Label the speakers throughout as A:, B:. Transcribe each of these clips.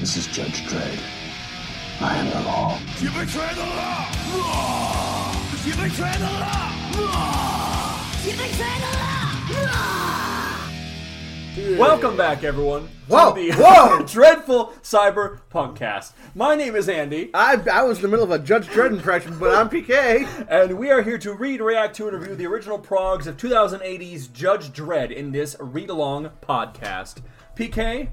A: This is Judge Dredd. I am the law.
B: You betray the law! Roar! You betray the law! Roar! You betray the law!
C: Welcome back, everyone.
D: Whoa,
C: to the
D: whoa.
C: dreadful cyberpunk cast. My name is Andy,
D: I, I was in the middle of a Judge Dredd impression, but I'm PK.
C: and we are here to read, react to, and review the original progs of 2080's Judge Dredd in this read along podcast. PK,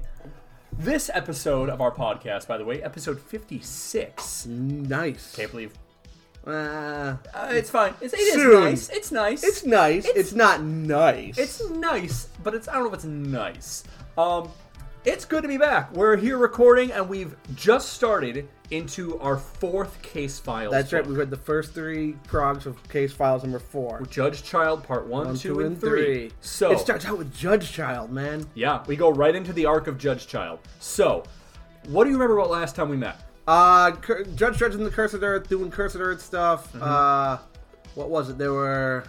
C: this episode of our podcast, by the way, episode 56.
D: Nice.
C: Can't believe
D: Uh,
C: uh, it's fine. It's, it is
D: Soon.
C: nice. It's nice.
D: it's nice. It's,
C: It's-
D: not nice.
C: It's nice, but it's I don't know if it's nice. Um, it's good to be back. We're here recording, and we've just started into our fourth case file.
D: That's right. We read the first three progs of case files number four.
C: Judge Child Part One,
D: One,
C: Two, and Three. So
D: it starts out with Judge Child, man.
C: yeah, we go right into the arc of Judge Child. So, what do you remember about last time we met?
D: Uh, Cur- Judge Dredd in the Cursed Earth doing Cursed Earth stuff.
C: Mm-hmm.
D: Uh, what was it? There were.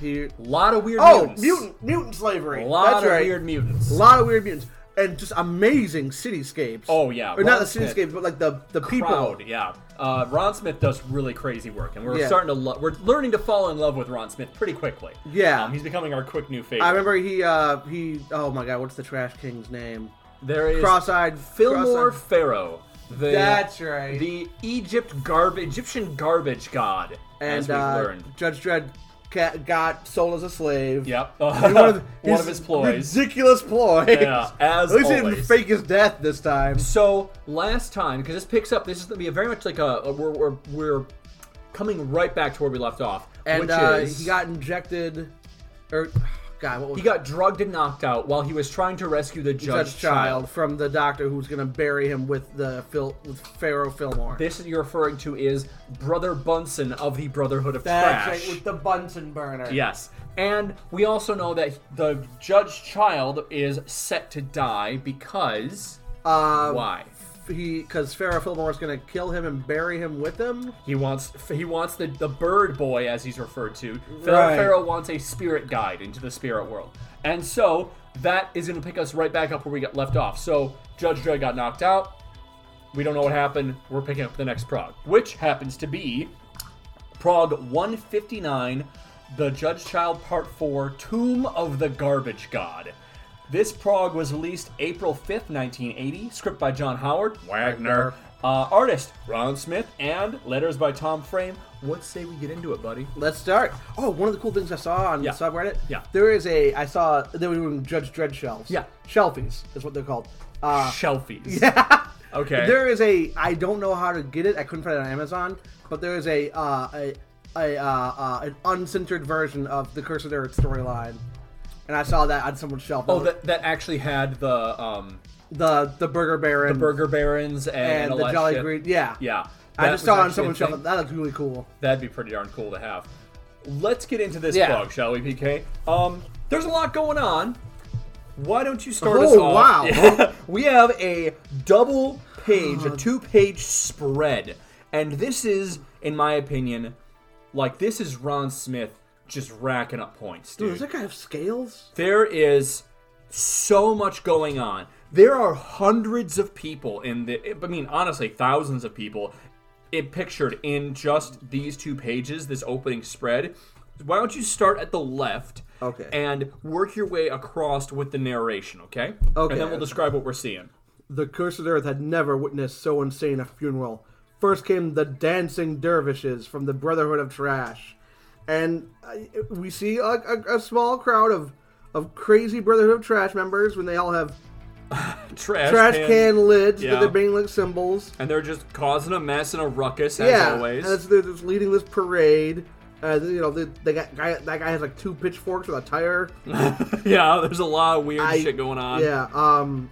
D: He,
C: A lot of weird
D: oh,
C: mutants.
D: mutant mutant slavery.
C: A lot
D: That's
C: of
D: right.
C: weird mutants.
D: A lot of weird mutants and just amazing cityscapes.
C: Oh, yeah,
D: or not
C: Ron
D: the
C: Smith.
D: cityscapes, but like the the people.
C: Crowd, yeah. Uh, Ron Smith does really crazy work, and we're
D: Yeah.
C: starting to lo- we're learning to fall in love with Ron Smith pretty quickly.
D: Yeah.
C: um, he's becoming our quick new favorite.
D: I remember he uh he oh my god, what's the trash king's name?
C: There is
D: Cross-eyed
C: Fillmore
D: cross-eyed-
C: Pharaoh. The,
D: That's right.
C: The Egypt garbage, Egyptian garbage god,
D: and
C: as we've
D: uh,
C: learned.
D: Judge Dredd ca- got sold as a slave.
C: Yep.
D: And One of, the-
C: One of
D: his
C: his ploys.
D: Ridiculous ploy.
C: Yeah, as
D: At least he didn't
C: always.
D: fake his death this time.
C: So last time, because this picks up, this is gonna be a very much like a, a- we're, we're we're coming right back to where we left off,
D: And
C: which
D: uh,
C: is
D: he got injected or God, what was
C: he got drugged and knocked out while he was trying to rescue the judge,
D: Judge Child from the doctor who's gonna bury him with the Phil with Pharaoh Fillmore.
C: This that you're referring to is Brother Bunsen of the Brotherhood of
D: That's
C: Trash.
D: right, with the Bunsen burner.
C: Yes. And we also know that the Judge Child is set to die because.
D: Um,
C: why?
D: He, because Pharaoh Fillmore's gonna kill him and bury him with him.
C: He wants he wants the, the bird boy as he's referred to. Pharaoh,
D: Right.
C: Pharaoh wants a spirit guide into the spirit world, and so that is going to pick us right back up where we got left off. So Judge Dredd got knocked out. We don't know what happened. We're picking up the next prog, which happens to be prog 159, the Judge Child Part Four, Tomb of the Garbage God. This prog was released April 5th, 1980. Script by John Howard. Wagner. Uh, artist, Ron Smith. And letters by Tom Frame. What say we get into it, buddy?
D: Let's start. Oh, one of the cool things I saw on
C: Yeah.
D: the subreddit.
C: Yeah.
D: There is a. I saw they were doing Judge Dredd shelves.
C: Yeah.
D: Shelfies is what they're called. Uh,
C: Shelfies. Yeah. Okay.
D: There is a. I don't know how to get it. I couldn't find it on Amazon, but there is a uh, a a uh, uh, an uncensored version of the Curse of Earth storyline, and I saw that on someone's shelf.
C: oh, that, that actually had the um,
D: the the Burger Baron,
C: Burger Barons and,
D: and,
C: all
D: the
C: that
D: Jolly
C: shit.
D: Green. Yeah.
C: Yeah.
D: I
C: That
D: just
C: was
D: saw it on
C: actually a
D: someone's
C: thing.
D: shelf. That looks really cool.
C: That'd be pretty darn cool to have. Let's get into this
D: Yeah.
C: blog, shall we, PK? Um, there's a lot going on. Why don't you start
D: Oh,
C: us off?
D: wow. Uh.
C: Yeah. we have a double page, a two page spread. And this is, in my opinion, like this is Ron Smith just racking up points, dude.
D: Dude, does that guy have scales?
C: There is so much going on. There are hundreds of people in the, I mean, honestly, thousands of people it pictured in just these two pages, this opening spread. Why don't you start at the left
D: Okay.
C: and work your way across with the narration, okay?
D: Okay.
C: And then we'll describe what we're seeing.
D: The cursed earth had never witnessed so insane a funeral. First came the dancing dervishes from the Brotherhood of Trash, and uh, we see a, a, a small crowd of of crazy Brotherhood of Trash members when they all have
C: Trash,
D: trash can, lids
C: Yeah.
D: with their Bangladesh symbols.
C: And they're just causing a mess and a ruckus, as
D: yeah,
C: always.
D: and it's, they're just leading this parade. Uh, you know, they, they got guy, that guy has like two pitchforks with a tire.
C: yeah, there's a lot of weird
D: I-
C: shit going on.
D: yeah. Um,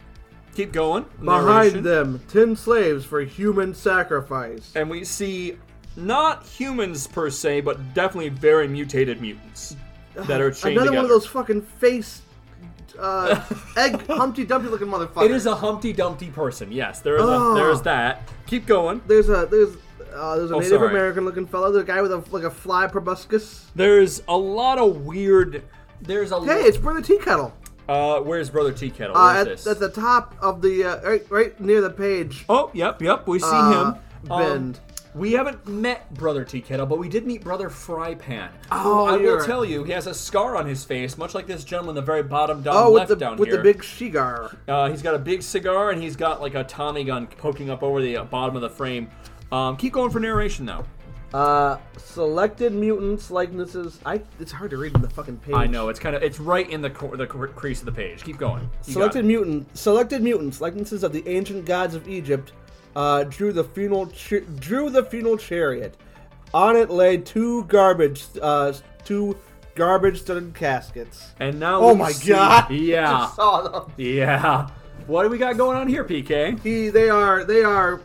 C: Keep going. Uh-huh. Narration.
D: behind them, ten slaves for human sacrifice.
C: and we see not humans per se, but definitely very mutated mutants that are chained
D: Another
C: together.
D: one of those fucking face, uh, egg Humpty Dumpty looking motherfucker.
C: it is a Humpty Dumpty person. Yes, there is. A,
D: Ugh.
C: there is that. Keep going.
D: There's a there's uh, there's a
C: Oh,
D: Native
C: sorry.
D: American looking fellow. There's a guy with a like a fly proboscis.
C: There's a lot of weird. There's a.
D: Hey, it's Brother Tea Kettle.
C: Uh, where's Brother Tea Kettle? Where
D: Uh,
C: is
D: at,
C: this?
D: at the top of the uh, right, right near the page.
C: Oh, yep, yep. We've seen
D: Uh,
C: him. Um,
D: Bend.
C: we haven't met Brother Tea Kettle, but we did meet Brother Fry Pan. who
D: Oh,
C: I will
D: you're-
C: tell you, he has a scar on his face, much like this gentleman in the very bottom down
D: Oh,
C: left
D: with the
C: down
D: with
C: here.
D: the big Shigar.
C: uh, he's got a big cigar and he's got like a Tommy gun poking up over the uh, bottom of the frame. Um, keep going for narration though.
D: Uh, selected mutants likenesses. I it's hard to read in the fucking page.
C: I know it's kind of it's right in the cor- the cor- crease of the page. Keep going. You got
D: Selected
C: it.
D: mutant, selected mutants, likenesses of the ancient gods of Egypt, uh, drew the funeral ch- drew the funeral chariot. On it lay two garbage, uh, two garbage-studded caskets.
C: and now
D: Oh
C: we
D: my
C: see-
D: god! I
C: Yeah,
D: just saw them.
C: yeah. What do we got going on here, PK?
D: He, they are, they are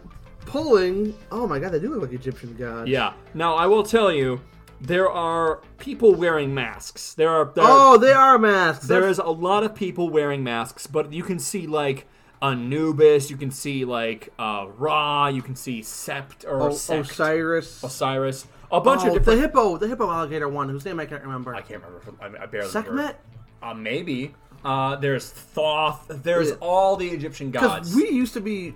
D: pulling. Oh my god, they do look like Egyptian gods.
C: Yeah. Now I will tell you, there are people wearing masks. There are there,
D: Oh, they are masks.
C: there
D: That's-
C: is a lot of people wearing masks, but you can see like Anubis, you can see like uh, Ra, you can see Sept or
D: O-
C: Sect,
D: Osiris.
C: Osiris, a bunch of
D: Oh,
C: different.
D: the hippo, the hippo alligator one, whose name I can't remember.
C: I can't remember. I, I barely.
D: Sekhmet.
C: remember. Uh, maybe. Uh, there's Thoth. There's
D: Yeah.
C: all the Egyptian gods.
D: Because we used to be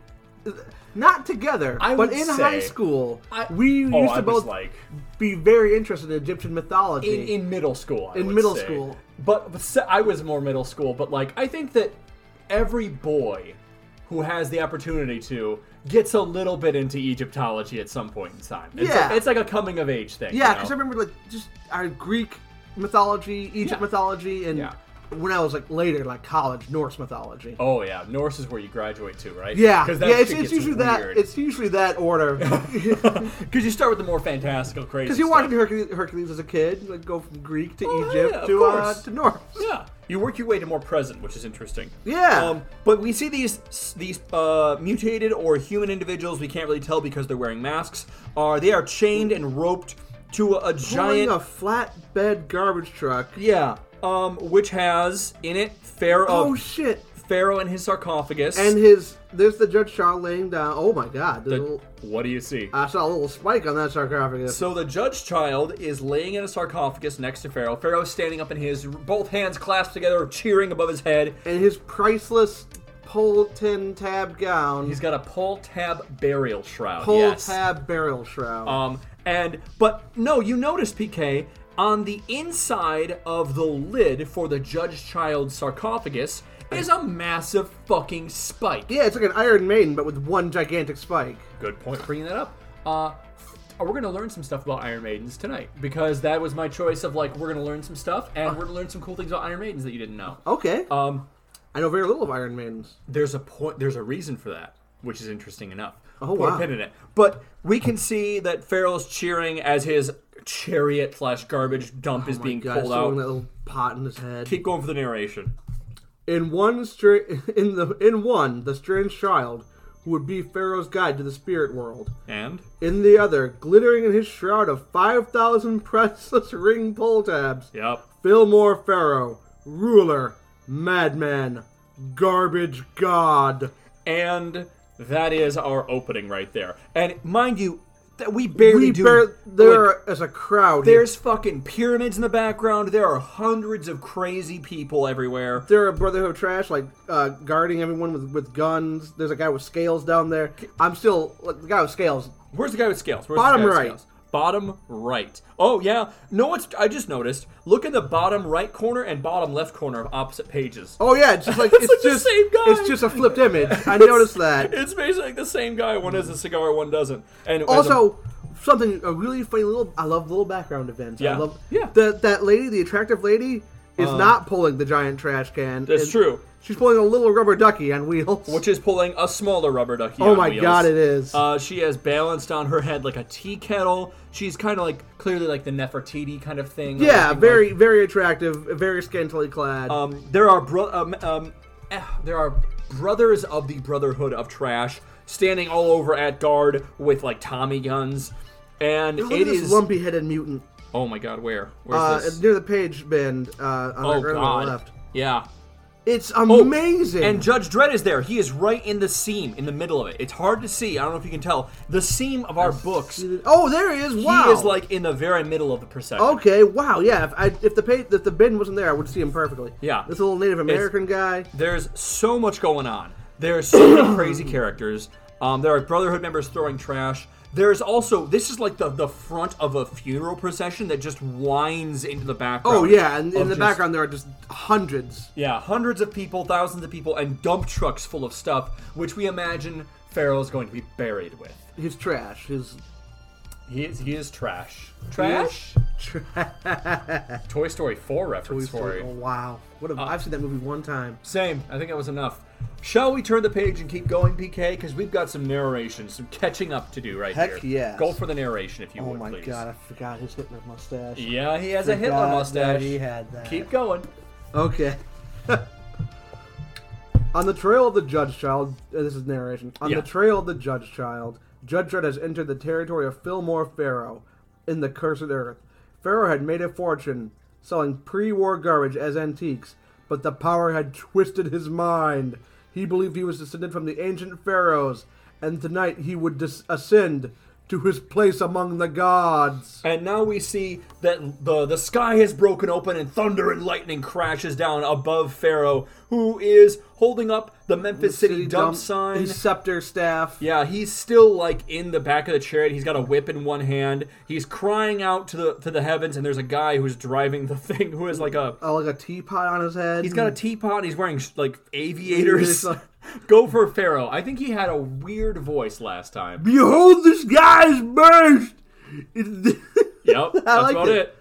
D: not together,
C: I
D: but
C: would
D: in
C: say-
D: high school,
C: I-
D: we
C: oh,
D: used
C: I
D: to
C: was
D: both
C: like
D: be very interested in Egyptian mythology.
C: in, in middle school. I
D: In
C: would
D: middle
C: say.
D: school.
C: but but se- I was more middle school. But like, I think that every boy who has the opportunity to gets a little bit into Egyptology at some point in time. It's
D: Yeah.
C: like, it's like a coming of age thing.
D: yeah,
C: you
D: because
C: know?
D: I remember like just our Greek mythology, Egypt
C: Yeah.
D: mythology, and
C: Yeah.
D: when I was like later, like college Norse mythology.
C: Oh yeah, Norse is where you graduate to, right?
D: Yeah,
C: Because
D: yeah, it's, it's usually that. It's usually that order.
C: because you start with the more fantastical, crazy.
D: Because you're
C: stuff.
D: watching Hercules, Hercules as a kid, like go from Greek to
C: Oh,
D: Egypt
C: yeah, of
D: to uh,
C: course.
D: to Norse.
C: Yeah, you work your way to more present, which is interesting.
D: Yeah.
C: Um, but we see these these uh, mutated or human individuals. We can't really tell because they're wearing masks. Are they are chained and roped to a, a
D: Pulling
C: giant?
D: a flatbed garbage truck.
C: Yeah. Um, which has in it Pharaoh, uh,
D: Oh shit!
C: Pharaoh and his sarcophagus.
D: And his there's the Judge Shaw laying down. Oh my god! there's
C: The-
D: a little-
C: what do you see?
D: I saw a little spike on that sarcophagus.
C: So the judge child is laying in a sarcophagus next to Pharaoh. Pharaoh's standing up in his both hands clasped together, cheering above his head.
D: and his priceless pole tin tab gown,
C: He's got a pole tab burial shroud.
D: pole
C: yes.
D: tab barrel shroud.
C: Um, and but no, you notice PK on the inside of the lid for the judge child sarcophagus is a massive fucking spike.
D: yeah, it's like an Iron Maiden, but with one gigantic spike.
C: Good point for bringing that up. Uh, we're gonna learn some stuff about Iron Maidens tonight because that was my choice of like we're gonna learn some stuff and we're gonna learn some cool things about Iron Maidens that you didn't know.
D: Okay,
C: Um,
D: I know very little of Iron Maidens.
C: there's a point there's a reason for that which is interesting enough
D: Oh,
C: Put a
D: wow.
C: pin in it but we can see that Pharaoh's cheering as his chariot slash garbage dump is being
D: Oh God,
C: pulled
D: someone
C: out
D: that little pot in his head.
C: keep going for the narration
D: In one stra- in the in one the strange child who would be Pharaoh's guide to the spirit world.
C: and
D: In the other, glittering in his shroud of 5,000 priceless ring pole tabs,
C: yep
D: Fillmore Pharaoh, ruler, madman, garbage god.
C: and that is our opening right there and mind you that we barely
D: We
C: do
D: bear,
C: like,
D: there is a crowd. here.
C: there's fucking pyramids in the background there are hundreds of crazy people everywhere
D: There are Brotherhood of Trash, like uh, guarding everyone with, with guns. There's a guy with scales down there. I'm still like, the guy with scales.
C: Where's the guy with scales? Where's
D: Bottom
C: the guy with
D: right.
C: Scales? Bottom right. Oh yeah. No, it's. I just noticed. Look in the bottom right corner and bottom left corner of opposite pages.
D: Oh yeah, it's just like
C: It's
D: it's,
C: like the
D: just
C: same guy.
D: it's just a flipped image. I noticed that.
C: It's basically the same guy. One has a cigar, one doesn't. And it was a-
D: Also, something a really funny little. I love little background events.
C: Yeah.
D: I love
C: Yeah.
D: That that lady, the attractive lady, is not pulling the giant trash can.
C: That's
D: It's-
C: true.
D: She's pulling a little rubber ducky on wheels.
C: which is pulling a smaller rubber ducky.
D: oh
C: on
D: my
C: wheels.
D: god, it is.
C: Uh, she has balanced on her head like a tea kettle. She's kind of like clearly like the Nefertiti kind of thing. or
D: yeah,
C: looking
D: very very attractive, very scantily clad.
C: Um, there are bro- um, um, eh, there are brothers of the Brotherhood of Trash standing all over at guard with like Tommy guns, and
D: Look
C: it
D: at this
C: is
D: lumpy headed mutant
C: oh my god, where where's
D: uh,
C: this?
D: near the page bend uh, on,
C: oh
D: the, right on
C: god,
D: the left.
C: yeah,
D: It's amazing.
C: And Judge Dredd is there. He is right in the seam, in the middle of it. It's hard to see. I don't know if you can tell. The seam of our books.
D: oh, there he is! Wow.
C: He is like in the very middle of the procession.
D: Okay, wow, yeah. If, I, if the page, if the bin wasn't there, I would see him perfectly.
C: Yeah.
D: this little Native American guy.
C: There's so much going on. There's so many crazy characters. Um, there are Brotherhood members throwing trash. There's also this is like the the front of a funeral procession that just winds into the background.
D: Oh yeah, and in
C: of
D: the
C: just-
D: background there are just hundreds.
C: Yeah, hundreds of people, thousands of people, and dump trucks full of stuff, which we imagine Pharaoh's going to be buried with.
D: He's trash. He's
B: He is, he is trash. Trash? Toy Story 4 reference for
D: Oh
B: you.
D: wow, what
C: Uh,
D: a, I've seen that movie one time.
C: Same. I think that was enough. Shall we turn the page and keep going, PK? Because we've got some narration, some catching up to do right
D: Heck
B: here.
D: yes.
B: Go for the narration if you
D: Oh
B: would,
D: my
B: please.
D: god, I forgot his Hitler mustache.
B: Yeah, he has a Hitler
D: Forgot that
B: mustache.
D: he had that.
B: Keep going.
D: Okay. on the trail of the Judge Child, uh, this is narration. On
C: Yeah.
D: the trail of the Judge Child, Judge Dredd has entered the territory of Fillmore Pharaoh in the Cursed Earth. Pharaoh had made a fortune selling pre war garbage as antiques, but the power had twisted his mind. He believed he was descended from the ancient pharaohs, and tonight he would dis- ascend to his place among the gods.
C: And now we see that the the sky has broken open and thunder and lightning crashes down above Pharaoh, who is holding up the Memphis City, dump, sign.
D: His scepter staff.
C: Yeah, he's still like in the back of the chariot. He's got a whip in one hand. He's crying out to the to the heavens, and there's a guy who's driving the thing who is like a
D: uh, like a teapot on his head.
C: He's got a teapot. He's wearing sh- like aviators.
D: Yes.
C: Go for Pharaoh. I think he had a weird voice last time.
D: Behold, this guy's burst. It's,
C: Yep, that's
D: like
C: about
D: it.
C: it.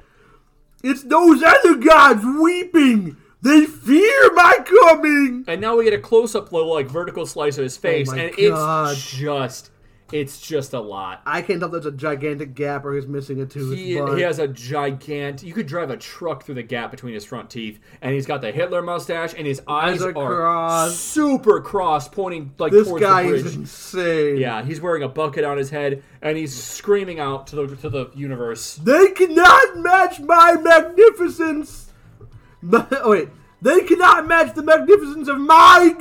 D: it's those other gods weeping. They fear my coming.
C: And now we get a close up, like vertical slice of his face,
D: Oh my
C: and
D: God.
C: it's just, it's just a lot.
D: I can't tell if that's a gigantic gap or he's missing a tooth.
C: He,
D: but
C: he has a gigant. You could drive a truck through the gap between his front teeth, and he's got the Hitler mustache, and his eyes
D: are
C: are
D: crossed.
C: super crossed, pointing like
D: this
C: towards
D: guy
C: the bridge.
D: is insane.
C: yeah, he's wearing a bucket on his head, and he's screaming out to the to the universe.
D: They cannot match my magnificence. My, oh, wait. They cannot match the magnificence of my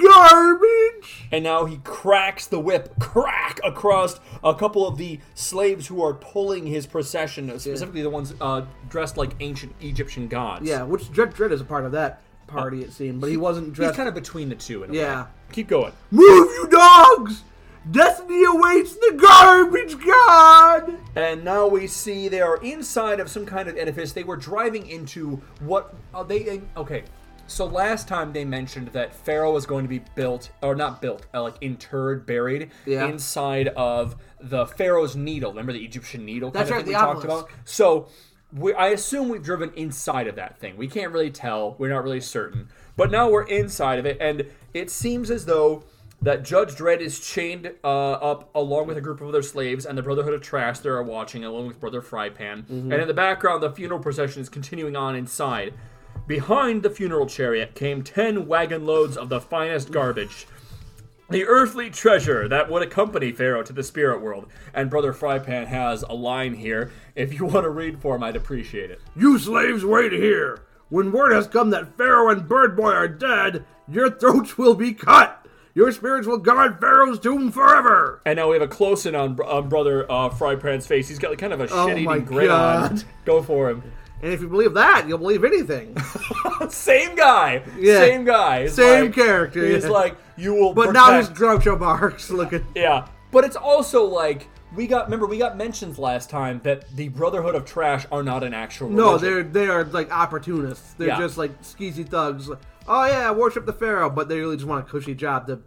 D: garbage.
C: and now he cracks the whip crack across a couple of the slaves who are pulling his procession specifically the ones uh, dressed like ancient egyptian gods
D: Yeah, which Judge Dredd is a part of that party, it seemed, but he wasn't
C: he's
D: dressed.
C: kind of between the two in a
D: Yeah.
C: way. keep going
D: Move, you dogs! Destiny awaits the garbage god!
C: and now we see they are inside of some kind of edifice they were driving into what are they okay so last time they mentioned that pharaoh was going to be built or not built uh, like interred buried
D: Yeah.
C: inside of the pharaoh's needle remember the egyptian needle
D: That's
C: kind
D: right,
C: of thing
D: the
C: we talked
D: obelisk.
C: about So we, I assume we've driven inside of that thing. We can't really tell. We're not really certain. But now we're inside of it, and it seems as though that Judge Dredd is chained uh, up along with a group of other slaves and the Brotherhood of Trash that are watching, along with Brother Frypan.
D: Mm-hmm.
C: And in the background, the funeral procession is continuing on inside. Behind the funeral chariot came ten wagon loads of the finest garbage. The earthly treasure that would accompany Pharaoh to the spirit world. And Brother Frypan has a line here. If you want to read for him, I'd appreciate it.
D: You slaves, wait here! When word has come that Pharaoh and Bird Boy are dead, your throats will be cut! Your spirits will guard Pharaoh's tomb forever!
C: And now we have a close in on, on Brother uh, Frypan's face. He's got kind of a shit
D: Oh my
C: eating grin on.
D: God.
C: Go for him.
D: And if you believe that, you'll believe anything.
C: Same guy.
D: Yeah.
C: Same guy. It's
D: Same
C: like-
D: character,
C: He's
D: yeah.
C: like, you will
D: But now he's
C: protect
D: Groucho Marx looking.
C: Yeah, but it's also like we got. Remember, we got mentions last time that the Brotherhood of Trash are not an actual.
D: No,
C: religion.
D: they're they are like opportunists. They're
C: Yeah.
D: just like skeezy thugs. Like, oh yeah, worship the Pharaoh, but they really just want a cushy job to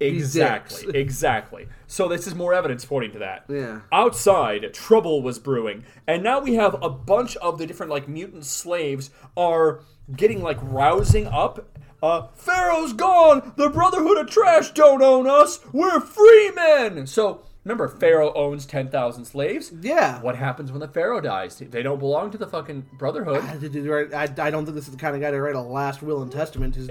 C: exactly,
D: dicks.
C: exactly. So this is more evidence pointing to that.
D: Yeah.
C: Outside, trouble was brewing, and now we have a bunch of the different like mutant slaves are getting like rousing up. Uh, Pharaoh's gone. The Brotherhood of Trash don't own us. We're free men. So remember, Pharaoh owns ten thousand slaves.
D: Yeah.
C: What happens when the Pharaoh dies? They don't belong to the fucking Brotherhood.
D: I, I don't think this is the kind of guy to write a last will and testament. His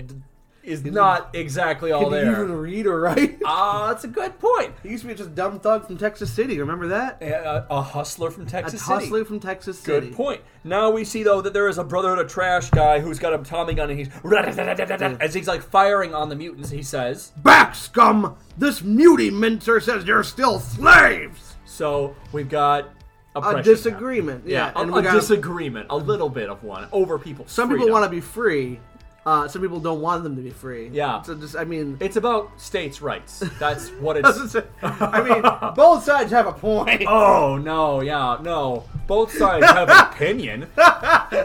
C: is not exactly all
D: Can you even
C: there.
D: read or write?
C: Ah, that's a good point.
D: He used to be just dumb thug from Texas City. Remember that?
C: A, a hustler from
D: A
C: Texas City.
D: hustler from Texas
C: Good
D: City.
C: point. Now we see though that there is a Brotherhood of Trash guy who's got a Tommy gun and he's as he's like firing on the mutants. He says
D: Back, scum! This muty mincer says you're still slaves.
C: so. We've got oppression
D: A disagreement.
C: now.
D: Yeah,
C: a,
D: and
C: a
D: we got
C: disagreement, a little bit of one over people.
D: some people want to be free. Uh, some people don't want them to be free.
C: Yeah.
D: So just, I mean,
C: It's about states' rights. That's what
D: doesn't
C: it's.
D: say- I mean, both sides have a point.
C: Oh no, yeah, no. Both sides have an opinion.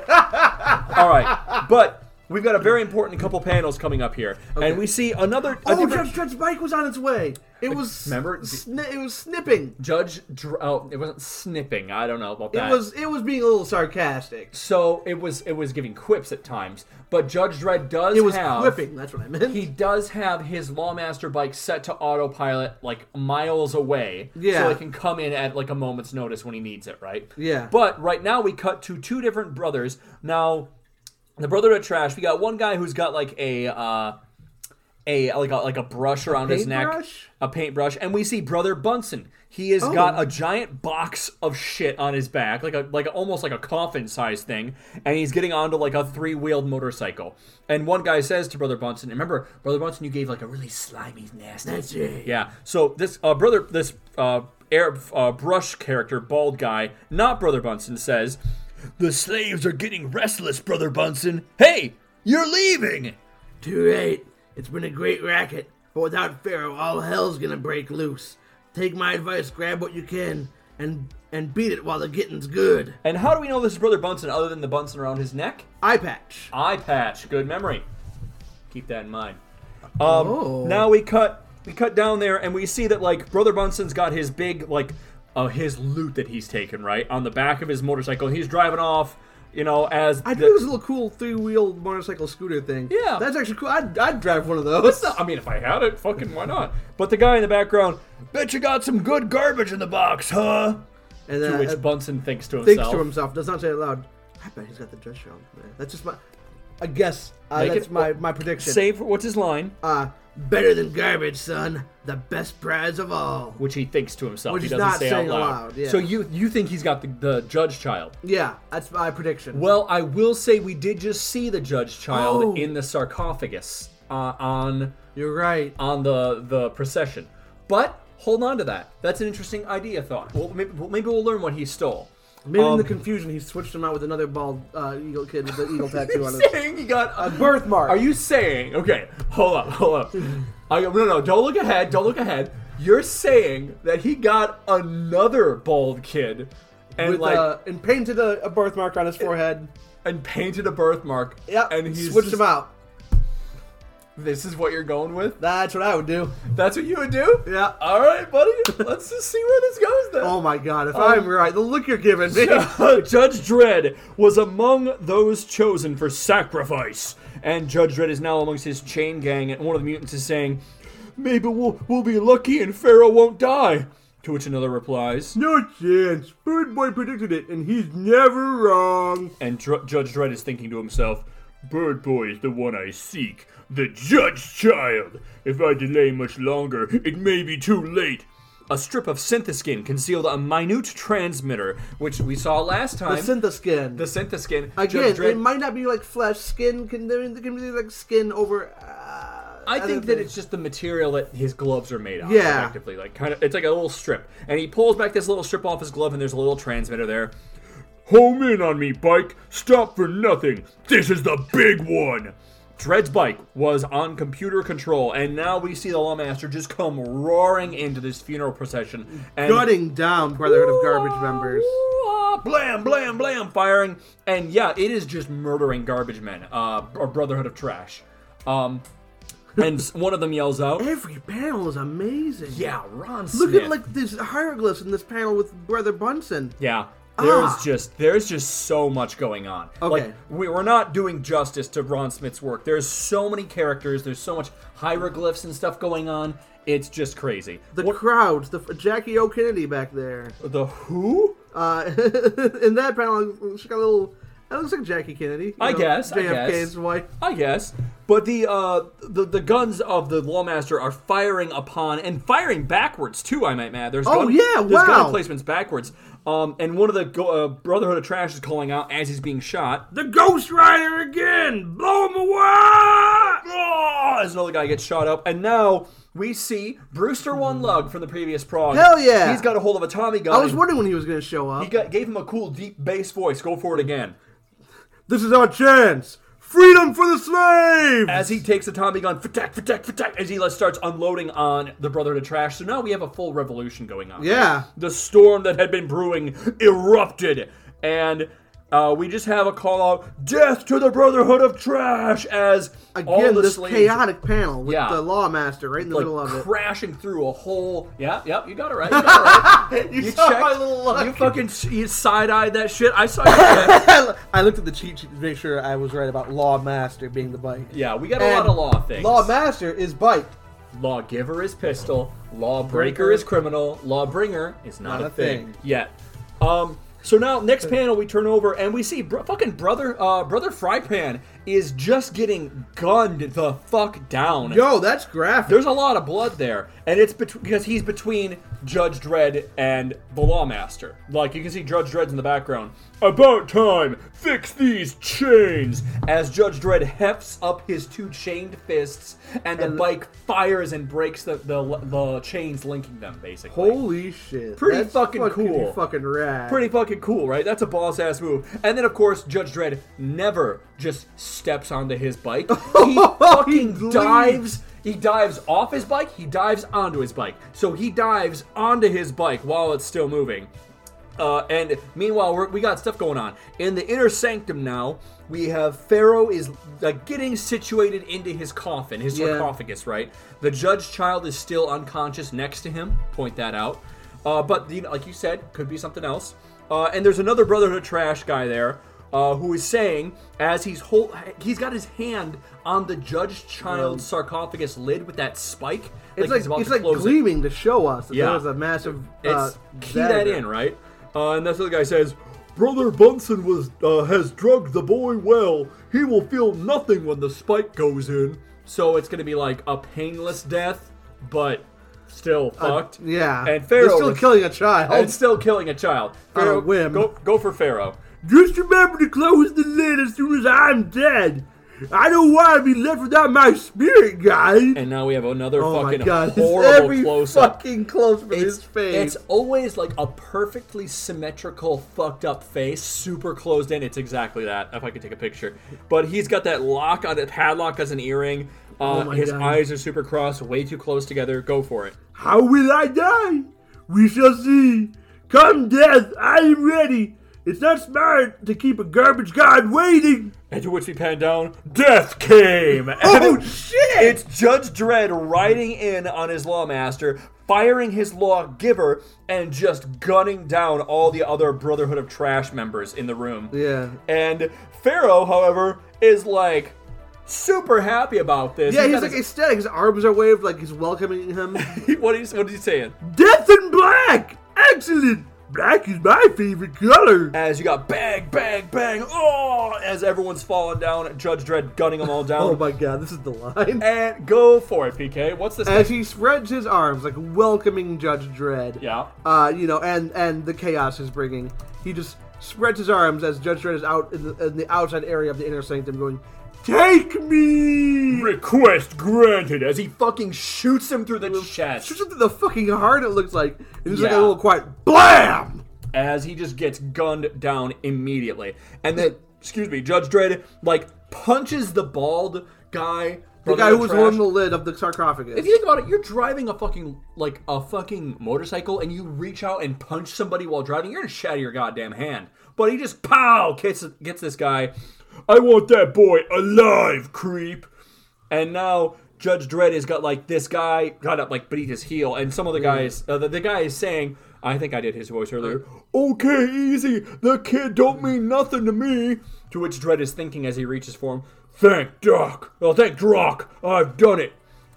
C: All right, but we've got a very important couple panels coming up here, and we see another. a
D: Oh,
C: different-
D: Judge, Judge Mike was on its way. It was
C: remember-
D: Sni- it was snipping.
C: Judge, Dr- oh, it wasn't snipping. I don't know about
D: It
C: that.
D: was it was being a little sarcastic.
C: so it was it was giving quips at times, but Judge Dredd does
D: It was
C: have
D: whipping. That's what I meant.
C: he does have his Lawmaster bike set to autopilot like miles away,
D: Yeah.
C: so it can come in at like a moment's notice when he needs it, right?
D: Yeah.
C: But right now we cut to two different brothers. Now, the brother of trash, we got one guy who's got like a. uh a like a like a brush around his neck,
D: paintbrush?
C: a paintbrush, and we see brother Bunsen. He has got a giant box of shit on his back, like a like a, almost like a coffin sized thing, and he's getting onto like a three wheeled motorcycle. And one guy says to brother Bunsen, "Remember, brother Bunsen, you gave like a really slimy, nasty." Yeah. So this uh, brother, this uh, air uh, brush character, bald guy, not brother Bunsen, says, "The slaves are getting restless, brother Bunsen. Hey, you're leaving."
D: Too late. It's been a great racket, but without Pharaoh, all hell's gonna break loose. Take my advice, grab what you can, and and beat it while the getting's good.
C: And how do we know this is Brother Bunsen other than the Bunsen around his neck?
D: Eye patch.
C: Eye patch. Good memory. Keep that in mind. Um,
D: Oh.
C: Now we cut we cut down there and we see that like Brother Bunsen's got his big like uh, his loot that he's taken right on the back of his motorcycle. He's driving off, you know, as
D: I
C: the-
D: think it was a little cool three-wheeled motorcycle scooter thing.
C: Yeah.
D: that's actually cool. I'd, I'd drive one of those.
C: I mean, if I had it, fucking why not? But the guy in the background, bet you got some good garbage in the box, huh?
D: And
C: To
D: then
C: which
D: I-
C: Bunsen thinks to
D: Uh, thinks
C: himself.
D: to himself, does not say it loud. I bet he's got the dress show. That's just my. I guess uh,
C: Make
D: that's
C: it-
D: my my prediction.
C: Save what's his line,
D: Uh, better than garbage, son. The best prize of all.
C: which he thinks to himself.
D: Which
C: he
D: he's
C: doesn't
D: not
C: say out
D: saying
C: loud.
D: aloud, yeah.
C: So you you think he's got the, the judge child?
D: Yeah, that's my prediction.
C: Well, I will say we did just see the judge child
D: Oh.
C: in the sarcophagus uh, on
D: You're right.
C: on the the procession. But hold on to that. That's an interesting idea thought. Well, maybe, well, maybe we'll learn what he stole.
D: Maybe in
C: um,
D: the confusion, he switched him out with another bald uh, eagle kid with the eagle tattoo on his
C: Saying he got
D: a birthmark.
C: Are you saying? Okay, hold up, hold up. I, no, no, don't look ahead. Don't look ahead. You're saying that he got another bald kid, and
D: with
C: like,
D: uh, and painted a, a birthmark on his forehead?
C: and painted a birthmark.
D: Yep.
C: and he
D: switched him out.
C: This is what you're going with.
D: That's what I would do.
C: That's what you would do.
D: Yeah.
C: All right, buddy. Let's just see where this goes then.
D: Oh my god,
C: um,
D: if I'm right, the look you're giving me.
C: Judge Dredd was among those chosen for sacrifice, and Judge Dredd is now amongst his chain gang. And one of the mutants is saying, "Maybe we'll we'll be lucky, and Pharaoh won't die." To which another replies,
D: No chance. Bird Boy predicted it, and he's never wrong.
C: and Dr- Judge Dredd is thinking to himself, "Bird Boy is the one I seek, the Judge Child. If I delay much longer, it may be too late." A strip of syntheskin concealed a minute transmitter, which we saw last time.
D: The syntheskin.
C: the syntheskin.
D: Again,
C: Judge Dredd-
D: it might not be like flesh, skin. Can there can be like skin over? Uh,
C: I think that it's just the material that his gloves are made out of.
D: Yeah.
C: Effectively, like kind of, it's like a little strip, and he pulls back this little strip off his glove, and there's a little transmitter there. Home in on me, bike. Stop for nothing. This is the big one. Dred's bike was on computer control, and now we see the Lawmaster just come roaring into this funeral procession and
D: gutting down Brotherhood of Garbage members.
C: Ah, Blam, blam, blam, firing. And yeah, it is just murdering garbage men, uh, or Brotherhood of Trash. Um, and s- one of them yells out,
D: Every panel is amazing.
C: Yeah, Ron Smith.
D: Look at like these hieroglyphs in this panel with Brother Bunsen.
C: Yeah. There's
D: Ah.
C: just there's just so much going on. Like
D: Okay.
C: we, we're not doing justice to Ron Smith's work. There's so many characters. There's so much hieroglyphs and stuff going on. It's just crazy.
D: The
C: What-
D: crowds, the Jackie O Kennedy back there.
C: the who?
D: Uh, in that panel, she got a little That looks like Jackie Kennedy. you
C: I
D: know,
C: guess, I
D: JFK's
C: guess.
D: wife.
C: I guess. But the uh, the the guns of the Lawmaster are firing upon and firing backwards too. I might add. There's
D: Oh,
C: gun,
D: yeah,
C: There's
D: wow.
C: gun placements backwards. Um, and one of the go- uh, Brotherhood of Trash is calling out as he's being shot. The Ghost Rider again, blow him away! Oh, as another guy gets shot up, and now. We see Brewster One Lug from the previous prog.
D: Hell yeah.
C: He's got a hold of a Tommy gun.
D: I was
C: and
D: wondering when he was going to show up.
C: He got, gave him a cool deep bass voice. Go for it again.
D: this is our chance. Freedom for the slaves.
C: as he takes the Tommy gun, fatak, fatak, fatak, as he like, starts unloading on the Brotherhood of Trash. So now we have a full revolution going on.
D: yeah.
C: The storm that had been brewing erupted, and uh, we just have a call out, "Death to the Brotherhood of Trash!" As all
D: Again,
C: the
D: this
C: slaves
D: chaotic panel with
C: Yeah.
D: the lawmaster right in the
C: like
D: middle of it.
C: crashing through a hole. Yeah, yeah, you got it right. You, got it right.
D: You
C: You
D: saw my
C: checked.
D: little look.
C: You fucking you side-eyed that shit. I saw. you.
D: I looked at the cheat sheet to make sure I was right about lawmaster being the bike.
C: yeah, we got a lot of law things.
D: Lawmaster is bike.
C: Lawgiver is pistol, lawbreaker is criminal, lawbringer is not, a, thing. yet. Um, so now next panel we turn over and we see br- fucking brother uh, brother Frypan is just getting gunned the fuck down.
D: Yo, that's graphic.
C: There's a lot of blood there, and it's bet- because he's between Judge Dredd and the Lawmaster. Like you can see Judge Dredd's in the background. About time, fix these chains. As Judge Dredd hefts up his two chained fists, and the bike fires and breaks the the, the chains linking them. Basically,
D: Holy shit.
C: Pretty
D: That's
C: fucking cool.
D: Fucking rad.
C: pretty fucking cool, right? That's a boss ass move. And then of course Judge Dredd never just steps onto his bike. He fucking
D: leaps.
C: dives. He dives off his bike. He dives onto his bike. So he dives onto his bike while it's still moving. Uh, and meanwhile, we're, we got stuff going on in the inner sanctum now. We have Pharaoh is like getting situated into his coffin, his
D: Yeah.
C: sarcophagus, right? The judge child is still unconscious next to him. Point that out. Uh, but the, like you said, could be something else. Uh, and there's another Brotherhood of Trash guy there uh, who is saying as he's whole, he's got his hand on the judge child sarcophagus lid with that spike.
D: It's
C: he's
D: like,
C: about
D: it's
C: to
D: like
C: close it.
D: gleaming to show us that
C: Yeah.
D: there was a massive. Uh,
C: It's key that
D: dagger.
C: in, right? Uh, and that's what the guy says. Brother Bunsen was uh, has drugged the boy well. He will feel nothing when the spike goes in. So it's gonna be like a painless death, but still fucked.
D: Uh, Yeah.
C: And
D: They're
C: Pharaoh
D: still
C: was-
D: killing a child.
C: and still killing a child.
D: On a
C: Pharaoh,
D: whim.
C: Go, go for Pharaoh.
D: Just remember to close the lid as soon as I'm dead. I don't want to be left without my spirit, guys.
C: And now we have another
D: oh my
C: fucking
D: god, it's
C: horrible
D: every
C: close up.
D: fucking close from his
C: It's,
D: face.
C: it's always like a perfectly symmetrical, fucked up face, super closed in. It's exactly that. If I could take a picture, but he's got that lock on it, padlock as an earring. Uh,
D: Oh my
C: his
D: God.
C: eyes are super crossed, way too close together. Go for it.
D: How will I die? We shall see. Come death, I am ready. It's not smart to keep a garbage god waiting.
C: And to which we pan down, death came. And
D: Oh
C: it-
D: shit!
C: It's Judge Dredd riding in on his lawmaster, firing his lawgiver, and just gunning down all the other Brotherhood of Trash members in the room.
D: yeah.
C: And Pharaoh, however, is like super happy about this.
D: Yeah,
C: He
D: he's
C: got
D: like ecstatic. His arms are waved, like he's welcoming him.
C: his- what is what is he saying?
D: Death in black! Excellent! Black is my favorite color.
C: As you got bang, bang, bang, oh! As everyone's falling down, Judge Dredd gunning them all down.
D: Oh my god, this is the line.
C: And go for it, PK. What's this?
D: As he spreads his arms, like welcoming Judge Dredd.
C: yeah.
D: uh, you know, and and the chaos is bringing. He just spreads his arms as Judge Dredd is out in the, in the outside area of the inner sanctum, going, "Take me!"
C: Request granted. As he fucking shoots him through the chest.
D: Shoots him through the fucking heart. It looks like and it's like a
C: Yeah.
D: little quiet blam.
C: as he just gets gunned down immediately. And then, excuse me, Judge Dredd like punches the bald guy.
D: The
C: brother
D: guy who
C: of
D: was
C: trash.
D: on the lid of the sarcophagus.
C: If you think about it, you're driving a fucking like a fucking motorcycle, and you reach out and punch somebody while driving. You're gonna shatter your goddamn hand. But he just pow gets gets this guy. I want that boy alive, creep. And now Judge Dredd has got like this guy got up like beneath his heel, and some of the guys, uh, the, the guy is saying, I think I did his voice earlier.
D: Uh-huh.
C: Okay, easy. The kid don't mean nothing to me. To which Dredd is thinking as he reaches for him. Thank Doc. Oh, thank Drock. I've done it.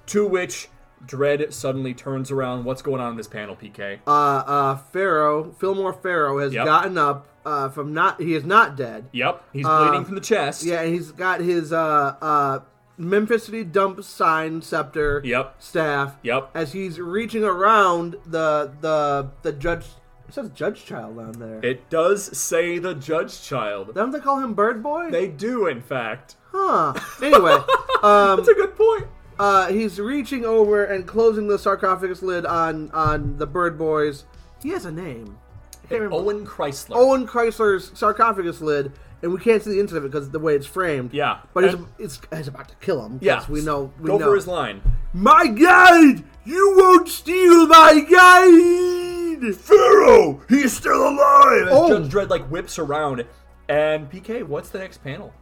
C: To which Dread suddenly turns around. What's going on in this panel, PK?
D: Uh, uh, Pharaoh, Fillmore Pharaoh, has
C: Yep.
D: gotten up uh, from not. He is not dead.
C: yep, he's
D: uh,
C: bleeding from the chest.
D: Yeah, and he's got his uh, uh, Memphis City dump sign scepter
C: Yep.
D: staff.
C: Yep.
D: As he's reaching around the the the judge. It says Judge Child down there.
C: It does say the Judge Child.
D: Don't they call him Bird Boy?
C: They do, in fact.
D: huh. Anyway, um,
C: That's a good point.
D: uh, he's reaching over and closing the sarcophagus lid on on the Bird Boy's. He has a name. I can't remember.
C: Owen Chrysler.
D: Owen Chrysler's sarcophagus lid, and we can't see the inside of it because of the way it's framed.
C: Yeah.
D: but it's,
C: And-
D: it's, it's about to kill him. 'cause
C: yeah,
D: we know. We
C: Go
D: know.
C: for his line.
D: My guide, you won't steal my guide.
C: Pharaoh, he's still alive.
D: Oh.
C: Judge Dredd like whips around, and PK, what's the next panel?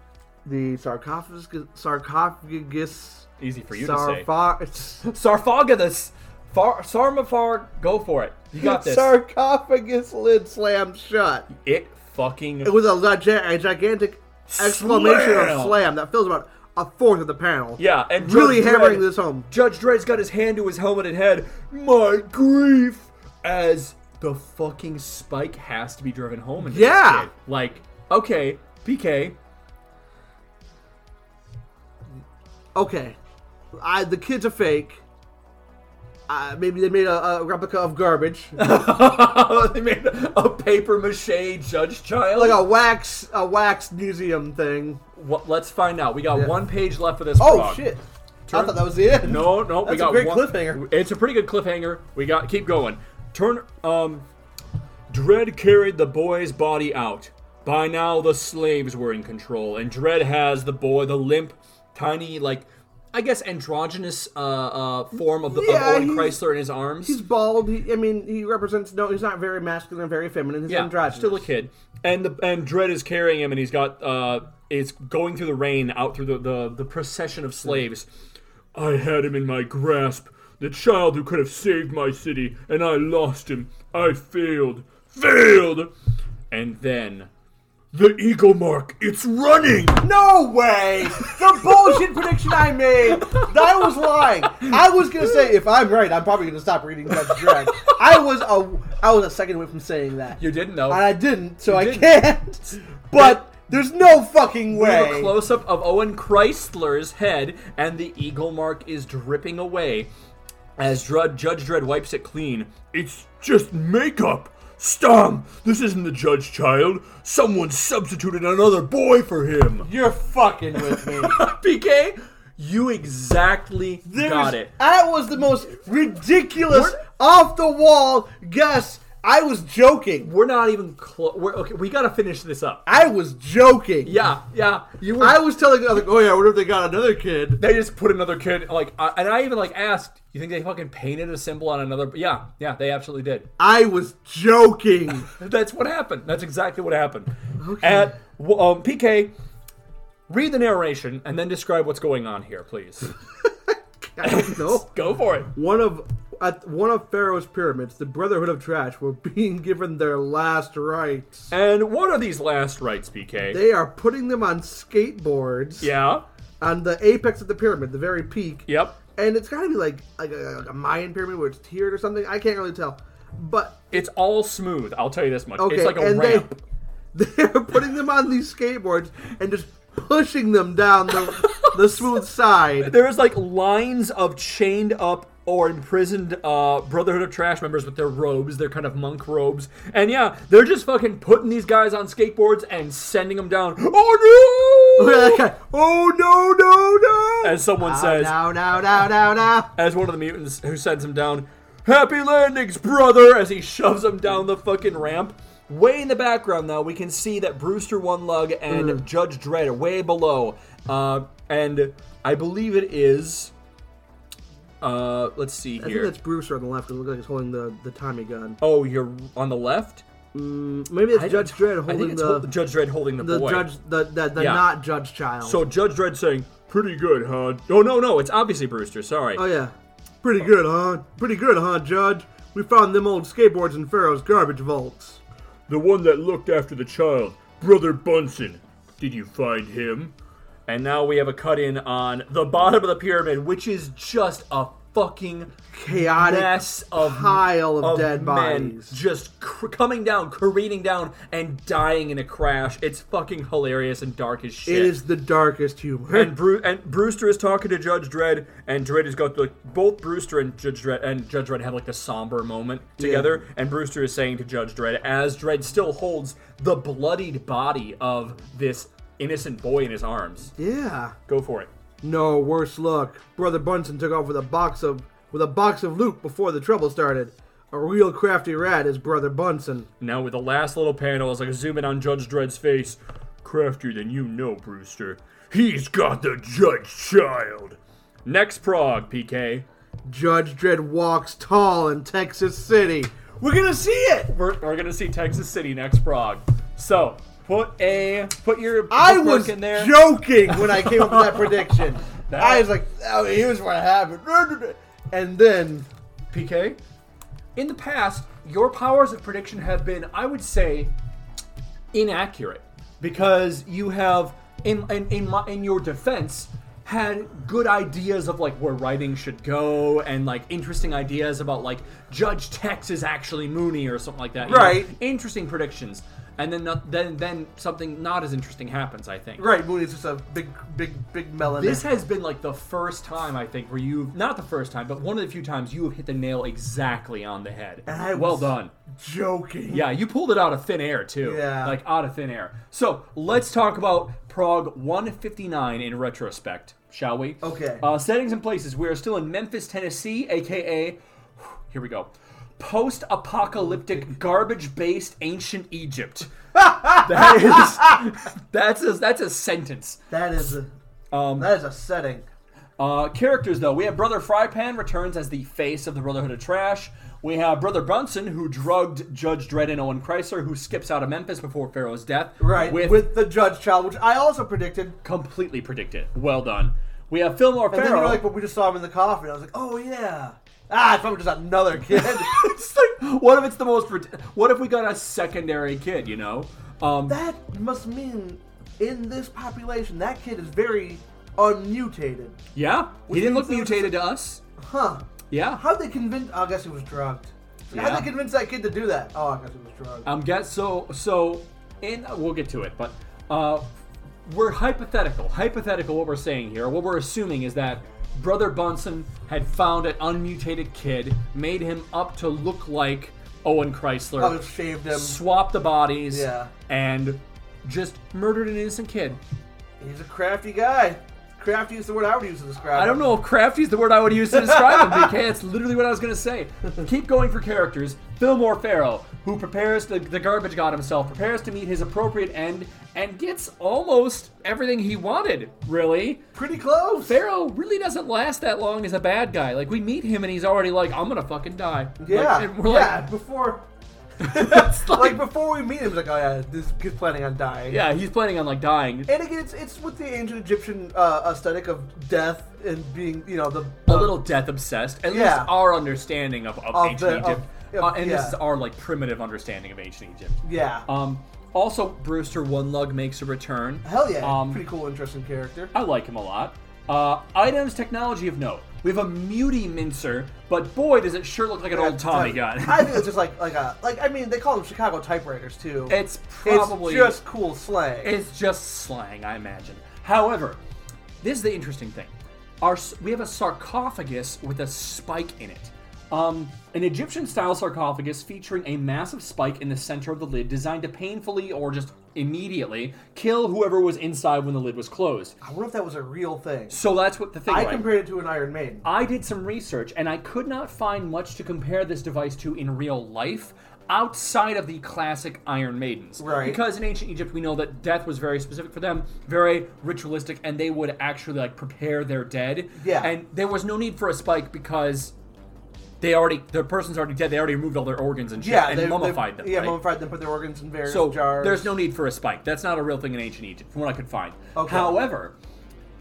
D: The sarcophagus, sarcophagus,
C: Easy for you to
D: sarfa-
C: say. Sarfagadus. Far, Sarmafar, go for it. You got this.
D: sarcophagus lid slammed shut.
C: it fucking.
D: It was a, giga- a gigantic exclamation
C: Slam.
D: of slam that fills about a fourth of the panel.
C: yeah, and
D: really
C: Judge
D: hammering
C: Dredd-
D: this home.
C: Judge Dredd's got his hand to his helmeted head. My grief, as the fucking spike has to be driven home. Into this
D: Yeah.
C: kid. like okay, PK,
D: okay, I, the kids are fake. Uh, maybe they made a, a replica of garbage, like
C: they made a paper mache Judge Child.
D: a wax, a wax museum thing.
C: What, let's find out. We got
D: Yeah.
C: one page left for this.
D: Oh
C: frog.
D: shit! I
C: Turn-
D: thought that was the end.
C: No, no, we
D: That's
C: got
D: a great
C: one-
D: cliffhanger.
C: It's a pretty good cliffhanger. We got keep going. Turn. Um, Dread carried the boy's body out. By now, the slaves were in control, and Dread has the boy, the limp, tiny, like I guess androgynous uh, uh, form of the
D: Yeah,
C: of Owen
D: he's-
C: Chrysler in his arms.
D: He's bald. He, I mean, he represents no. He's not very masculine, very feminine. He's
C: yeah,
D: androgynous.
C: still a kid. And the and Dread is carrying him, and he's got uh, it's going through the rain out through the the, the procession of slaves. I had him in my grasp, the child who could have saved my city, and I lost him. I failed, failed. And then, the eagle mark. It's running.
D: No way! The bullshit prediction I made! I was lying. I was gonna say if I'm right, I'm probably gonna stop reading Judge Dredd. I was a I was a second away from saying that.
C: You didn't know.
D: and I didn't, so I
C: didn't.
D: can't. But there's no fucking
C: We
D: way.
C: have a close up of Owen Chrysler's head, and the eagle mark is dripping away as Drud, Judge Dredd wipes it clean. It's just makeup! Stom! This isn't the Judge Child! Someone substituted another boy for him!
D: You're fucking with me.
C: PK, you exactly
D: There's-
C: got it.
D: That was the most ridiculous,
C: We're-
D: off the wall guess. I was joking.
C: We're not even close. Okay, we gotta finish this up.
D: I was joking.
C: Yeah, yeah. You were
D: I was telling, I was like, oh yeah, what if they got another kid?
C: they just put another kid like, I, and I even like asked, you think they fucking painted a symbol on another? Yeah, yeah, they absolutely did.
D: I was joking.
C: That's what happened. That's exactly what happened. At w- um, PK, read the narration and then describe what's going on here, please.
D: I don't know.
C: Go for it.
D: One of at one of Pharaoh's pyramids, the Brotherhood of Trash were being given their last rites.
C: And what are these last rites, PK?
D: They are putting them on skateboards
C: yeah.
D: on the apex of the pyramid, the very peak.
C: Yep.
D: And it's gotta be like like a, like a Mayan pyramid where it's tiered or something. I can't really tell. But
C: It's all smooth. I'll tell you this much.
D: okay,
C: it's like a
D: and
C: ramp.
D: they they're putting them on these skateboards and just pushing them down the the smooth side.
C: There's like lines of chained up or imprisoned uh, Brotherhood of Trash members with their robes, their kind of monk robes. And yeah, they're just fucking putting these guys on skateboards and sending them down. Oh no!
D: That guy, oh no no no!
C: As someone
D: Ah,
C: says,
D: now now now now now.
C: as one of the mutants who sends him down. Happy landings, brother! As he shoves him down the fucking ramp. Way in the background now, we can see that Brewster One Lug and
D: Mm.
C: Judge Dredd are way below. Uh, and I believe it is. Uh, let's see
D: I think
C: here.
D: that's Brewster on the left. It looks like he's holding the, the Tommy gun.
C: Oh, you're on the left.
D: Maybe it's Judge
C: I-
D: Dredd
C: I think
D: holding
C: it's
D: the,
C: hol- Judge Dredd holding the,
D: the
C: boy.
D: judge the the, the
C: Yeah.
D: not Judge Child.
C: So Judge Dredd saying, "Pretty good, huh?" Oh no, no, it's obviously Brewster. Sorry.
D: oh yeah, pretty good, huh? Pretty good, huh, Judge? We found them old skateboards in Pharaoh's garbage vaults.
C: The one that looked after the child, Brother Bunsen. Did you find him? And now we have a cut in on the bottom of the pyramid, which is just a fucking
D: Chaotic
C: mess of
D: pile of dead
C: men
D: bodies.
C: just cr- coming down, careening down, and dying in a crash. It's fucking hilarious and dark as shit.
D: It is the darkest humor.
C: And, Bru- and Brewster is talking to Judge Dredd, and Dredd has got the both Brewster and Judge Dredd and Judge Dredd have like the somber moment together, and Brewster is saying to Judge Dredd as Dredd still holds the bloodied body of this innocent boy in his arms.
D: yeah.
C: Go for it.
D: No worse luck. Brother Bunsen took off with a box of with a box of loot before the trouble started. A real crafty rat is Brother Bunsen.
C: Now with the last little panel, it's like zooming on Judge Dredd's face. Craftier than you know, Brewster. He's got the Judge Child. Next prog, PK.
D: Judge Dredd walks tall in Texas City. We're gonna see it.
C: We're, we're gonna see Texas City next prog. So put a put your
D: I
C: bookmark
D: was joking when I came up with that prediction. I was like, oh, here's what happened. And then,
C: PK. In the past, your powers of prediction have been, I would say, inaccurate because you have, in in in, my, in your defense, had good ideas of like where writing should go and like interesting ideas about like Judge Tex is actually Mooney or something like that. you know?
D: Right.
C: Interesting predictions, and then not, then then something not as interesting happens. I think.
D: right, Mooney's just a big, big, big melon.
C: This has been like the first time I think where you not the first time, but one of the few times you have hit the nail exactly on the head.
D: I
C: well
D: was-
C: done.
D: joking.
C: Yeah, you pulled it out of thin air too.
D: Yeah.
C: Like out of thin air. So let's talk about Prague 159 in retrospect, shall we?
D: Okay.
C: Uh, settings and places. We are still in Memphis, Tennessee, aka here we go. Post apocalyptic garbage based ancient Egypt. that is that's a that's a sentence.
D: That is, a, that is a setting.
C: Uh, characters, though, we have Brother Frypan returns as the face of the Brotherhood of Trash. We have Brother Bunsen, who drugged Judge Dredd and Owen Chrysler, who skips out of Memphis before Pharaoh's death.
D: Right,
C: with,
D: with, the Judge Child, which I also predicted.
C: completely predicted. Well done. We have Fillmore
D: And then
C: Pharaoh.
D: you were like, but we just saw him in the coffin. I was like, oh, yeah. Ah, it's probably just another kid.
C: It's like, what if it's the most? rid- What if we got a secondary kid? You know, um,
D: that must mean, in this population, that kid is very unmutated.
C: yeah, he didn't look
D: means it's-
C: mutated to us.
D: Huh.
C: Yeah,
D: How'd they convince? oh, I guess he was drugged. How'd
C: Yeah. Uh,
D: they convince that kid to do that? Oh, I guess he was drugged.
C: I'm guess Um, so. So, in we'll get to it, but uh, we're hypothetical. Hypothetical. What we're saying here, what we're assuming is that Brother Bunsen had found an unmutated kid, made him up to look like Owen Chrysler,
D: I just Oh, shaved him.
C: swapped the bodies,
D: Yeah.
C: and just murdered an innocent kid.
D: He's a crafty guy. Crafty is the word I would use to describe.
C: I don't know if crafty is the word I would use to describe him, BK. It's literally what I was going to say. Keep going for characters. Fillmore Farrell, who prepares the, the garbage god himself, prepares to meet his appropriate end, and gets almost everything he wanted, really.
D: Pretty close.
C: Farrell really doesn't last that long as a bad guy. Like, we meet him and he's already like, I'm going to fucking die. Like,
D: Yeah.
C: and we're
D: yeah.
C: like,
D: before,
C: it's like-
D: like before we meet him, he's like, oh yeah, this kid's planning on dying.
C: yeah, he's planning on like dying.
D: And again, it's it's with the ancient Egyptian uh, aesthetic of death and being, you know, the
C: a little death obsessed. At
D: Yeah.
C: least our understanding of, of,
D: Of
C: ancient
D: the-
C: Egypt,
D: of-
C: Uh, and this
D: yeah.
C: is our like primitive understanding of ancient Egypt.
D: Yeah.
C: Um, also, Brewster One Lug makes a return.
D: Hell yeah.
C: Um,
D: Pretty cool, interesting character.
C: I like him a lot. Uh, items, technology of note. We have a Muty Mincer, but boy, does it sure look like an old Tommy
D: I
C: gun.
D: think it's just like like a like I mean they call them Chicago typewriters too.
C: it's
D: It's
C: probably
D: just cool slang.
C: It's just slang, I imagine. However, this is the interesting thing. Our, s- we have a sarcophagus with a spike in it. Um, an Egyptian style sarcophagus featuring a massive spike in the center of the lid designed to painfully or just immediately kill whoever was inside when the lid was closed.
D: I wonder if that was a real thing.
C: So Uh, that's what the thing
D: I
C: right?
D: compared it to an Iron Maiden.
C: I did some research and I could not find much to compare this device to in real life outside of the classic Iron Maidens.
D: Right.
C: Because in ancient Egypt we know that death was very specific for them, very ritualistic, and they would actually like prepare their dead.
D: Yeah.
C: And there was no need for a spike because they already the person's already dead, they already removed all their organs and shit
D: Yeah,
C: and
D: they- they-
C: mummified them.
D: Yeah,
C: right?
D: mummified them, put their organs in various
C: So
D: jars.
C: there's no need for a spike. That's not a real thing in ancient Egypt, from what I could find.
D: Okay.
C: However,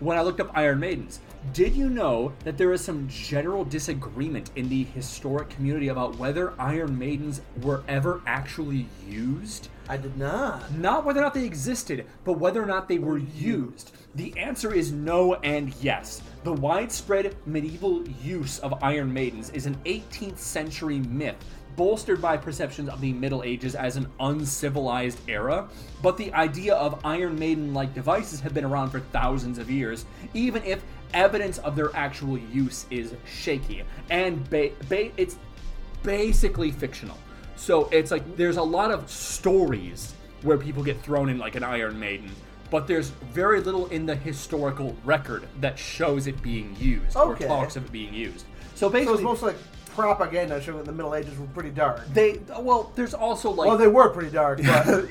C: when I looked up Iron Maidens, did you know that there is some general disagreement in the historic community about whether Iron Maidens were ever actually used?
D: I did not.
C: Not whether or not they existed, but whether or not they were used. The answer is no and yes. The widespread medieval use of Iron Maidens is an 18th century myth, bolstered by perceptions of the Middle Ages as an uncivilized era. But the idea of Iron Maiden like devices have been around for thousands of years, even if evidence of their actual use is shaky. And ba- ba- it's basically fictional. So it's like there's a lot of stories where people get thrown in like an Iron Maiden, but there's very little in the historical record that shows it being used
D: Okay.
C: or talks of it being used. So
D: So
C: basically,
D: it's mostly like propaganda showing that the Middle Ages were pretty dark.
C: they well, there's also like
D: Well, they were pretty dark, but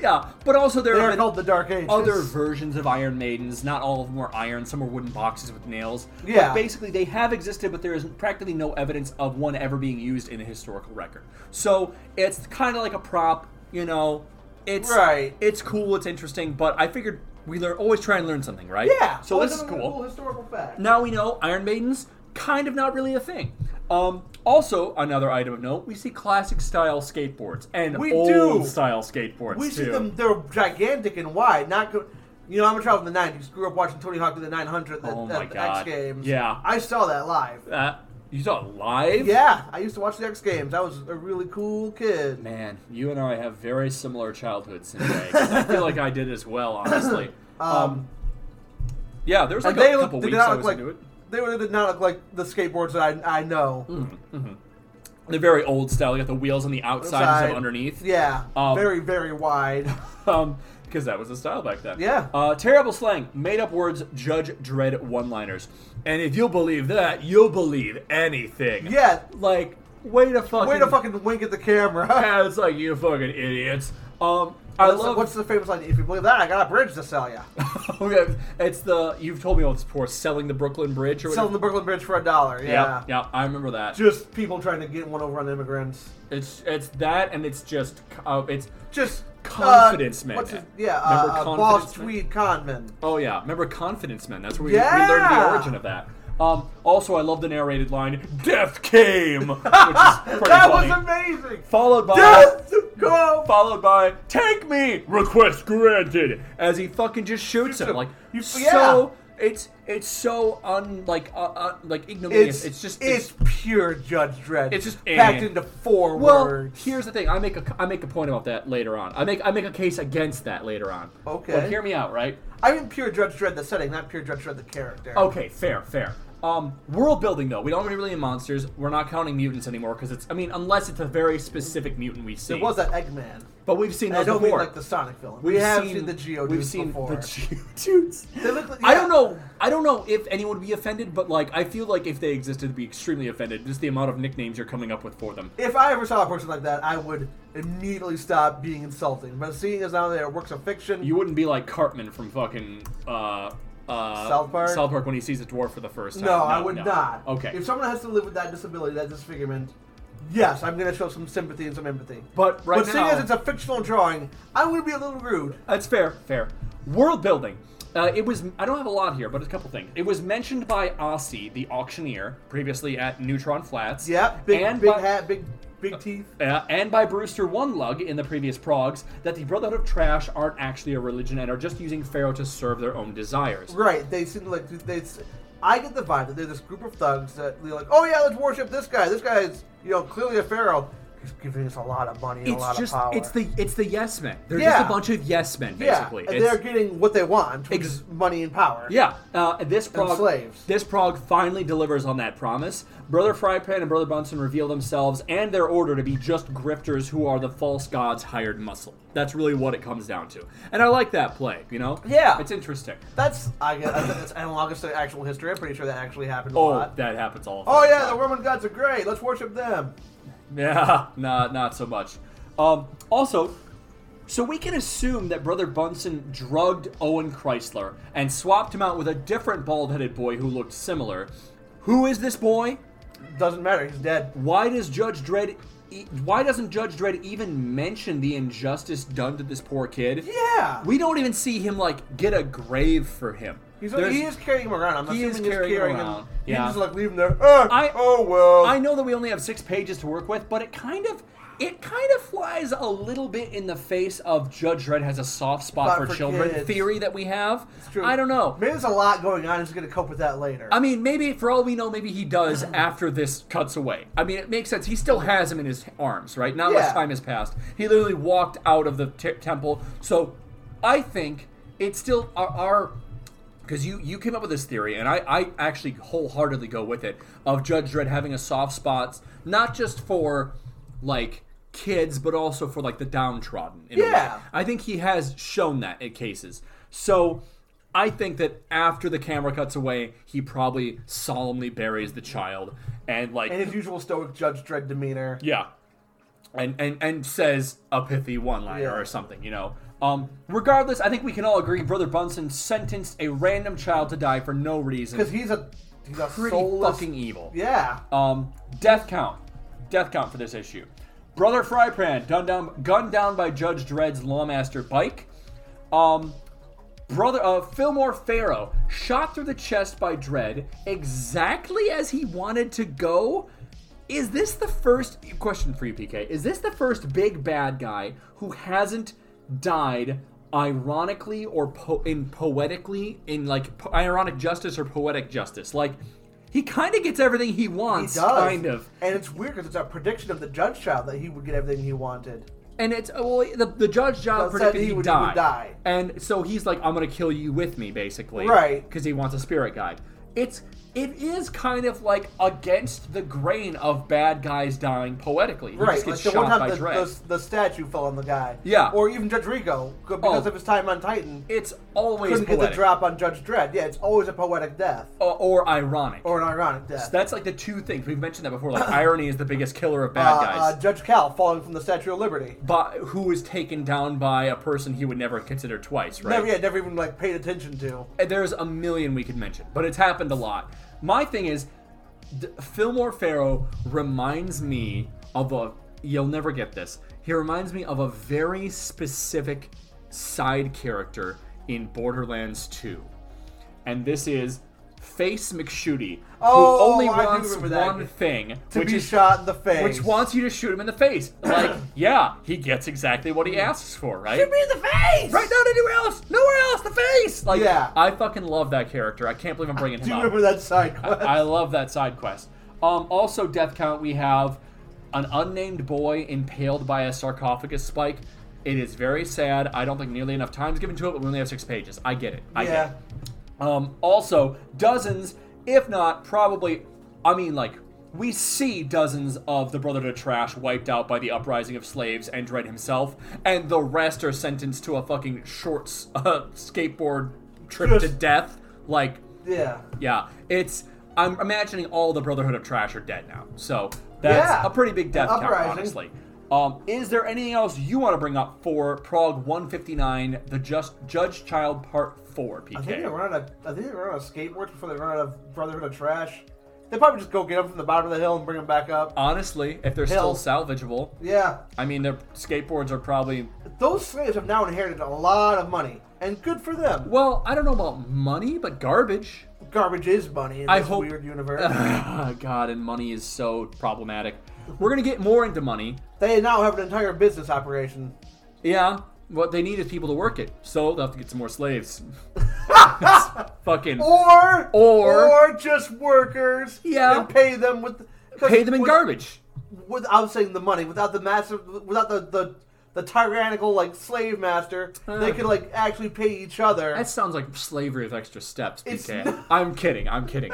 C: yeah, but also there
D: they
C: have
D: are
C: been
D: called the Dark Ages.
C: other versions of Iron Maidens. Not all of them were iron. Some were wooden boxes with nails.
D: Yeah.
C: But basically, they have existed, but there is practically no evidence of one ever being used in a historical record. So it's kind of like a prop, you know. It's
D: Right.
C: It's cool. It's interesting. But I figured we learn always try and learn something, right?
D: Yeah. Oh,
C: So
D: well,
C: this is
D: that's a
C: cool.
D: historical fact.
C: Now we know Iron Maidens kind of not really a thing. Um, also, another item of note: we see classic style skateboards and
D: We
C: old
D: do.
C: style skateboards
D: We
C: too.
D: see them; they're gigantic and wide. Not, go- you know, I'm a child from the '90s. Grew up watching Tony Hawk do the 900 at,
C: Oh
D: at
C: my
D: the
C: God.
D: X Games.
C: Yeah.
D: I saw that live.
C: Uh, you saw it live?
D: Yeah, I used to watch the X Games. I was a really cool kid.
C: Man, you and I have very similar childhoods in a way. 'cause I feel like I did as well, honestly. Um, yeah, there was like
D: and they
C: a
D: look,
C: couple
D: did
C: weeks I
D: not
C: was
D: look like
C: into it. Hmm.
D: they were- did not look like the skateboards that I, I know.
C: They're very old style. You got the wheels on the outside instead
D: Outside.
C: of underneath.
D: Yeah,
C: Um,
D: very very wide.
C: Um, because that was the style back then.
D: Yeah.
C: Uh, terrible slang, made up words, Judge Dredd one liners. And if you'll believe that, you'll believe anything.
D: Yeah.
C: Like, way to fucking.
D: Way to fucking wink at the camera.
C: Yeah, it's like, you fucking idiots. Um, I
D: What's,
C: love.
D: what's the famous line? If you believe that, I got a bridge to sell you.
C: Okay, it's the you've told me all this before. Selling the Brooklyn Bridge or whatever.
D: Selling the Brooklyn Bridge for a dollar. Yeah.
C: yeah, yeah, I remember that.
D: Just people trying to get one over on immigrants.
C: It's it's that, and it's just uh, it's.
D: Just uh,
C: Confidence men.
D: what's his- yeah.
C: Remember
D: Uh, uh, Boss
C: confidence men?
D: Tweed Conman.
C: Oh yeah, remember Confidence Men? That's where we,
D: Yeah!
C: we learned the origin of that. Um, also, I love the narrated line, "Death came," which is pretty
D: That
C: funny.
D: was amazing.
C: Followed by
D: Death go.
C: followed by "Take me, request granted," as he fucking just shoots him.
D: him.
C: Like
D: You-
C: so, it's it's so un like uh, uh, like ignominious. It's, just
D: it's, pure Judge Dredd.
C: It's just
D: packed
C: eh.
D: into four
C: Well,
D: words.
C: here's the thing. I make a I make a point about that later on. I make I make a case against that later on.
D: Okay.
C: But hear me out, right?
D: I mean, pure Judge Dredd the setting, not pure Judge Dredd the character.
C: Okay, fair, fair. Um, world building though, we don't really in monsters. We're not counting mutants anymore because it's I mean unless it's a very specific mutant we see.
D: It was that Eggman.
C: but we've seen
D: And I
C: those
D: don't
C: before.
D: mean like the Sonic villain.
C: We've
D: we have seen, the Geodudes
C: We've seen
D: before.
C: the Geodudes.
D: They look like-
C: I
D: yeah.
C: don't know. I don't know if anyone would be offended, but like I feel like if they existed, would be extremely offended. Just the amount of nicknames you're coming up with for them.
D: if I ever saw a person like that, I would immediately stop being insulting. But seeing as now they are works of fiction,
C: You wouldn't be like Cartman from fucking uh, uh,
D: South Park?
C: South Park when he sees a dwarf for the first time.
D: no, I would
C: no.
D: not.
C: Okay.
D: If someone has to live with that disability, that disfigurement, yes, I'm going to show some sympathy and some empathy.
C: But right
D: but seeing
C: now-
D: as it's a fictional drawing, I'm going to be a little rude.
C: That's fair. Fair. World building. Uh, it was. I don't have a lot here, but a couple things. It was mentioned by Aussie, the auctioneer, previously at Neutron Flats.
D: Yep, big
C: and
D: big
C: by-
D: hat, big big teeth.
C: Uh, and by Brewster One Lug in the previous progs that the Brotherhood of Trash aren't actually a religion and are just using Pharaoh to serve their own desires.
D: Right. They seem like they. I get the vibe that they're this group of thugs that they're like, oh yeah, let's worship this guy. This guy is, you know, clearly a pharaoh. He's giving us a lot of money and a lot
C: It's just
D: of power.
C: it's the it's the yes men. They're
D: Yeah.
C: just a bunch of yes men
D: yeah,
C: basically.
D: and
C: It's-
D: they're getting what they want, which
C: Ex-
D: is money and power.
C: Yeah, uh, this prog
D: slaves.
C: this prog finally delivers on that promise. Brother Frypan and Brother Bunsen reveal themselves and their order to be just grifters who are the false god's hired muscle. That's really what it comes down to, and I like that play. You know,
D: Yeah.
C: it's interesting.
D: That's I guess I think that's analogous to actual history. I'm pretty sure that actually happened a
C: Oh,
D: lot.
C: that happens all. the
D: oh yeah,
C: time.
D: the Roman gods are great. Let's worship them.
C: Yeah, not not so much. Um, also, so we can assume that Brother Bunsen drugged Owen Chrysler and swapped him out with a different bald-headed boy who looked similar. Who is this boy?
D: Doesn't matter. He's dead.
C: Why does Judge Dredd? e- Why doesn't Judge Dredd even mention the injustice done to this poor kid?
D: Yeah.
C: We don't even see him like get a grave for him.
D: He's,
C: There's-
D: he is carrying him around. I'm
C: He is
D: assuming he's
C: carrying him
D: carrying him.
C: around.
D: He
C: Yeah.
D: just like leave him there. "Ah,
C: I-
D: oh well.
C: I know that we only have six pages to work with, but it kind of it kind of flies a little bit in the face of Judge Dredd has a soft spot
D: Spot
C: for,
D: for
C: children
D: kids.
C: theory that we have.
D: True.
C: I don't know.
D: Maybe there's a lot going on. He's gonna cope with that later.
C: I mean, maybe for all we know, maybe he does after this cuts away. I mean, it makes sense. He still has him in his arms, right? Not much
D: Yeah.
C: time has passed. He literally walked out of the t- temple, so I think it's still our. our because you, you came up with this theory, and I, I actually wholeheartedly go with it, of Judge Dredd having a soft spot, not just for, like, kids, but also for, like, the downtrodden. in a way.
D: Yeah.
C: I think he has shown that in cases. So I think that after the camera cuts away, he probably solemnly buries the child and like
D: in his usual stoic Judge Dredd demeanor.
C: yeah, and and and says a pithy one-liner
D: Yeah.
C: or something, you know. Um, regardless, I think we can all agree Brother Bunsen sentenced a random child to die for no
D: Because
C: reason.
D: he's a he's a
C: Pretty
D: soulless.
C: fucking evil.
D: yeah.
C: Um, death count. Death count for this issue. Brother Frypan done down, gunned down by Judge Dredd's Lawmaster Bike. Um, brother uh, Fillmore Pharaoh shot through the chest by Dredd exactly as he wanted to go. Is this the first question for you, PK? Is this the first big bad guy who hasn't died ironically or po- in poetically in like po- ironic justice or poetic justice? Like he kind of gets everything he
D: he
C: wants,
D: does.
C: kind of.
D: And it's weird because it's a prediction of the Judge Child that he would get everything he wanted.
C: And it's oh, well, the, the judge John
D: Well, said
C: predicted
D: he
C: he,
D: would- he
C: died.
D: would die.
C: and so he's like, "I'm gonna kill you with me," basically,
D: Right.
C: Because he wants a spirit guide. It's it is kind of like against the grain of bad guys dying poetically. He
D: Right,
C: just
D: like
C: gets
D: the
C: shot
D: one time
C: by
D: the,
C: Dredd.
D: the, the statue fell on the guy.
C: Yeah.
D: Or even Judge Rico c- because
C: Oh.
D: of his time on Titan.
C: it's always
D: couldn't get
C: poetic Oh.
D: the drop on Judge Dredd. Yeah, it's always a poetic death
C: or, or ironic.
D: or an ironic death.
C: that's like the two things we've mentioned that before. Like irony is the biggest killer of
D: Uh,
C: bad guys.
D: uh, Judge Cal falling from the Statue of Liberty.
C: but who is taken down by a person he would never consider twice, right?
D: Never, yeah, never even like paid attention to.
C: And eh, there's a million we could mention, but it's happened a lot. My thing is, D- Fillmore Farrow reminds me of a. You'll never get this. He reminds me of a very specific side character in Borderlands 2, and this is Face McShooty,
D: Oh,
C: who only
D: I do
C: wants
D: remember that.
C: one thing,
D: To
C: which
D: be
C: is
D: shot in the face.
C: which wants you to shoot him in the face. Like, yeah, he gets exactly what he asks for, right?
D: Mm. in the face.
C: Right, not anywhere else. Nowhere else. The face. Like,
D: Yeah.
C: I fucking love that character. I can't believe I'm bringing
D: Do
C: him
D: you
C: up.
D: remember that side
C: I,
D: quest?
C: I love that side quest. Um, also, death count. We have an unnamed boy impaled by a sarcophagus spike. It is very sad. I don't think nearly enough time's given to it, but we only have six pages. I get it. I get
D: yeah.
C: it. Um, also, dozens, if not probably, I mean, like, we see dozens of the Brotherhood of Trash wiped out by the uprising of slaves and Dredd himself, and the rest are sentenced to a fucking short s- uh, skateboard trip to
D: Just-
C: death. Like,
D: Yeah.
C: yeah, it's. I'm imagining all the Brotherhood of Trash are dead now. So, that's
D: Yeah.
C: a pretty big death count,
D: Uprising.
C: honestly. Um, is there anything else you want to bring up for Prague 159, the Just Judge Child Part 4, PK?
D: I think they run out of. I think they run out of skateboards before they run out of Brotherhood of Trash. They probably just go get them from the bottom of the hill and bring them back up.
C: Uh, Honestly, if they're
D: Hell.
C: still salvageable,
D: yeah,
C: I mean, their skateboards are probably.
D: those slaves have now inherited a lot of money, and good for them.
C: Well, I don't know about money, but garbage.
D: Garbage is money in
C: I
D: this
C: hope-
D: weird universe.
C: God, and money is so problematic. We're gonna get more into money.
D: they now have an entire business operation.
C: Yeah, what they need is people to work it, so they'll have to get some more slaves. Fucking
D: Or
C: Or-
D: or just workers.
C: Yeah.
D: and pay them with 'cause
C: pay them in
D: with-
C: garbage.
D: Without saying the money, without the massive, without the the, the tyrannical like slave master, they
C: Uh.
D: could like actually pay each other.
C: That sounds like slavery with extra steps,
D: It's
C: PK.
D: not-
C: I'm kidding. I'm kidding.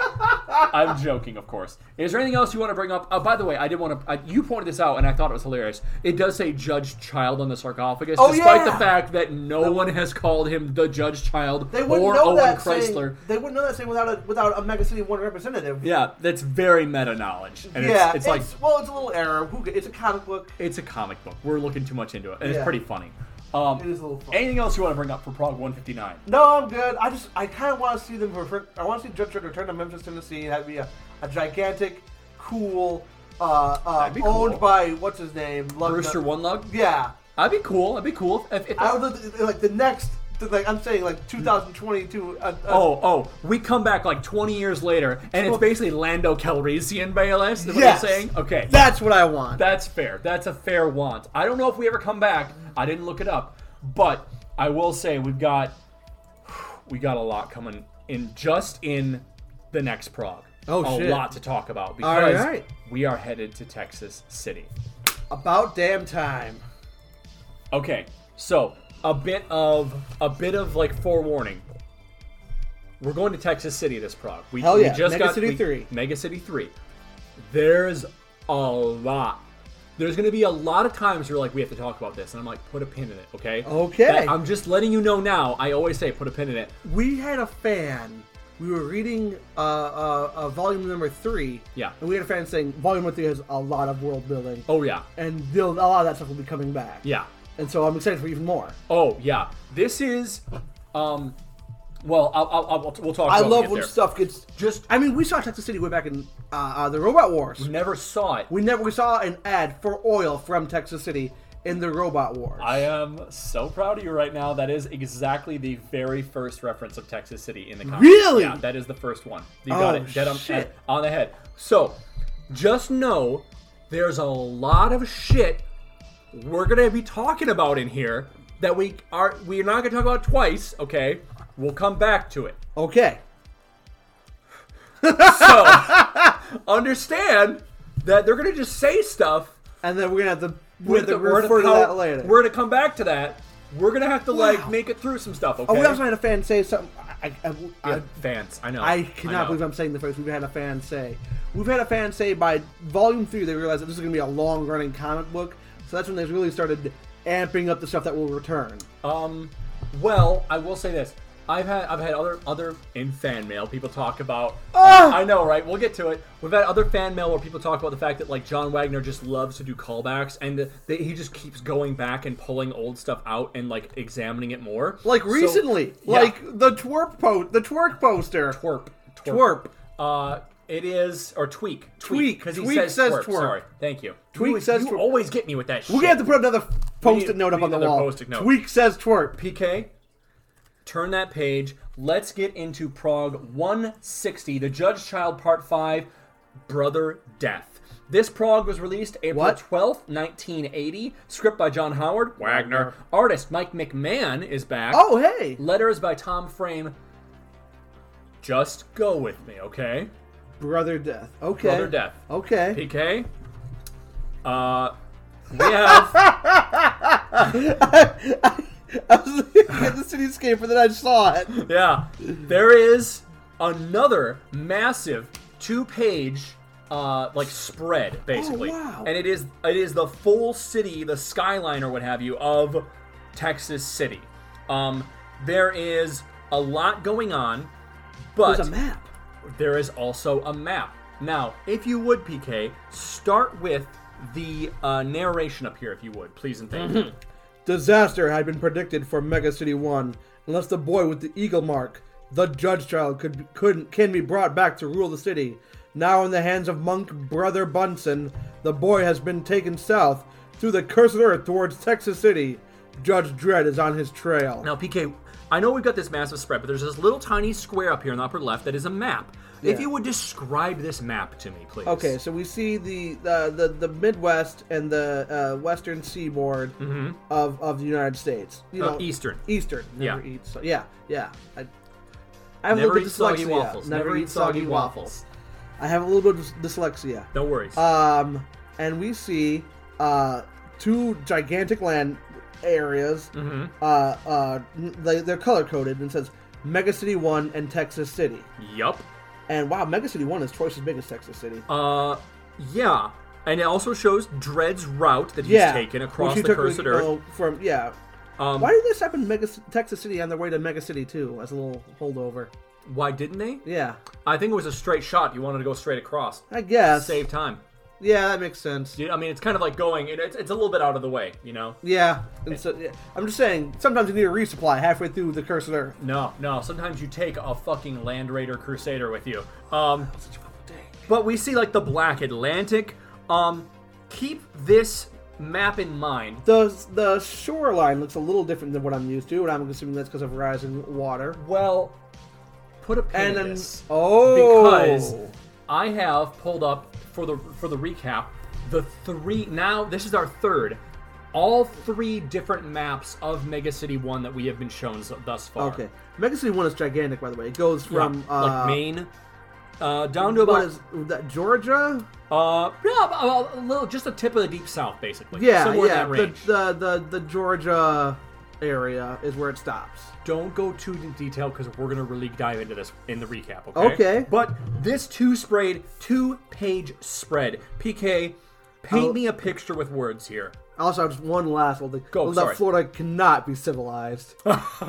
C: I'm joking, of course. Is there anything else you want to bring up? Uh, by the way, I did want to. I, you pointed this out, and I thought it was hilarious. It does say Judge Child on the sarcophagus,
D: Oh,
C: despite the
D: yeah!
C: fact that no one has called him the Judge Child
D: They wouldn't
C: or
D: know
C: Owen
D: that
C: Chrysler.
D: Saying, they wouldn't know that saying without a without a Mega City One representative.
C: Yeah, that's very meta knowledge, and
D: yeah.
C: it's, it's like
D: well, it's a little error. Who ca- It's a comic book.
C: it's a comic book. We're looking too much into it, and it's
D: Yeah.
C: pretty funny. Um,
D: It is a little fun.
C: anything else you want to bring up for Prague 159?
D: No, I'm good. I just I kind of want to see them. Refer- I want to see Judge Dredd return to Memphis, Tennessee, and have be a, a gigantic, cool, uh, uh,
C: That'd be
D: owned
C: cool.
D: by what's his name, Lug-
C: Brewster One Lug.
D: Yeah,
C: I'd be cool. I'd be cool if, if
D: I would look, like the next th- like I'm saying, like 2022. Uh, uh,
C: Oh, oh, we come back like 20 years later, and it's basically Lando Calrissian Bayless. Is what
D: Oh. Yes.
C: you're saying? Okay,
D: that's what I want.
C: that's fair. That's a fair want. I don't know if we ever come back. I didn't look it up, but I will say we've got we got a lot coming in just in the next prog.
D: Oh,
C: a
D: shit.
C: lot to talk about because
D: right.
C: we are headed to Texas City.
D: About damn time.
C: Okay, so a bit of a bit of like forewarning. We're going to Texas City this prog. We,
D: Hell
C: we
D: yeah,
C: just
D: Mega
C: got
D: City
C: we-
D: three.
C: Mega City three. There's a lot. There's going to be a lot of times you're like, we have to talk about this, and I'm like, put a pin in it, okay?
D: Okay.
C: That- I'm just letting you know now. I always say, put a pin in it.
D: we had a fan. We were reading uh, uh, uh, volume number three.
C: Yeah.
D: And we had a fan saying volume number three has a lot of world building,
C: Oh yeah,
D: and they'll- a lot of that stuff will be coming back.
C: yeah.
D: And so I'm excited for even more.
C: Oh yeah, this is, um, well, I'll, I'll, I'll we'll talk.
D: I
C: about
D: love
C: it
D: when
C: there.
D: stuff gets.
C: Just
D: I mean, we saw Texas City way back in uh, uh, the Robot Wars.
C: never saw it.
D: We never we saw an ad for oil from Texas City in the Robot Wars.
C: I am so proud of you right now. That is exactly the very first reference of Texas City in the comic.
D: Really?
C: Yeah, that is the first one. You got
D: Oh,
C: it. Dead on, uh,
D: shit.
C: on the head. So, just know there's a lot of shit we're gonna be talking about in here that we are we're not gonna talk about twice. Okay, we'll come back to it.
D: okay.
C: So, understand that they're gonna just say stuff
D: And then we're gonna have to we're
C: with
D: gonna
C: the
D: refer
C: word
D: to that later.
C: We're gonna come back to that. We're gonna have to like
D: Wow.
C: make it through some stuff. Okay.
D: oh, we also had a fan say something. I, I, I,
C: Yeah, fans. I know.
D: I cannot
C: know.
D: believe I'm saying the phrase. We've had a fan say. We've had a fan say by volume three they realized that this is going to be a long running comic book. So that's when they really started amping up the stuff that will return.
C: Um, well, I will say this. I've had I've had other other in fan mail people talk about.
D: Ah!
C: I know, right? We'll get to it. We've had other fan mail where people talk about the fact that like John Wagner just loves to do callbacks and that he just keeps going back and pulling old stuff out and like examining it more.
D: Like
C: So-
D: recently,
C: Yeah.
D: like the twerp po- the twerk poster.
C: twerp,
D: Twerp.
C: Uh, it is or tweak,
D: Tweak.
C: because he
D: Tweak
C: says,
D: says
C: twerp.
D: twerp.
C: Sorry, thank you.
D: Tweak
C: you,
D: says
C: you
D: twerp.
C: always get me with that.
D: We're gonna have to put another post-it
C: need-
D: note up
C: we
D: on the
C: need another
D: wall.
C: post-it note.
D: Tweak says twerp.
C: PK, turn that page. Let's get into Prague 160, The Judge Child Part 5, Brother Death. This Prague was released April
D: What?
C: 12th, 1980. Script by John Howard.
D: Wagner.
C: Artist Mike McMahon is back.
D: Oh hey,
C: Letters by Tom Frame. Just go with me, okay?
D: brother death. Okay.
C: Brother Death.
D: Okay.
C: PK, uh, we have.
D: I was looking at the cityscape and then I saw it.
C: yeah, there is another massive two-page uh, like spread basically,
D: Oh, wow.
C: and it is it is the full city, the skyline or what have you of Texas City. Um, there is a lot going on, but
D: There's a map.
C: there is also a map. Now, if you would, PK, start with the uh, narration up here, if you would, please and
D: Mm-hmm.
C: thank you.
D: Disaster had been predicted for Mega City 1 unless the boy with the eagle mark, the Judge Child, could couldn't can be brought back to rule the city. Now in the hands of monk brother Bunsen, the boy has been taken south through the cursed earth towards Texas City. Judge Dredd is on his trail.
C: Now, PK, I know we've got this massive spread, but there's this little tiny square up here in the upper left that is a map. If
D: Yeah.
C: you would describe this map to me, please.
D: Okay, so we see the uh, the the Midwest and the uh, Western seaboard of, of the United States. You
C: Mm-hmm. Uh,
D: know,
C: Eastern.
D: Eastern. Never
C: Yeah.
D: eat so- yeah, yeah. I, I have a little
C: Never
D: bit
C: eat
D: of
C: soggy
D: dyslexia.
C: waffles.
D: Never, eat soggy waffles. I have a little bit of dys- dyslexia.
C: No worries.
D: Um, and we see uh, two gigantic land areas.
C: Mm-hmm.
D: Uh, uh, n- they, they're color coded and it says Mega City One and Texas City.
C: yup.
D: And wow, Mega City One is twice as big as Texas City.
C: Uh, yeah. And it also shows Dred's route that he's taken across
D: which he
C: the
D: took,
C: cursed
D: like,
C: earth.
D: oh, from yeah.
C: Um,
D: Why did this happen in Mega, C- Texas City on their way to Mega City 2 as a little holdover?
C: Why didn't they?
D: Yeah,
C: I think it was a straight shot. You wanted to go straight across.
D: I guess.
C: Save time.
D: Yeah, that makes sense.
C: You know, I mean, it's kind of like going. It's, it's a little bit out of the way, you know.
D: Yeah, and so yeah. I'm just saying. Sometimes you need a resupply halfway through the cursed earth.
C: No, no. Sometimes you take a fucking Land Raider Crusader with you. Um, but we see like the Black Atlantic. Um, keep this map in mind.
D: The the shoreline looks a little different than what I'm used to, and I'm assuming that's because of rising water.
C: Well, put a pin
D: And
C: in
D: an,
C: this.
D: oh,
C: because I have pulled up for the for the recap the three now this is our third all three different maps of Mega City 1 that we have been shown so- thus far.
D: okay, Mega City One is gigantic, by the way. It goes from
C: Yeah,
D: uh,
C: like Maine uh, down to
D: What
C: about
D: is that? Georgia?
C: uh yeah, about a little just a tip of the deep south basically.
D: Yeah,
C: Somewhere
D: yeah.
C: in that
D: the,
C: range.
D: the the the Georgia area is where it stops.
C: Don't go too in detail because we're gonna really dive into this in the recap. Okay.
D: Okay.
C: But this two sprayed two page spread. PK, paint
D: I'll-
C: me a picture with words here.
D: Also, just one last little thing.
C: Go,
D: that
C: sorry.
D: Florida cannot be civilized,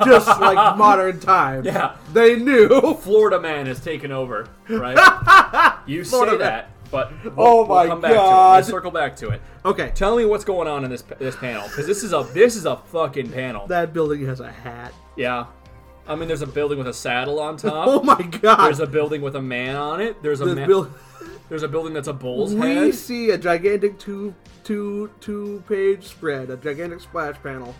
D: just like modern times.
C: Yeah.
D: they knew.
C: Florida man has taken over, right? you say
D: Florida
C: that, but we'll,
D: Oh my
C: we'll come back to it.
D: God.
C: We'll circle back to it.
D: Okay,
C: Tell me what's going on in this this panel because this is a this is a fucking panel.
D: that building has a hat.
C: yeah, I mean there's a building with a saddle on top.
D: Oh my god!
C: There's a building with a man on it. There's a
D: This
C: ma-
D: build-
C: there's a building that's a bull's
D: we
C: head.
D: see a gigantic two two two page spread, a gigantic splash panel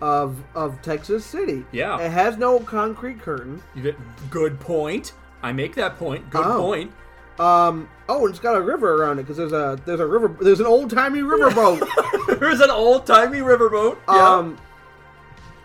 D: of of Texas City.
C: Yeah.
D: it has no concrete curtain.
C: You get- Good point. I make that point. Good
D: Oh.
C: point.
D: Um. Oh, and it's got a river around it because there's a there's a river there's an old timey riverboat.
C: There's an old timey riverboat. Yeah.
D: Um.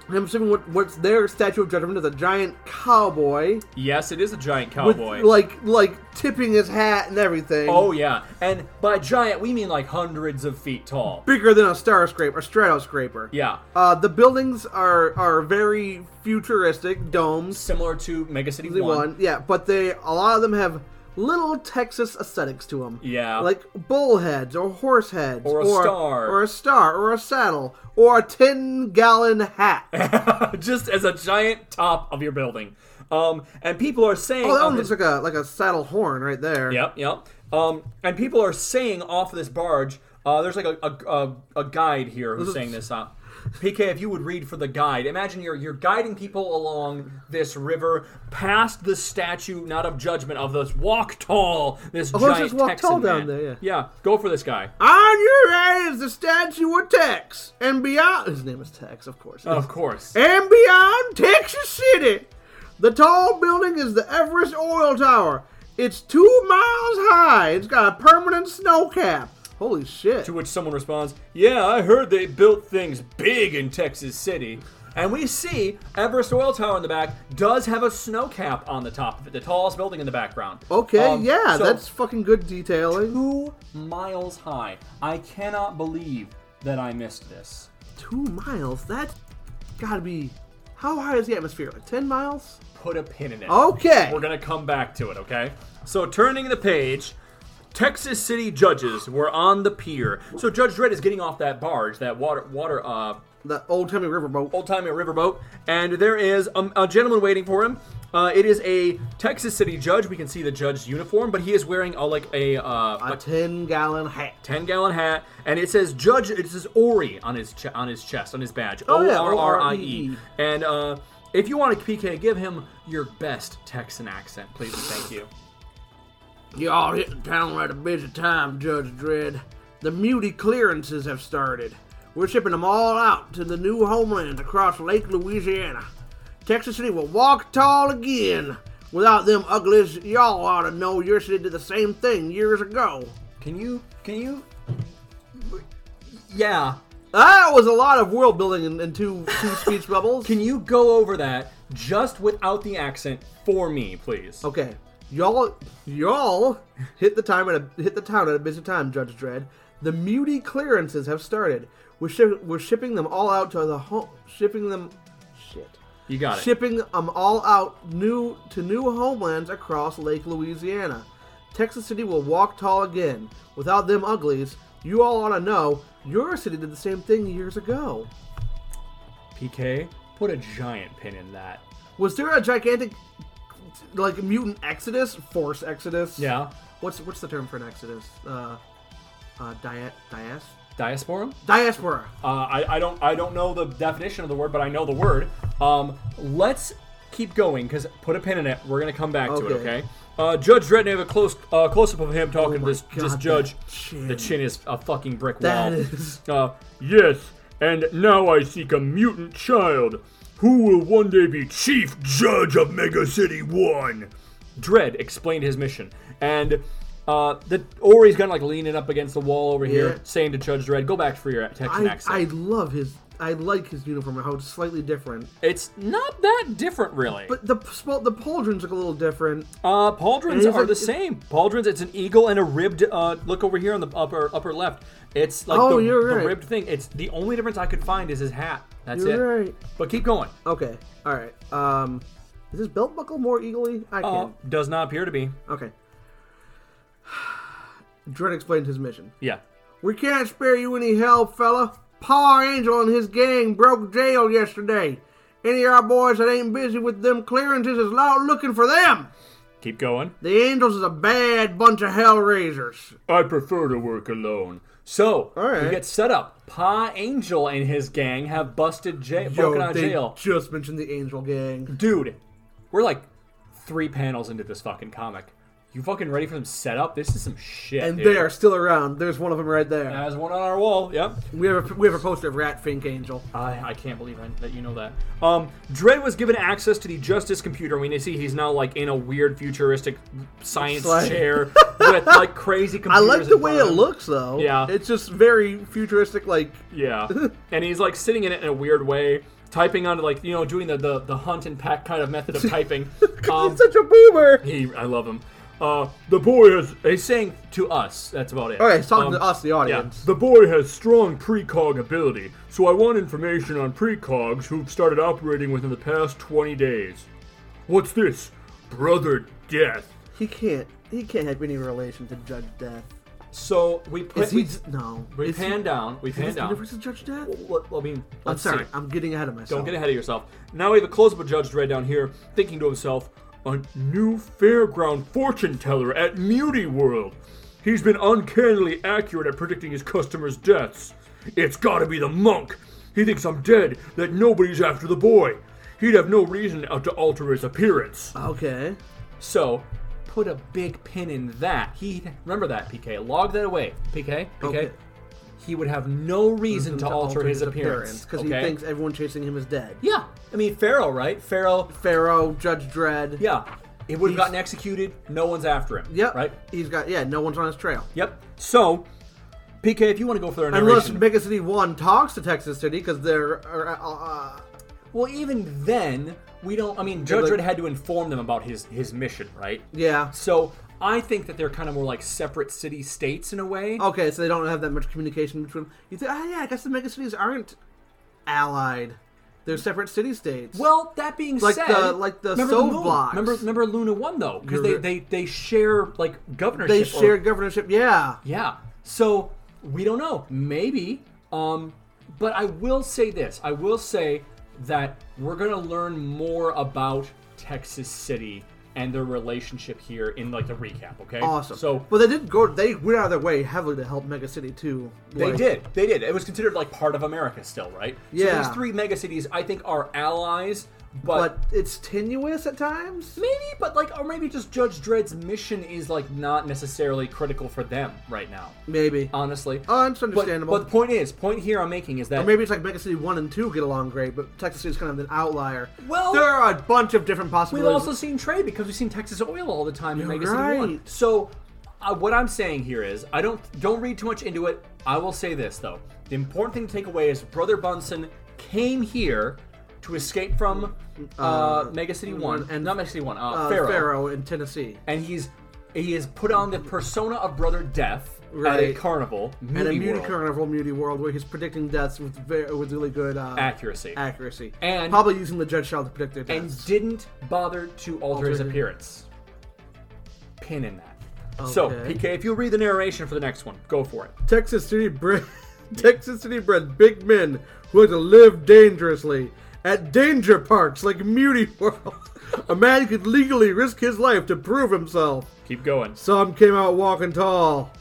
D: I'm assuming what, what's their statue of judgment is a giant cowboy,
C: yes, it is a giant
D: with
C: cowboy.
D: like like tipping his hat and everything.
C: oh yeah, and by giant we mean like hundreds of feet tall.
D: bigger than a star scraper, a strato scraper.
C: Yeah.
D: Uh, the buildings are are very futuristic domes.
C: similar to Mega City
D: One.
C: One.
D: yeah, but they a lot of them have little Texas aesthetics to them.
C: Yeah.
D: like bull heads or horse heads
C: Or a star.
D: or a star or a saddle or a ten gallon hat. oh,
C: Just as a giant top of your building. Um, and people are saying.
D: Oh, that
C: on
D: one
C: this-
D: looks like a like a saddle horn right there.
C: Yep, yep. Um, and people are saying off of this barge. Uh, there's like a, a, a, a guide here who's saying this up. PK, if you would read for the guide, imagine you're you're guiding people along this river past the statue, not of judgment, of this walk tall, this
D: let's
C: giant
D: just walk
C: Texan
D: tall down
C: man.
D: there, yeah.
C: yeah, go for this guy.
D: On your right is the statue of Tex, and beyond his name is Tex, of course.
C: Of course.
D: and beyond Texas City. The tall building is the Everest Oil Tower. It's two miles high. It's got a permanent snow cap. Holy shit.
C: To which someone responds, Yeah, I heard they built things big in Texas City. And we see Everest Oil Tower in the back does have a snow cap on the top of it, the tallest building in the background.
D: Okay,
C: Um,
D: yeah,
C: so
D: that's fucking good detailing.
C: two miles high. I cannot believe that I missed this.
D: Two miles? That's gotta be. How high is the atmosphere? Like 10 miles?
C: Put a pin in it.
D: Okay.
C: We're gonna come back to it, okay? So turning the page, Texas City judges were on the pier. So Judge Dredd is getting off that barge, that water water uh
D: The old timey riverboat.
C: old timey riverboat, and there is a, a gentleman waiting for him. Uh, it is a Texas City judge. We can see the judge's uniform, but he is wearing a like a, uh,
D: A
C: a
D: 10 gallon hat.
C: ten gallon hat, and it says judge. It says Ori on his ch- on his chest on his badge.
D: Oh,
C: O
D: yeah,
C: R R I
D: O R
C: E.
D: E.
C: And uh, if you want to PK, give him your best Texan accent, please and thank you.
D: You all hit the town at a busy time, Judge Dredd. The muty clearances have started. We're shipping them all out to the new homelands across Lake Louisiana. Texas City will walk tall again. Without them uglies, y'all ought to know your city did the same thing years ago.
C: Can you? Can you? Yeah.
D: That was a lot of world building in, in two two speech bubbles.
C: Can you go over that just without the accent for me, please?
D: Okay, y'all, y'all hit the time at a hit the town at a busy time, Judge Dredd. The muty clearances have started. We're, ship, we're shipping them all out to the home. Shipping them, shit.
C: You got it.
D: Shipping them all out new to new homelands across Lake Louisiana. Texas City will walk tall again. Without them uglies, you all ought to know your city did the same thing years ago.
C: PK, put a giant pin in that.
D: Was there a gigantic, like mutant exodus, force exodus?
C: Yeah.
D: What's what's the term for an exodus? Uh, uh, dia- dias-
C: Diasporum?
D: diaspora.
C: Uh, I, I don't I don't know the definition of the word, but I know the word. Um, let's keep going because put a pin in it. We're gonna come back to it.
D: Okay.
C: Okay. Uh, judge Dredd, they have a close uh, close up of him talking to
D: Oh my
C: this
D: God,
C: this
D: that
C: judge.
D: chin.
C: The chin is a fucking brick
D: That
C: wall.
D: is-
C: Uh, yes, and now I seek a mutant child who will one day be chief judge of Mega City One. Dredd explained his mission, and uh, the Ori's kind of like leaning up against the wall over
D: Yeah.
C: here, saying to Judge Dredd, "Go back for your Texan
D: I,
C: accent."
D: I love his. I like his uniform. How it's slightly different,
C: It's not that different, really.
D: but the small the pauldrons look a little different.
C: Uh, pauldrons
D: it's
C: are
D: like-
C: the same. Pauldrons, it's an eagle and a ribbed. Uh, look over here on the upper upper left. It's like
D: Oh,
C: the,
D: you're
C: the
D: right.
C: ribbed thing. It's the only difference I could find is his hat. That's
D: You're
C: it.
D: right.
C: But keep going.
D: Okay. All right. Um, is this belt buckle more eagerly? I
C: Uh,
D: can't.
C: does not appear to be.
D: Okay. Dredd explained his mission.
C: Yeah.
D: We can't spare you any help, fella. Paw Angel and his gang broke jail yesterday. Any of our boys that ain't busy with them clearances is out looking for them.
C: Keep going.
D: The Angels is a bad bunch of hellraisers.
C: I prefer to work alone. So
D: right.
C: we get set up. Pa Angel and his gang have busted jail, broken out of jail.
D: just mentioned the Angel gang.
C: Dude, we're like three panels into this fucking comic. You fucking ready for them set up? This is some shit.
D: And
C: dude.
D: they are still around. There's one of them right there.
C: As one on our wall. Yep.
D: We have a, we have a poster of Ratfink Angel.
C: I, I can't believe I, that you know that. Um, Dredd was given access to the Justice computer. We see he's now like in a weird futuristic science
D: Slide.
C: chair with like crazy
D: I
C: computers.
D: like the
C: in
D: way
C: front of
D: it
C: him.
D: looks though.
C: Yeah.
D: It's just very futuristic like
C: Yeah, and he's like sitting in it in a weird way, typing on like you know doing the the, the hunt and pack kind of method of typing. Um,
D: He's such a boomer.
C: he, I love him. Uh, the boy has. He's saying to us. That's about it.
D: Okay, he's talking
C: Um,
D: to us, the audience.
C: The boy has strong precog ability, so I want information on precogs who've started operating within the past 20 days. What's this? Brother Death.
D: He can't. He can't have any relation to Judge Death.
C: So we put,
D: Is
C: we,
D: he? No.
C: we
D: Is he-
C: pan down. We
D: Is
C: pan
D: this the
C: down.
D: universe of Judge Death?
C: Well, I mean,
D: I'm
C: let's
D: sorry.
C: see.
D: I'm getting ahead of myself.
C: Don't get ahead of yourself. Now we have a close up of Judge Dredd down here, thinking to himself, a new fairground fortune teller at Muty World. He's been uncannily accurate at predicting his customers' deaths. It's gotta be the monk. He thinks I'm dead, that nobody's after the boy. He'd have no reason out to alter his appearance.
D: Okay.
C: So, put a big pin in that. He remember that PK. Log that away, PK. PK.
D: Okay.
C: He would have no reason to, alter, his, appearance
D: because
C: okay?
D: he thinks everyone chasing him is dead.
C: Yeah, I mean Pharaoh, right? Pharaoh.
D: Pharaoh, Judge Dredd.
C: Yeah, he would have gotten executed. No one's after him.
D: Yep.
C: Right.
D: He's got. Yeah. No one's on his trail.
C: Yep. So, PK, if you want to go for their
D: Unless
C: narration,
D: Mega City One talks to Texas City because they're. Uh, uh,
C: well, even then, we don't. I mean, Judge
D: like-
C: Dredd had to inform them about his his mission, right?
D: yeah.
C: So I think that they're kind of more like separate city states in a way.
D: Okay, so they don't have that much communication between. them. You think? Ah, yeah. I guess the Mega Cities aren't allied. They're separate city states.
C: Well, that being
D: Like
C: said,
D: the- like the
C: remember
D: Soul
C: Moon-
D: Blocks.
C: Remember, remember Luna One though, because they,
D: You're-
C: they they share like governorship.
D: they
C: or-
D: share governorship. Yeah.
C: Yeah. So we don't know. Maybe. Um, but I will say this. I will say that we're gonna learn more about Texas City and their relationship here in like the recap. Okay.
D: Awesome.
C: So
D: well, they did go. They went out of their way heavily to help Mega City too.
C: they
D: Like,
C: did. They did. It was considered like part of America still, right?
D: Yeah.
C: So these three megacities, I think, are allies.
D: but it's tenuous at times.
C: Maybe, but like, or maybe just Judge Dredd's mission is like not necessarily critical for them right now.
D: Maybe.
C: Honestly,
D: Oh, it's
C: But-
D: understandable.
C: But, the point is, point here I'm making is that
D: Or maybe it's like Mega City One and Two get along great, but Texas City's kind of an outlier.
C: Well-
D: there are a bunch of different
C: we've
D: possibilities.
C: also seen trade because we've seen Texas Oil all the time in
D: You're
C: Mega City One.
D: right.
C: So, uh, what I'm saying here is, I don't don't read too much into it. I will say this though: the important thing to take away is Brother Bunsen came here to escape from uh, Mega City One
D: mm, and-
C: and not Mega City One, uh,
D: uh,
C: Pharaoh.
D: Pharaoh in Tennessee
C: and he's he has put on the persona of Brother Death at a
D: Right.
C: carnival,
D: and a
C: Moody
D: Muty
C: World.
D: Carnival Muty World where he's predicting deaths with very, with really good uh,
C: accuracy,
D: accuracy,
C: And-
D: probably using the Judge Child to predict their
C: and
D: deaths.
C: didn't bother to alter his
D: Alter-
C: appearance. Pin in that. So
D: Okay.
C: PK, if you read the narration for the next one, go for it.
D: Texas City bred, Texas City bred big men who like to live dangerously at danger parks like Muty World. a man could legally risk his life to prove himself.
C: Keep going.
D: Some came out walking tall,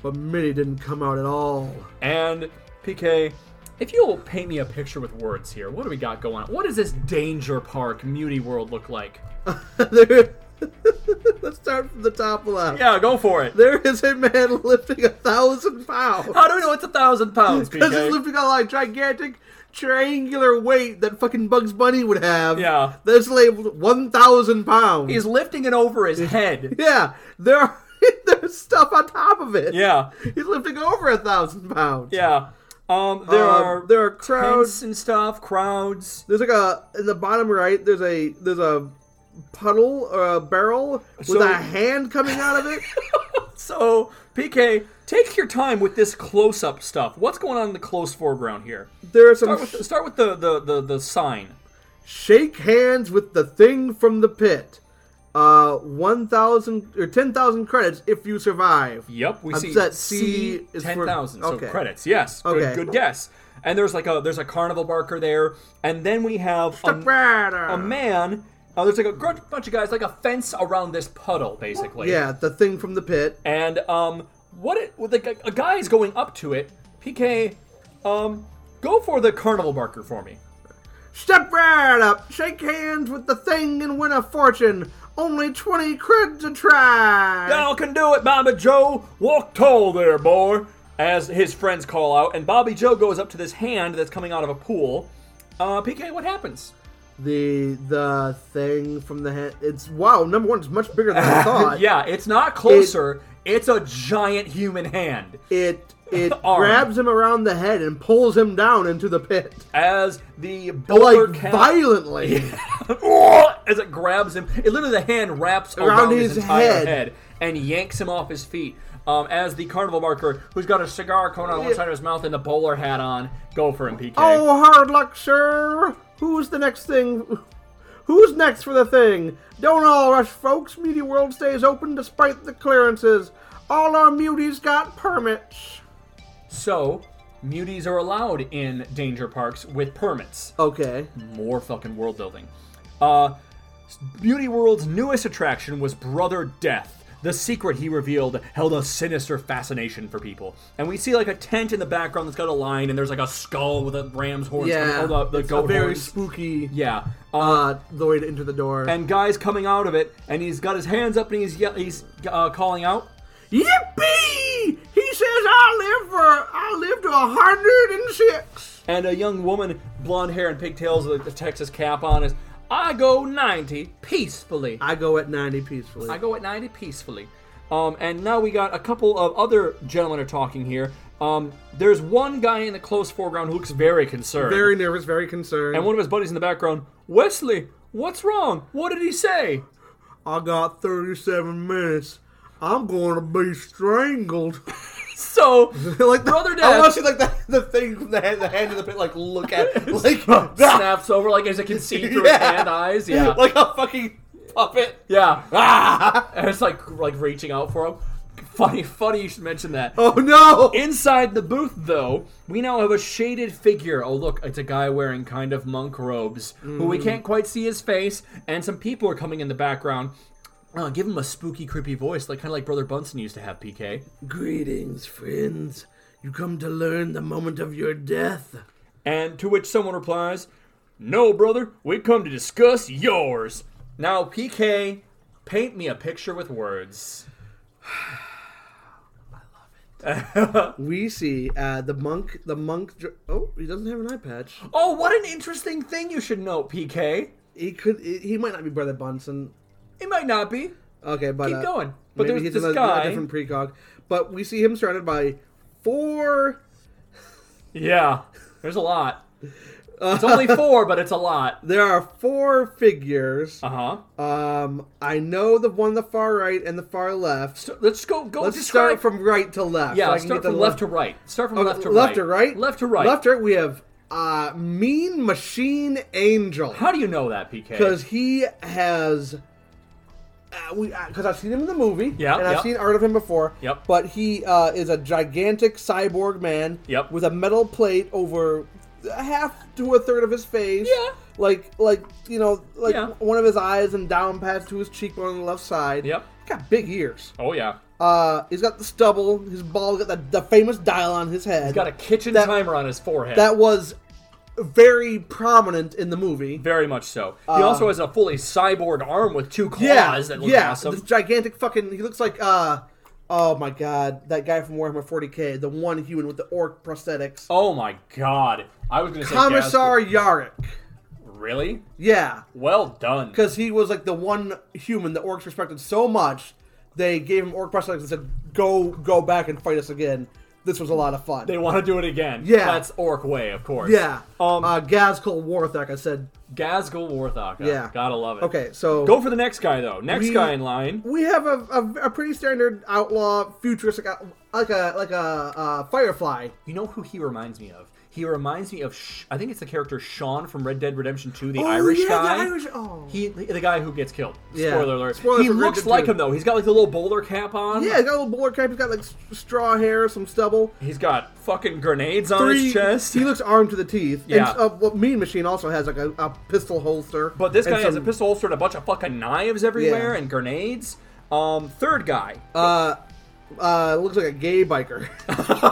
D: but many didn't come out at all.
C: And PK, If you'll paint me a picture with words here, what do we got going on? What does this Danger Park Muty World look like?
D: Let's start from the top left.
C: Yeah, go for it.
D: There is a man lifting a thousand pounds.
C: How do we know it's a thousand pounds,
D: Because he's
C: PK?
D: lifting on like gigantic triangular weight that fucking Bugs Bunny would have.
C: Yeah.
D: That's labeled 1,000 pounds.
C: He's lifting it over his head.
D: yeah. There are, there's stuff on top of it.
C: Yeah,
D: He's lifting over a thousand pounds.
C: yeah. Um, there
D: Um,
C: are
D: there are crowds.
C: tents and stuff, crowds.
D: There's like a in the bottom right. There's a there's a puddle or a barrel with
C: So-
D: a hand coming out of it.
C: So PK, take your time with this close-up stuff. What's going on in the close foreground here?
D: There are some
C: Start with, start with the, the, the, the sign.
D: shake hands with the thing from the pit. Uh, one thousand or ten thousand credits if you survive.
C: Yep, we
D: I'm
C: see
D: set.
C: C,
D: Uh, C is for-
C: ten thousand.
D: okay.
C: So credits, yes. Good,
D: Okay.
C: good guess. And there's like a there's a carnival barker there, and then we have a, a man. Uh, there's like a gr- bunch of guys, like a fence around this puddle, basically.
D: Yeah, the thing from the pit.
C: And um, what it well, like a, a guy is going up to it. PK, um, go for the carnival barker for me.
D: Step right up, shake hands with the thing and win a fortune. Only twenty credits a try.
C: Y'all can do it, Bobby Joe. Walk tall there, boy. As his friends call out, and Bobby Joe goes up to this hand that's coming out of a pool. Uh, PK, what happens?
D: The the thing from the hand. It's wow. Number one, it's much bigger than I thought.
C: Yeah, it's not closer. it's a giant human hand.
D: It it
C: Arm.
D: grabs him around the head and pulls him down into the pit,
C: As the bowler
D: like
C: cat-
D: violently.
C: as it grabs him, it literally the hand wraps around, his,
D: his
C: entire
D: head.
C: head. and yanks him off his feet. Um, as the carnival barker, who's got a cigar cone on one side of his mouth and the bowler hat on, go for him, PK.
D: Oh, hard luck, sir. Who's the next thing? Who's next for the thing? Don't all rush, folks. Meaty World stays open despite the clearances. All our muties got permits.
C: So, muties are allowed in danger parks with permits.
D: Okay.
C: more fucking world building. Uh, Beauty World's newest attraction was Brother Death. The secret he revealed held a sinister fascination for people. And we see like a tent in the background that's got a line, and there's like a skull with a ram's horns.
D: Yeah.
C: coming- oh, the, the
D: it's a
C: goat
D: very
C: horns.
D: spooky
C: yeah.
D: uh, the way to enter the door.
C: And guys coming out of it, and he's got his hands up and he's ye- he's uh, calling out.
D: Yippee! He says I live for I live to a hundred and six.
C: And a young woman, blonde hair and pigtails with a Texas cap on, is I go 90 peacefully.
D: I go at ninety peacefully.
C: I go at 90 peacefully. Um, and now we got a couple of other gentlemen are talking here. Um, there's one guy in the close foreground who looks very concerned.
D: very nervous, very concerned.
C: And one of his buddies in the background, Wesley, what's wrong? What did he say?
D: I got thirty-seven minutes. I'm going to be strangled.
C: So,
D: like the,
C: Brother
D: I
C: Death-
D: want to see like the, the thing from the hand, the hand in the pit, like look at like
C: snaps over like as you can see through his
D: Yeah.
C: hand eyes. Yeah.
D: like a fucking puppet.
C: yeah.
D: Ah!
C: And it's like like reaching out for him. Funny, funny you should mention that.
D: Oh no!
C: Inside the booth, though, we now have a shaded figure. Oh, look, it's a guy wearing kind of monk robes, who we can't quite see his face, and some people are coming in the background. Uh, give him a spooky, creepy voice, like kind of like Brother Bunsen used to have. PK.
D: Greetings, friends. You come to learn the moment of your death.
C: And to which someone replies, "No, brother, we come to discuss yours." Now, PK, paint me a picture with words.
D: We see uh, the monk. The monk. dr- Oh, he doesn't have an eye patch.
C: Oh, what an interesting thing you should note, PK.
D: He could. He might not be Brother Bunsen.
C: It might not be.
D: Okay, but
C: Keep
D: uh,
C: going. But
D: maybe
C: there's
D: he's
C: this
D: another,
C: guy.
D: a different precog. But we see him surrounded by four
C: Yeah, there's a lot. It's only four, but it's a lot.
D: There are four figures.
C: Uh huh.
D: Um, I know the one on the far right and the far left.
C: So let's go. Go.
D: Let's
C: describe-
D: start from right to left.
C: yeah.
D: so I
C: let's
D: can
C: start
D: get
C: from left to right. Start from
D: Okay,
C: left to
D: left
C: right.
D: to right.
C: Left to right.
D: Left to right. We have uh, Mean Machine Angel
C: How do you know that, PK?
D: because he has. Uh, we because I've seen him in the movie,
C: Yeah,
D: and I've
C: yeah.
D: seen art of him before.
C: Yep.
D: But he uh, is a gigantic cyborg man.
C: Yep.
D: With a metal plate over half to a third of his face.
C: Yeah.
D: Like like you know like
C: Yeah.
D: one of his eyes and down past to his cheekbone on the left side.
C: Yep.
D: Got big ears.
C: Oh yeah.
D: Uh, he's got the stubble. His ball got the, the famous dial on his head.
C: He's got a kitchen
D: uh, That-
C: timer on his forehead.
D: that was very prominent in the movie.
C: Very much so. He also has a fully cyborg arm with two claws
D: Uh, Yeah,
C: that look
D: yeah,
C: awesome.
D: this gigantic fucking. He looks like uh, oh my god, that guy from Warhammer 40k, the one human with the orc prosthetics,
C: oh my god. I was going to say
D: Commissar Yarick.
C: Gaspar- Really?
D: Yeah,
C: Well done.
D: because he was like the one human the orcs respected so much, they gave him orc prosthetics and said, "Go, go back and fight us again." This was a lot of fun.
C: They want to do it again.
D: Yeah.
C: That's Orc Way, of course.
D: yeah,
C: Um,
D: uh, Gazkul Warthak. I said,
C: Gazgul Warthog.
D: Yeah.
C: Gotta love it.
D: okay, so
C: Go for the next guy, though. Next
D: We-
C: guy in line.
D: we have a, a, a pretty standard outlaw futuristic out- like a like a uh, firefly
C: You know who he reminds me of? He reminds me of, Sh- I think it's the character Sean from Red Dead Redemption 2, the Irish
D: Oh, yeah, the
C: guy.
D: Irish- oh.
C: He, the guy who gets killed.
D: Yeah.
C: Spoiler alert.
D: Spoiler
C: he
D: for Red
C: looks
D: Dead
C: like
D: 2.
C: him though. He's got like the little bowler cap on.
D: yeah he's got a little bowler cap he's got like s- straw hair some stubble
C: He's got fucking grenades on his chest.
D: he looks armed to the teeth
C: Yeah.
D: and uh, well, mean machine also has like a, a pistol holster
C: But this
D: and
C: guy has a
D: some-
C: pistol holster and a bunch of fucking knives everywhere
D: Yeah.
C: and grenades. Um, third guy.
D: uh uh looks like a gay biker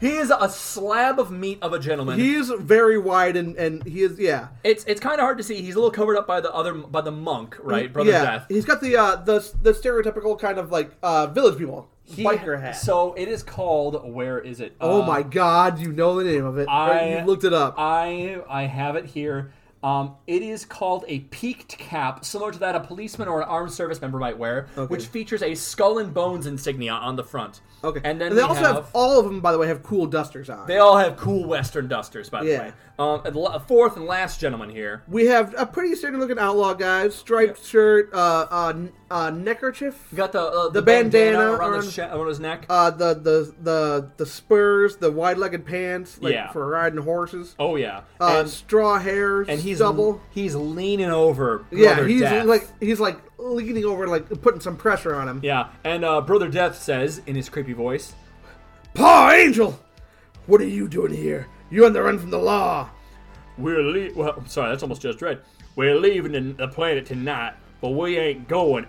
C: he is a slab of meat of a gentleman.
D: he is very wide and and he is yeah
C: it's it's kind of hard to see. He's a little covered up by the other by the monk, right, brother
D: yeah
C: Death.
D: he's got the uh the, the stereotypical kind of like uh village people
C: He-
D: biker hat
C: So it is called. Where is it?
D: oh
C: Uh,
D: my god you know the name of it
C: I-
D: you looked it up
C: I I have it here. Um, it is called a peaked cap, similar to that a policeman or an armed service member might wear, which features a skull and bones insignia on the front.
D: Okay.
C: and then
D: they
C: we
D: also have,
C: have,
D: all of them, by the way, have cool dusters on.
C: they all have cool Western dusters, by the
D: Yeah.
C: way. Um, and la- fourth and last gentleman here.
D: we have a pretty standard looking outlaw guy, striped shirt, uh, uh, n- uh, neckerchief,
C: You got the uh, the,
D: The bandana
C: around,
D: around-
C: the sh- around his neck.
D: uh, the the the the spurs, the wide legged pants, like
C: Yeah.
D: for riding horses,
C: oh yeah,
D: uh,
C: and,
D: straw hairs,
C: and he's
D: double.
C: he's leaning over.
D: Yeah,
C: Brother
D: he's
C: Death.
D: like he's like leaning over, like putting some pressure on him.
C: yeah, and uh, brother Death says in his creepy voice,
D: Paw Angel, what are you doing here? You're on the run from the law.
C: We're leaving. Well, I'm sorry, that's almost just right. We're leaving the- the planet tonight, but we ain't going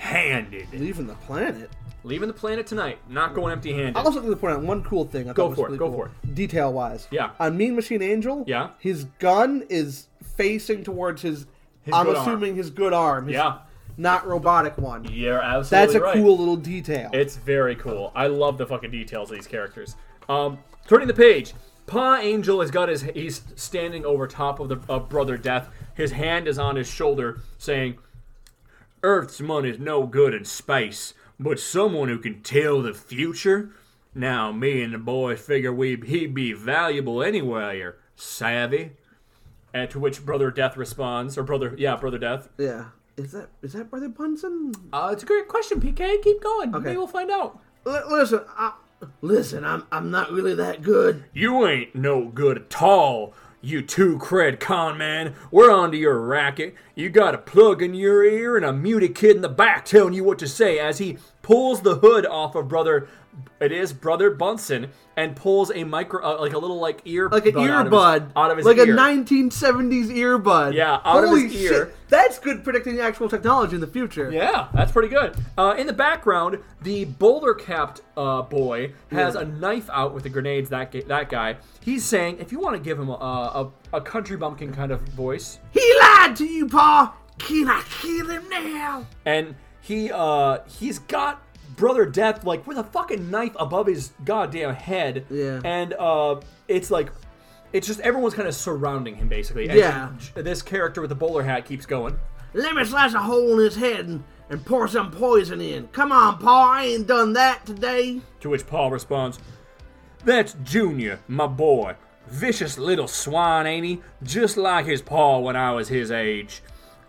C: empty-handed.
D: Leaving the planet.
C: Leaving the planet tonight, not going empty-handed.
D: I also wanted to point out one cool thing. I
C: Go
D: thought was
C: for it,
D: really
C: go
D: cool,
C: for it.
D: Detail wise,
C: Yeah.
D: On Mean Machine Angel,
C: Yeah.
D: his gun is facing towards his. I'm
C: good arm.
D: assuming his good arm. his
C: Yeah.
D: not robotic one.
C: You're absolutely
D: That's a
C: right.
D: cool little detail.
C: It's very cool. I love the fucking details of these characters. Um, turning the page, Pa Angel has got his. He's standing over top of the of Brother Death. His hand is on his shoulder, saying, "Earth's money's no good in space, but someone who can tell the future. Now, me and the boys figure we he'd be valuable anywhere. Savvy." And to which Brother Death responds, or Brother, yeah, Brother Death.
D: yeah. Is that is that Brother Bunsen?
C: Uh, it's a great question, PK. Keep going. Maybe we'll find out.
D: L- listen, I, listen. I'm I'm not really that good.
C: You ain't no good at all, you two cred con man. We're onto your racket. You got a plug in your ear and a muted kid in the back telling you what to say as he pulls the hood off of brother. It is brother Bunsen and pulls a micro, uh, like a little like ear,
D: Like an
C: bud out of his-
D: earbud,
C: out of his,
D: like
C: ear.
D: a 1970s earbud.
C: Yeah, out of
D: Holy
C: his ear.
D: Shit, that's good predicting actual technology in the future.
C: Yeah, that's pretty good. Uh, in the background, the boulder capped uh, boy has a knife out with the grenades. That ga- that guy, he's saying, if you want to give him a, a a country bumpkin kind of voice,
D: He lied to you, Pa. Can I kill him now?
C: and he uh he's got brother death like with a fucking knife above his goddamn head
D: Yeah.
C: and uh it's like it's just everyone's kind of surrounding him basically and
D: Yeah.
C: j- this character with the bowler hat keeps going
D: Let me slice a hole in his head and, and pour some poison in. Come on, Pa, I ain't done that today.
C: to which paul responds that's junior my boy vicious little swine ain't he just like his paw when i was his age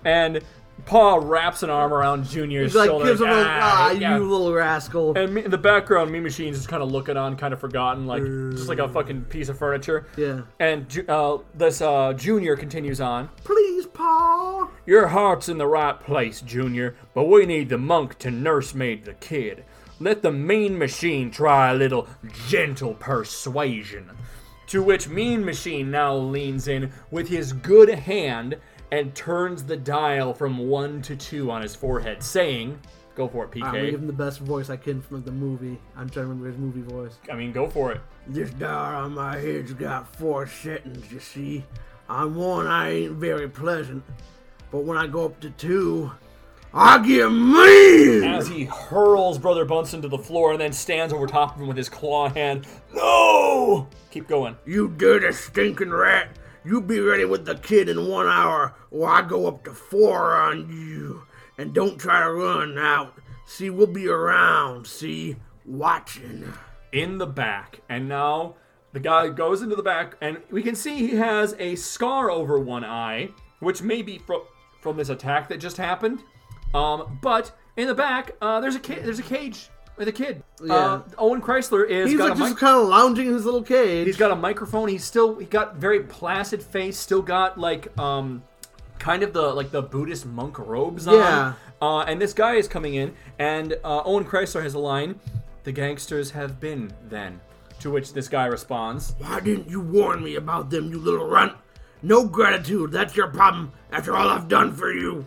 C: and paul wraps an arm around junior's
D: He's like,
C: shoulder
D: gives him a, ah,
C: yeah."
D: you little rascal.
C: And me, in the background, Mean Machine's just kind of looking on, kind of forgotten, like just like a fucking piece of furniture.
D: Mm. Yeah.
C: And Ju- uh, this uh, Junior continues on.
D: Please, Pa.
C: Your heart's in the right place, Junior, but we need the monk to nursemaid the kid. Let the mean machine try a little gentle persuasion. To which Mean Machine now leans in with his good hand and turns the dial from one to two on his forehead, saying, Go for it, PK.
D: I'm gonna give him the best voice I can from like, the movie. I'm trying to remember his movie voice.
C: I mean, go for it.
D: This dial on my head's got four settings, you see. On one, I ain't very pleasant, but when I go up to two, I get mean.
C: As he hurls Brother Bunsen to the floor and then stands over top of him with his claw hand. No! Keep going.
D: You dirty stinking rat! You be ready with the kid in one hour, or I go up to four on you. And don't try to run out. See, we'll be around. See, watching.
C: in the back. And now the guy goes into the back, and we can see he has a scar over one eye, which may be from from this attack that just happened. Um, but in the back, uh, there's a kid. There's a cage with a kid. Uh, Owen Chrysler is
D: He's
C: got
D: like
C: a mic-
D: just kind of lounging in his little cage.
C: He's got a microphone. He's still he got very placid face. Still got like um, kind of the like the Buddhist monk robes on.
D: Yeah.
C: Uh, and this guy is coming in, and uh, Owen Chrysler has a line: "The gangsters have been then." To which this guy responds,
D: Why didn't you warn me about them, you little runt? No gratitude, that's your problem, after all I've done for you.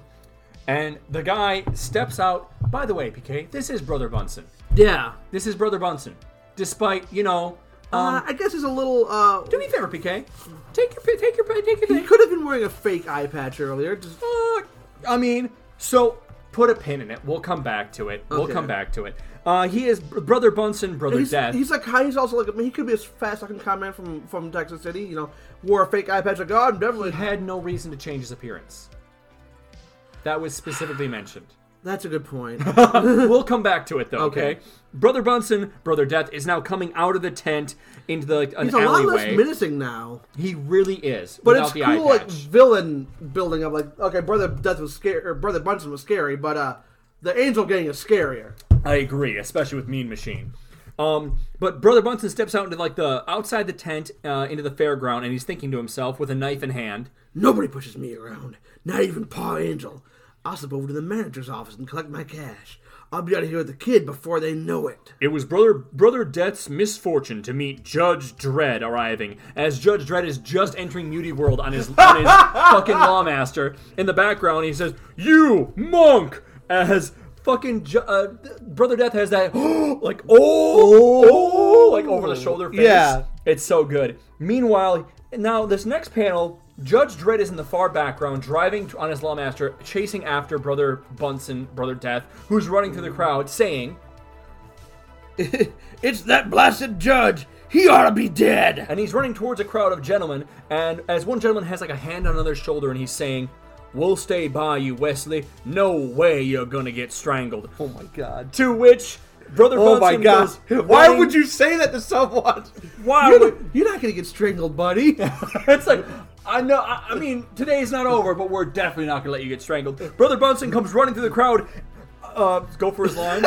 C: and the guy steps out. By the way, PK, this is Brother Bunsen.
D: Yeah.
C: This is Brother Bunsen. Despite you know,
D: uh, I guess he's a little, uh.
C: Um, do me a favor, PK. Take your pi- take your pi- take your
D: He
C: thing.
D: could have been wearing a fake eye patch earlier. Just,
C: Uh, I mean, so put a pin in it. We'll come back to it. We'll
D: Okay.
C: come back to it. Uh, he is Br- brother Bunsen, brother
D: he's,
C: Death.
D: he's like, he's also like, I mean, he could be this fast fucking con man from, from Texas City, you know, wore a fake eye patch, like, oh, I'm definitely.
C: had no reason to change his appearance. That was specifically mentioned.
D: That's a good point.
C: We'll come back to it though. Okay.
D: Okay.
C: Brother Bunsen, brother Death is now coming out of the tent into the like, an
D: He's a lot
C: alleyway.
D: less menacing now.
C: he really is.
D: But
C: without
D: it's
C: the eye
D: cool, like,
C: patch.
D: villain building up. Like, okay, Brother Death was scary, or Brother Bunsen was scary, but, uh, the Angel Gang is scarier.
C: I agree, especially with Mean Machine. Um, but Brother Bunsen steps out into like the outside the tent uh, into the fairground, and he's thinking to himself with a knife in hand.
D: Nobody pushes me around, not even Pa Angel. I'll slip over to the manager's office and collect my cash. I'll be out of here with the kid before they know it.
C: It was brother brother Death's misfortune to meet Judge Dredd arriving, as Judge Dredd is just entering Muty World on his, on his fucking lawmaster. In the background, he says, "You monk," as fucking Ju- uh, brother Death has that like oh, oh like over the shoulder face.
D: Yeah.
C: it's so good. Meanwhile, now this next panel. Judge Dredd is in the far background, driving to, on his lawmaster, chasing after Brother Bunsen, Brother Death, who's running through the crowd, saying,
D: It's that blasted judge. He ought to be dead.
C: and he's running towards a crowd of gentlemen. And as one gentleman has like a hand on another shoulder, and he's saying, "We'll stay by you, Wesley. No way you're gonna get strangled."
D: Oh my god.
C: To which brother
D: Oh my
C: Bunsen
D: god.
C: goes,
D: Why would you say that to someone?
C: Why
D: You're,
C: would-"
D: not- you're not gonna get strangled, buddy.
C: it's like. I know. I, I mean, today's not over, but we're definitely not gonna let you get strangled. Brother Bunsen comes running through the crowd. Uh, go for his line.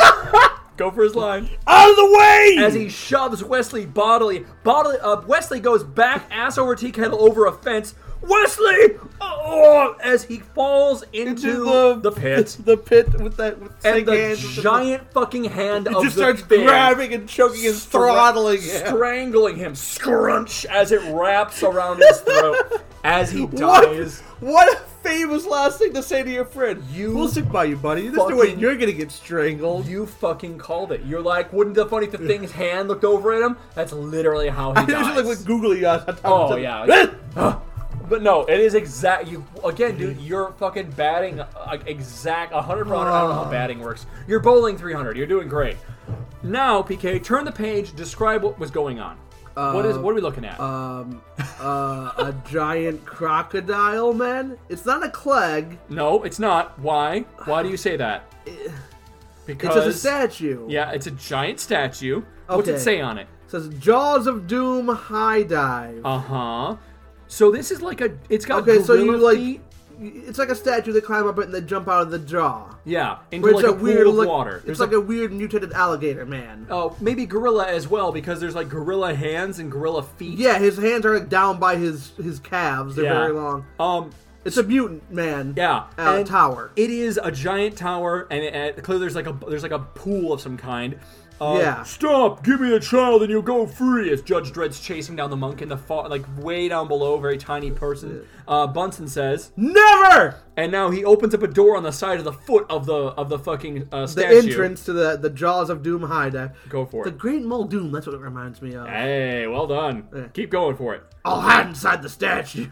C: go for his line.
D: Out of the way!
C: as he shoves Wesley bodily, bodily up. Wesley goes back ass over tea kettle over a fence. Wesley, oh, as he falls into, the, pit,
D: The pit with that with
C: and
D: sick
C: the
D: hands with
C: giant fucking hand
D: It
C: of
D: just
C: the
D: starts
C: thing
D: grabbing and choking and
C: stra-
D: throttling him.
C: strangling him, scrunch as it wraps around his throat as he dies.
D: What a famous last thing to say to your friend.
C: You
D: we'll stick by you, buddy. This is the way
C: fucking-
D: you're gonna get strangled.
C: You fucking called it. You're like, wouldn't the funny if the thing's hand looked over at him? That's literally how he
D: It was
C: dies.
D: just like with googly eyes. on top of
C: Oh
D: each
C: yeah.
D: other.
C: But no, it is exact. You again, dude. You're fucking batting uh, exact 100 per 100. I don't know how batting works. You're bowling 300. You're doing great. Now, PK, turn the page. Describe what was going on. what is? What are we looking at?
D: Uh, a giant crocodile man. It's not a cleg.
C: no, it's not. Why? Why do you say that?
D: It's
C: Because
D: just a statue.
C: yeah, it's a giant statue. What's it
D: Okay.
C: say on it?
D: It says Jaws of Doom High Dive.
C: Uh huh. So this is like a. It's got
D: okay, so you
C: gorilla
D: like.
C: feet.
D: It's like a statue. They climb up it and they jump out of the jaw.
C: Yeah, into
D: But
C: like
D: it's
C: a,
D: a weird
C: pool of
D: look-
C: water.
D: It's
C: There's
D: like a weird mutated alligator man.
C: Oh, maybe gorilla as well because there's like gorilla hands and gorilla feet.
D: Yeah, his hands are like down by his his calves. They're
C: Yeah.
D: very long.
C: Um.
D: It's a mutant man.
C: Yeah.
D: Uh,
C: and
D: tower.
C: It is a giant tower, and, it, and clearly there's like a there's like a pool of some kind. Uh,
D: Yeah.
C: Stop! Give me the child, and you'll go free. As Judge Dredd's chasing down the monk in the fa- like way down below, very tiny person. Uh, Bunsen says,
D: Never
C: and now he opens up a door on the side of the foot of the of the fucking uh,
D: the
C: statue.
D: entrance to the the jaws of Doom High Dive.
C: Go for
D: The
C: it.
D: Great Mole Doom. That's what it reminds me of.
C: Hey, well done. Keep going for it.
D: I'll hide inside the statue.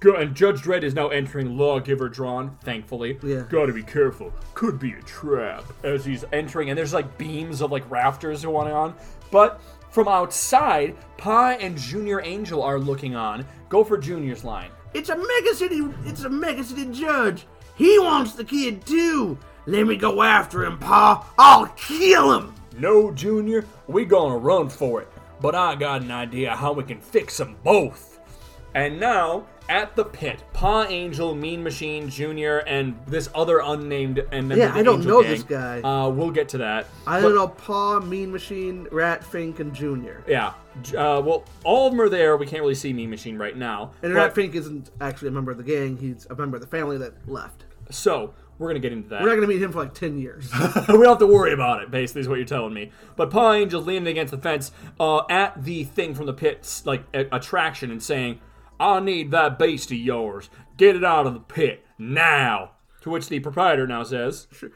C: Go- and Judge Dredd is now entering Lawgiver Drawn, thankfully.
D: Yeah.
C: Gotta be careful. Could be a trap. As he's entering, and there's like beams of like rafters going on. But from outside, Pi and Junior Angel are looking on. Go for Junior's line.
D: It's a mega city. It's a mega city judge. He wants the kid too. Let me go after him, Pa. I'll kill him.
C: No, Junior, we gonna run for it. But I got an idea how we can fix them both. And now, at the pit, Pa Angel, Mean Machine, Junior, and this other unnamed and member
D: Yeah,
C: of the
D: I don't
C: Angel
D: know
C: Gang.
D: this guy.
C: Uh, we'll get to that.
D: I
C: But-
D: don't know. Pa, Mean Machine, Rat, Fink, and Junior.
C: Yeah. J- Uh, well, all of them are there. We can't really see Mean Machine right now.
D: And
C: But-
D: Rat Fink isn't actually a member of the gang. He's a member of the family that left.
C: so we're gonna get into that.
D: We're not gonna meet him for like ten years.
C: we don't have to worry about it, basically, is what you're telling me. But Paw Angel's leaning against the fence uh, at the thing from the pit, like a- attraction, and saying, I need that beast of yours. Get it out of the pit now. To which the proprietor now says,
D: sure,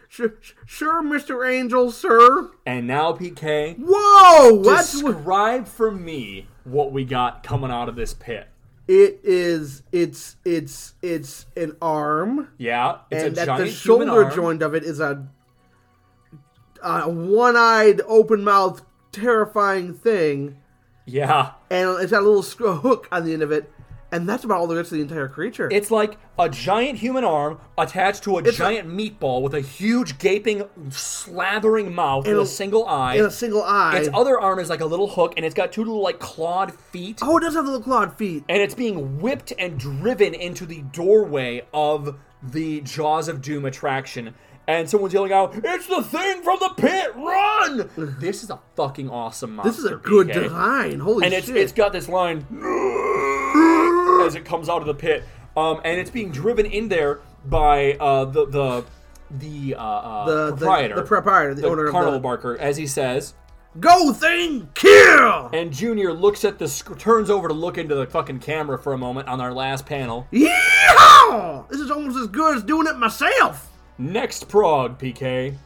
D: sure, Mr. Angel, sir.
C: and now PK,
D: Whoa, that's what
C: describe for me what we got coming out of this pit.
D: it is. It's it's it's an arm,
C: Yeah, it's
D: and
C: a
D: at
C: giant
D: the
C: human
D: shoulder
C: arm.
D: joint of it is a, a one-eyed, open-mouthed, terrifying thing,
C: Yeah,
D: and it's got a little sc- hook on the end of it, and that's about all there is to the entire creature.
C: It's like a giant human arm attached to a giant meatball with a huge gaping, slathering mouth with
D: And
C: a
D: a-
C: single eye.
D: in a single eye.
C: Its other arm is like a little hook, and it's got two little like clawed feet,
D: oh, it does have little clawed feet.
C: and it's being whipped and driven into the doorway of the Jaws of Doom attraction. And someone's yelling out, "It's the thing from the pit! Run!" this is a fucking awesome monster.
D: This is a good
C: BK.
D: design. Holy
C: and it's
D: shit!
C: it's got this line as it comes out of the pit, um, and it's being driven in there by uh, the the the, uh, uh,
D: the,
C: proprietor,
D: the, the proprietor, the, owner
C: Carnival
D: of the
C: Barker, as he says.
D: Go Thing Kill.
C: And Junior looks at the sc- turns over to look into the fucking camera for a moment on our last panel.
D: Yeehaw! This is almost as good as doing it myself.
C: Next prog, PK,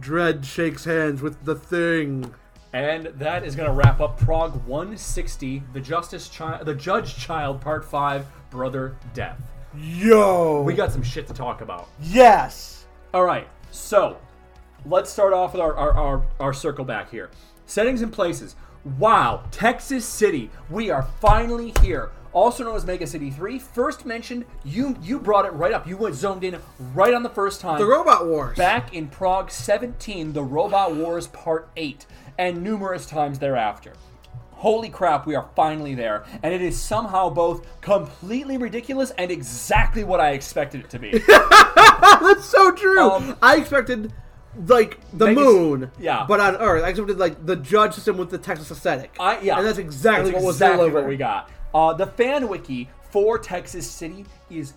D: Dread shakes hands with the thing.
B: And that is going to wrap up Prague 160, the Justice Child, the Judge Child, Part Five, Brother Death.
D: Yo.
B: We got some shit to talk about.
D: yes.
B: All right, so let's start off with our, our, our, our circle back here. Settings and places. Wow, Texas City. We are finally here. Also known as Mega City 3, first mentioned, you you brought it right up. You went zoned in right on the first time.
D: The Robot Wars.
B: Back in Prague 17, The Robot Wars Part 8, and numerous times thereafter. Holy crap, we are finally there, and it is somehow both completely ridiculous and exactly what I expected it to be.
D: That's so true.
B: Um,
D: I expected like the
B: Vegas-
D: moon.
B: yeah.
D: But on Earth, I expected like the judge system with the Texas aesthetic.
B: I, yeah,
D: And that's exactly
B: That's
D: what was
B: exactly
D: delivered.
B: what we got. Uh, the fan wiki for Texas City is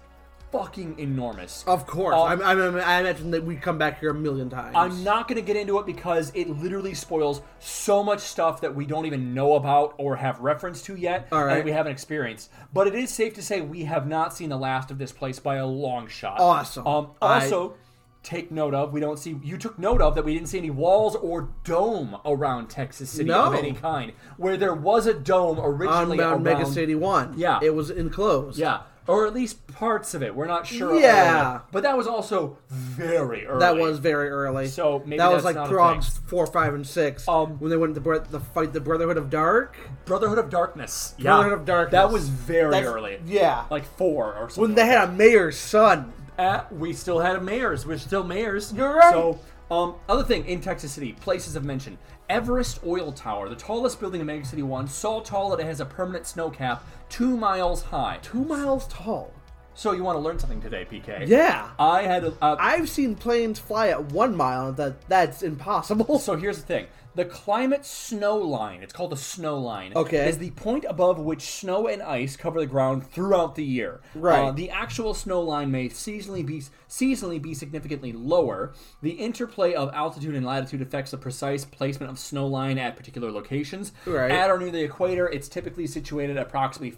B: fucking enormous.
D: Of course.
B: Uh,
D: I'm, I'm, I'm- I imagine that we come back here a million times.
B: I'm not going to get into it because it literally spoils so much stuff that we don't even know about or have reference to yet
D: All right.
B: and we haven't experienced. But it is safe to say we have not seen the last of this place by a long shot.
D: Awesome.
B: Um,
D: I-
B: also, take note of we don't see you took note of that we didn't see any walls or dome around Texas City of
D: No.
B: any kind. Where there was a dome
D: on
B: originally around
D: Mount Mega City One.
B: Yeah.
D: It was enclosed.
B: Yeah. Or at least parts of it. We're not sure. all
D: Yeah.
B: of it. But that was also very early.
D: That was very early.
B: So maybe
D: that was
B: that's
D: like
B: not a
D: Throg's four, five, and six.
B: Um,
D: when they went to br- the fight the Brotherhood of Dark.
B: Brotherhood of Darkness. Yeah.
D: Brotherhood of Darkness.
B: That was very
D: That's-
B: early.
D: Yeah.
B: Like four or something.
D: when they had a mayor's son.
B: Uh, we still had a mayors. We're still mayors.
D: You're right.
B: So, um, other thing in Texas City, places of mention: Everest Oil Tower, the tallest building in Mega City One, so tall that it has a permanent snow cap two miles high.
D: Two miles tall.
B: So you want to learn something today, PK?
D: Yeah.
B: I had a, a
D: I've seen planes fly at one mile, and that that's impossible.
B: So here's the thing:
C: the climate snow line, it's called the snow line,
D: Okay.
C: is the point above which snow and ice cover the ground throughout the year.
D: Right.
C: Uh, the actual snow line may seasonally be seasonally be significantly lower. The interplay of altitude and latitude affects the precise placement of snow line at particular locations.
D: Right.
C: At or near the equator, it's typically situated approximately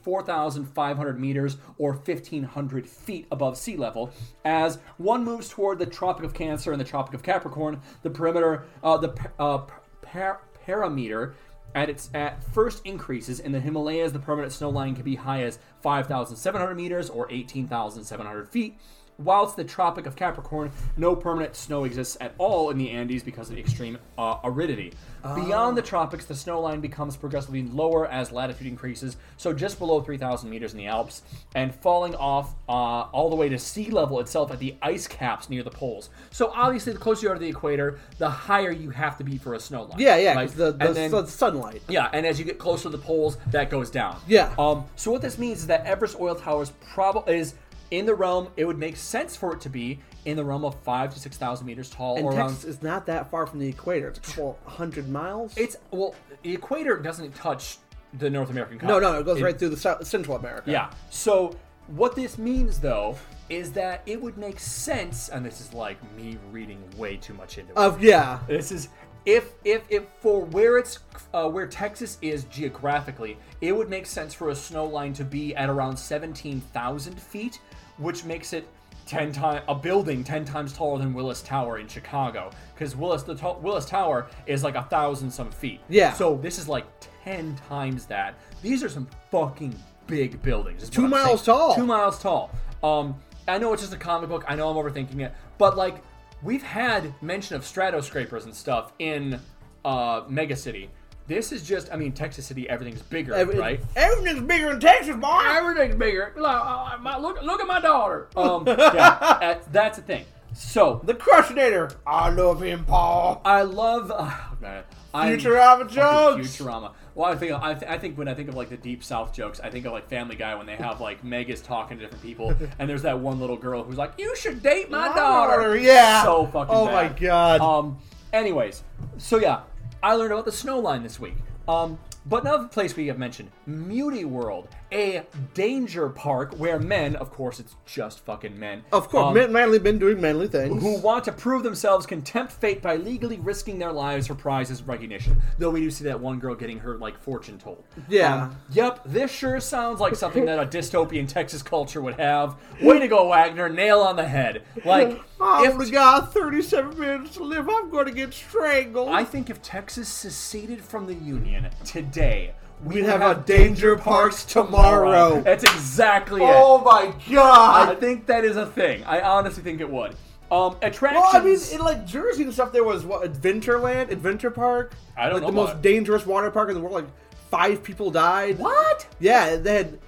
C: 4,500 meters or 1,500 feet above sea level. As one moves toward the Tropic of Cancer and the Tropic of Capricorn, the perimeter, uh, the pa- uh, par- parameter at its at first increases in the Himalayas. The permanent snow line can be high as 5,700 meters or 18,700 feet. Whilst the Tropic of Capricorn, no permanent snow exists at all in the Andes because of the extreme uh, aridity.
D: Ah.
C: Beyond the tropics, the snow line becomes progressively lower as latitude increases, so just below 3,000 meters in the Alps, and falling off uh, all the way to sea level itself at the ice caps near the poles. So obviously, the closer you are to the equator, the higher you have to be for a snow line.
D: Yeah, yeah, 'cause
C: Like,
D: the, the
C: and then-
D: sun- sunlight.
C: yeah, and as you get closer to the poles, that goes down.
D: Yeah.
C: Um. So what this means is that Everest Oil Tower is probably is in the realm. It would make sense for it to be in the realm of five to six thousand meters tall,
D: And
C: or around.
D: Texas is not that far from the equator. It's a couple hundred miles.
C: It's well, the equator doesn't touch the North American
D: no,
C: continent.
D: no, it goes right through the South, Central America.
C: Yeah. So what this means though is that it would make sense, and this is like me reading way too much into it.
D: Of yeah,
C: This is if if if for where it's uh, where Texas is geographically, it would make sense for a snow line to be at around seventeen thousand feet, which makes it ten time a building ten times taller than Willis Tower in Chicago, because Willis the ta- Willis Tower is like a thousand some feet.
D: Yeah.
C: So this is like ten times that. These are some fucking big buildings. is
D: Two
C: what I'm
D: miles
C: saying.
D: tall.
C: Two miles tall. Um, I know it's just a comic book. I know I'm overthinking it, but like we've had mention of stratoscrapers and stuff in uh, Mega City. This is just, I mean, Texas City. Everything's bigger,
D: Every-
C: right?
D: Everything's bigger in Texas, boy.
C: Everything's bigger. Like, uh, my- look, look at my daughter. Um, yeah, that- that's the thing. So
D: The Crushinator. I love him, Paul.
C: I love oh, man, I-
D: Futurama
C: fucking
D: jokes.
C: Futurama. Well, I think I, th- I think when I think of like the Deep South jokes, I think of like Family Guy when they have like Meg is talking to different people, and there's that one little girl who's like, "You should date my, daughter.
D: Yeah.
C: So fucking.
D: Oh
C: bad.
D: my god.
C: Um. Anyways, so yeah, I learned about the snow line this week. Um. But another place we have mentioned, Muti World, a danger park where men, of course, it's just fucking men.
D: of course,
C: um,
D: man, manly been doing manly things.
C: who want to prove themselves can tempt fate by legally risking their lives for prizes and recognition. Though we do see that one girl getting her like fortune told.
D: Yeah.
C: um, Yep, this sure sounds like something that a dystopian Texas culture would have. Way to go, Wagner! Nail on the head. Like,
D: I
C: if
D: only got 37 minutes to live. I'm going to get strangled.
C: I think if Texas seceded from the Union today, we
D: We'd
C: would
D: have a Danger Parks tomorrow.
C: That's exactly it.
D: oh my
C: I
D: god.
C: think that is a thing. I honestly think it would. Um, attractions.
D: well, I mean, in like Jersey and stuff, there was what Adventureland, Adventure Park.
C: I don't
D: like
C: know
D: the
C: about
D: most
C: it.
D: dangerous water park in the world. Like five people died.
C: what?
D: Yeah, they had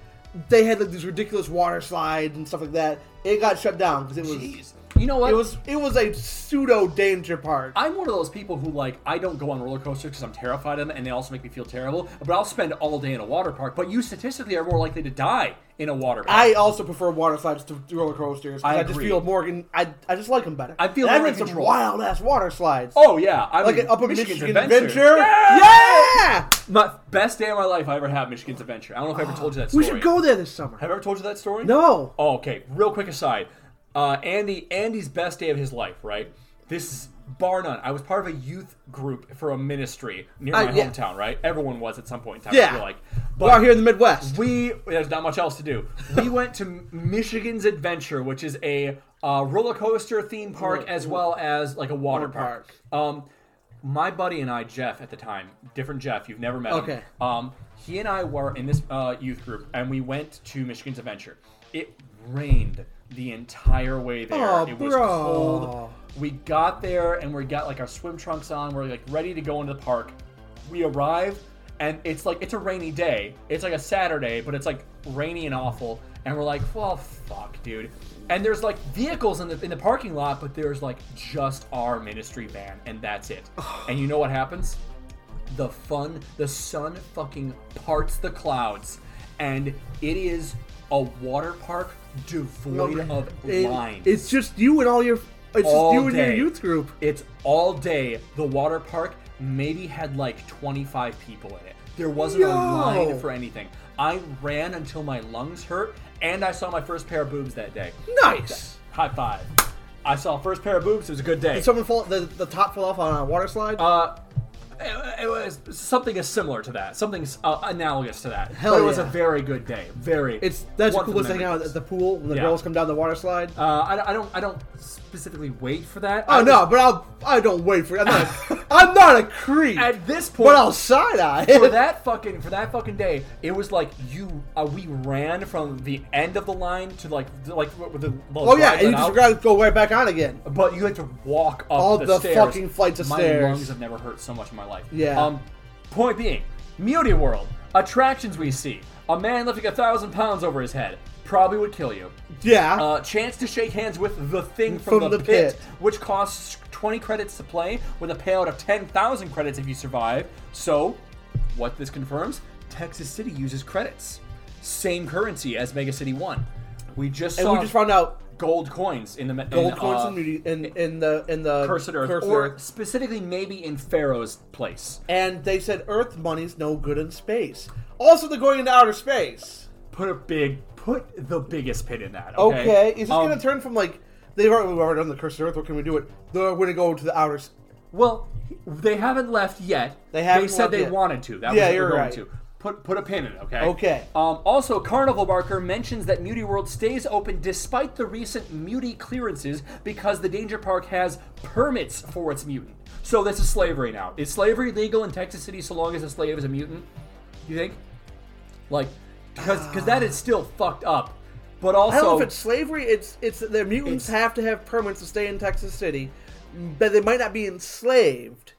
D: they had like these ridiculous water slides and stuff like that. It got shut down because it was
C: Jeez. You know what?
D: it was it was a pseudo danger park.
C: I'm one of those people who like I don't go on roller coasters because I'm terrified of them, and they also make me feel terrible. But I'll spend all day in a water park. But you statistically are more likely to die in a water park.
D: I also prefer water slides to roller coasters. 'cause
C: I
D: I, just
C: agree.
D: feel more. In, I I just like them better.
C: I feel
D: And I've
C: more
D: been
C: in
D: some
C: control.
D: wild ass water slides.
C: oh yeah, I
D: like
C: mean,
D: an up in
C: Michigan's
D: Michigan adventure. Yeah!
C: My best day of my life I ever had Michigan's Adventure. I don't know if I ever told you that story.
D: We should go there this summer.
C: Have I ever told you that story?
D: No.
C: Oh, okay. Real quick aside. Uh, Andy, Andy's best day of his life, right? This is bar none. I was part of a youth group for a ministry near
D: Uh,
C: my
D: yeah.
C: hometown, right? Everyone was at some point in time. I
D: Yeah.
C: feel like,
D: We're out here in the Midwest.
C: we there's not much else to do. We went to Michigan's Adventure, which is a uh, roller coaster theme park as well as like a water park. Um, my buddy and I, Jeff at the time, different Jeff, you've never met
D: Okay.
C: him. Um, he and I were in this uh, youth group, and we went to Michigan's Adventure. It rained the entire way there.
D: Aw,
C: it was
D: bro.
C: cold. We got there, and we got like our swim trunks on. We're like ready to go into the park. We arrive, and it's like it's a rainy day. It's like a Saturday, but it's like rainy and awful. And we're like, well, fuck, dude. And there's like vehicles in the in the parking lot, but there's like just our ministry van, and that's it. and you know what happens? the fun the sun fucking parts the clouds and it is a water park devoid of
D: It-
C: lines
D: it's just you and all your. It's
C: All
D: just you and your
C: day.
D: youth group.
C: it's all day the water park maybe had like 25 people in it. There wasn't a
D: Yo!
C: line for anything. I ran until my lungs hurt, and I saw my first pair of boobs that day.
D: Nice.
C: High five. I saw first pair of boobs. It was a good day.
D: Did someone fall? The, the top fell off on a water slide.
C: Uh, it, it was something is similar to that, something uh, analogous to that.
D: Hell
C: but it was
D: yeah.
C: a very good day. Very.
D: it's that's the
C: one of
D: coolest thing
C: memories.
D: out at the pool when the
C: Yeah.
D: girls come down the water slide.
C: Uh, I, don't- I don't. I don't specifically wait for that.
D: oh
C: I
D: no,
C: was-
D: but I'll I don't wait for. I'm not a, I'm not a creep.
C: At this point,
D: but I'll side eye.
C: for that fucking for that fucking day, it was like you. Uh, we ran from the end of the line to like to, like the, the, the
D: Oh yeah,
C: drive
D: and you
C: that
D: just
C: out.
D: gotta go right back on again.
C: But you had to walk up
D: All
C: the,
D: the
C: stairs.
D: fucking flights of
C: my
D: stairs.
C: lungs have never hurt so much in my life.
D: Yeah.
C: Um, point being, Muty World attractions we see: a man lifting a thousand pounds over his head probably would kill you.
D: Yeah.
C: Uh, chance to shake hands with the thing from,
D: From
C: the,
D: the
C: pit,
D: pit.
C: which costs 20 credits to play, with a payout of 10,000 credits if you survive. So, what this confirms: Texas City uses credits, same currency as Mega City One. We just
D: and
C: saw
D: we just found out
C: gold coins in the me- in,
D: gold coins
C: uh,
D: in, Mutiny- in in the in the
C: Cursed Earth,
D: Cursed
C: or
D: Earth.
C: specifically maybe in Pharaoh's place.
D: and they said Earth money's no good in space. Also, they're going into outer space.
C: Put a big, put the biggest pin in that.
D: Okay,
C: Okay,
D: is this
C: Um,
D: gonna turn from like they've already, we've already done the Cursed Earth? What can we do it? They're gonna go to the outer. s-
C: Well, they haven't left yet.
D: They haven't
C: They said
D: left
C: they
D: yet.
C: wanted to. That
D: Yeah,
C: was what
D: you're
C: they're going
D: right.
C: to. Put put a pin in it. Okay.
D: Okay.
C: Um, also, Carnival Barker mentions that Muti World stays open despite the recent Muti clearances because the Danger Park has permits for its mutant. So this is slavery now. Is slavery legal in Texas City so long as a slave is a mutant? You think? Like, because because that is still fucked up. But also,
D: I don't know if it's slavery. It's it's that their mutants
C: It's-
D: have to have permits to stay in Texas City, but they might not be enslaved,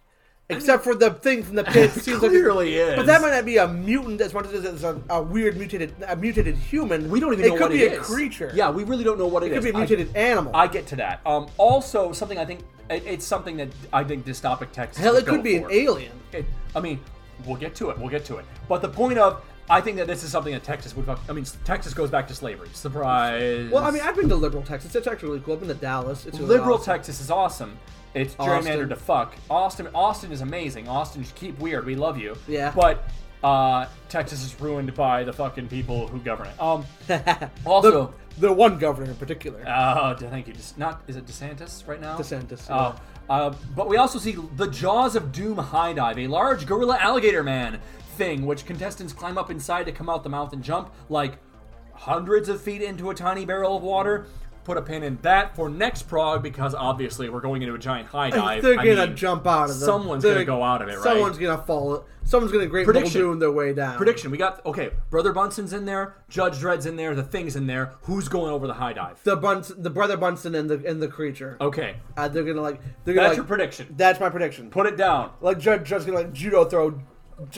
D: except for the thing from the pit. seems like-
C: clearly is.
D: But that might not be a mutant as much as it is a, a weird mutated a mutated human.
C: we don't even
D: it
C: know
D: could
C: what
D: be
C: it
D: a
C: is.
D: creature.
C: Yeah, we really don't know what it
D: it could
C: is.
D: be a
C: I-
D: mutated animal.
C: I get to that. Um, also, something I think it, it's something that I think dystopic text.
D: Hell,
C: would
D: it
C: go
D: could be an
C: for.
D: alien.
C: It- I mean, we'll get to it. We'll get to it. But the point of, I think that this is something that Texas would. Fuck, I mean, Texas goes back to slavery. Surprise.
D: Well, I mean, I've been to liberal Texas. It's actually really cool. I've been to Dallas. It's really
C: liberal
D: awesome.
C: Texas is awesome. It's
D: Austin.
C: gerrymandered to fuck. Austin, Austin is amazing. Austin, just keep weird. We love you.
D: Yeah.
C: But uh, Texas is ruined by the fucking people who govern it. Um. also.
D: The one governor in particular.
C: Oh, d- thank you. Just not is it DeSantis right now?
D: DeSantis,
C: Oh. Uh, but we also see the Jaws of Doom high dive, a large gorilla alligator man thing, which contestants climb up inside to come out the mouth and jump like hundreds of feet into a tiny barrel of water. Put a pin in that for next prog because obviously we're going into a giant high dive.
D: They're
C: I
D: gonna
C: mean,
D: jump out of it.
C: Someone's
D: They're-
C: gonna go out of it, right?
D: Someone's gonna fall. Someone's gonna great
C: Prediction.
D: balloon their way down.
C: Prediction: We got okay. Brother Bunson's in there. Judge Dredd's in there. The thing's in there. Who's going over the high dive?
D: The Bunsen, the brother Bunsen, and the and the creature.
C: okay,
D: Uh, they're gonna like. They're gonna,
C: that's
D: like,
C: your prediction.
D: That's my prediction.
C: Put it down.
D: Like Judge, Judge's gonna like judo throw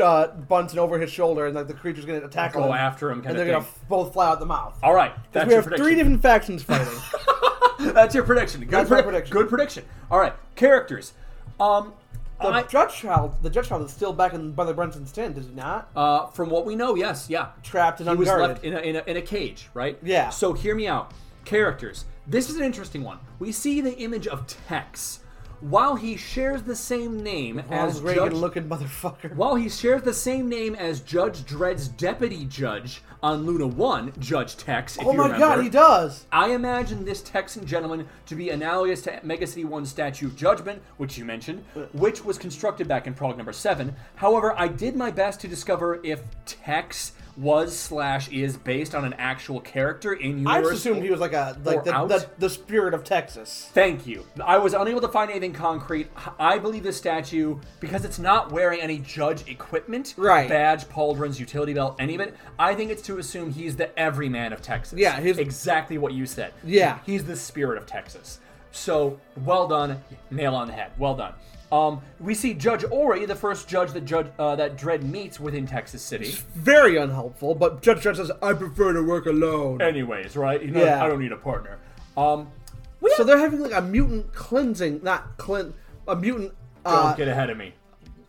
D: uh, Bunsen over his shoulder, and like the creature's gonna attack
C: Go
D: him,
C: after him,
D: and
C: kind
D: they're
C: of
D: gonna
C: thing.
D: f- both fly out the mouth.
C: All right, that's
D: we
C: your
D: have
C: prediction.
D: three different factions fighting.
C: That's your prediction. Good
D: That's my
C: predi-
D: prediction.
C: Good prediction. All right, characters. Um,
D: The
C: I-
D: judge child, the judge child is still back in Brother Brunson's tent, is he not?
C: uh, from what we know, yes, yeah,
D: Trapped and
C: he was
D: unguarded.
C: left in a, in a in a cage, right?
D: Yeah.
C: So hear me out. Characters. This is an interesting one. We see the image of Tex. While he shares the same name as
D: Ronald Reagan
C: Judge
D: looking motherfucker.
C: While he shares the same name as Judge Dredd's deputy judge on Luna 1, Judge Tex, if
D: Oh
C: you
D: my
C: remember.
D: god, he does.
C: I imagine this Texan gentleman to be analogous to Mega City 1's Statue of Judgment, which you mentioned, which was constructed back in Prog number 7. However, I did my best to discover if Tex was slash is based on an actual character in
D: I
C: universe.
D: just assumed he was like a
C: or
D: like the,
C: out?
D: the, the spirit of Texas.
C: Thank you. I was unable to find anything concrete. I believe this statue, because it's not wearing any judge equipment,
D: Right.
C: badge, pauldrons, utility belt, any of it, I think it's to assume he's the everyman of Texas.
D: Yeah, he's-
C: exactly what you said.
D: Yeah.
C: He's the spirit of Texas. So, well done. Nail on the head. Well done. Um, we see Judge Ori, the first judge that judge uh, that Dredd meets within Texas City.
D: Very unhelpful, but Judge Dredd says, "I prefer to work alone."
C: Anyways, right? You know,
D: Yeah.
C: I don't need a partner. Um, we
D: so they're having like a mutant cleansing, not clean, a mutant.
C: don't
D: Uh,
C: get ahead of me.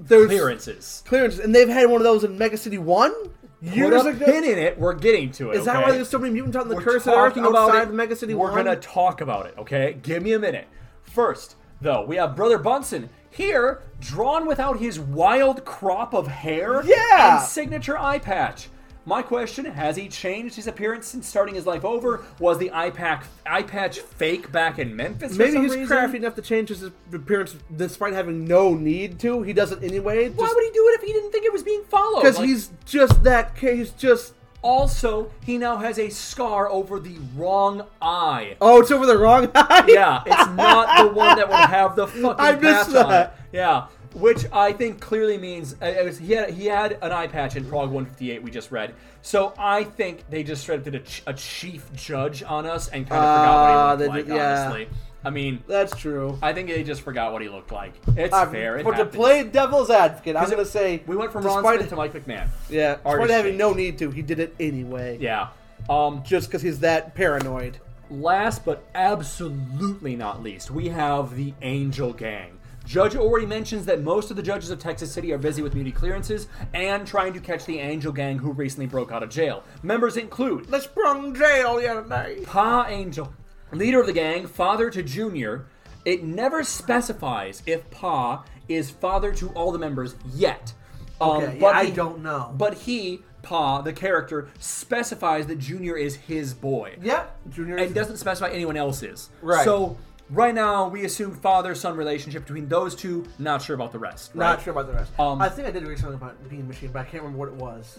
D: there's
C: Clearances.
D: clearances, and they've had one of those in Mega City One
C: Put
D: years
C: a
D: ago.
C: pin in it. We're getting to it.
D: Is that
C: okay?
D: why there's so many mutants out in the
C: We're
D: Cursed Earth
C: talking about
D: outside
C: it.
D: of Mega City
C: We're
D: One?
C: gonna talk about it. Okay, give me a minute. First, though, we have Brother Bunsen. Here, drawn without his wild crop of hair
E: Yeah.
C: and signature eye patch. My question, has he changed his appearance since starting his life over? Was the eye, pack, eye patch fake back in Memphis for
D: Maybe
C: some
D: he's
C: reason?
D: crafty enough to change his appearance despite having no need to. He does it anyway.
C: Why would he do it if he didn't think it was being followed?
D: Because
C: Like,
D: he's just that. ca- He's just.
C: also he now has a scar over the wrong eye.
D: Oh, it's over the wrong eye.
C: Yeah, it's not the one that would have the fucking
D: I missed
C: patch on it.
D: that.
C: Yeah, which I think clearly means uh, it was- he had he had an eye patch in Prague 158 we just read. So I think they just straight up did a, ch- a chief judge on us and kind of
D: Ah,
C: forgot what he
D: they
C: looked
D: did-
C: like.
D: yeah.
C: Honestly, I mean,
D: That's true.
C: I think they just forgot what he looked like. It's
D: I'm-
C: fair. It
D: Uh, but
C: happens.
D: to play devil's advocate, I'm
C: it-
D: going to say
C: we went from Ron
D: despite,
C: Smith to Mike McMahon.
D: yeah, despite
C: artist
D: having
C: change.
D: no need to, he did it anyway.
C: Yeah. Um,
D: Just because he's that paranoid.
C: last but absolutely not least, we have the Angel Gang. Judge already mentions that most of the judges of Texas City are busy with beauty clearances and trying to catch the Angel Gang who recently broke out of jail. Members include
D: Let's sprung jail the other night.
C: Pa Angel, leader of the gang, father to Junior. It never specifies if Pa is father to all the members yet. Um,
D: Okay, yeah, I don't know.
C: But he, Pa, the character, specifies that Junior is his boy
D: Yep. Junior.
C: and doesn't specify anyone else's.
D: Right.
C: So right now we assume father son relationship between those two. Not sure about the rest. Right?
D: Not sure about the rest.
C: Um,
D: I think I did read something about Bean Machine, but I can't remember what it was.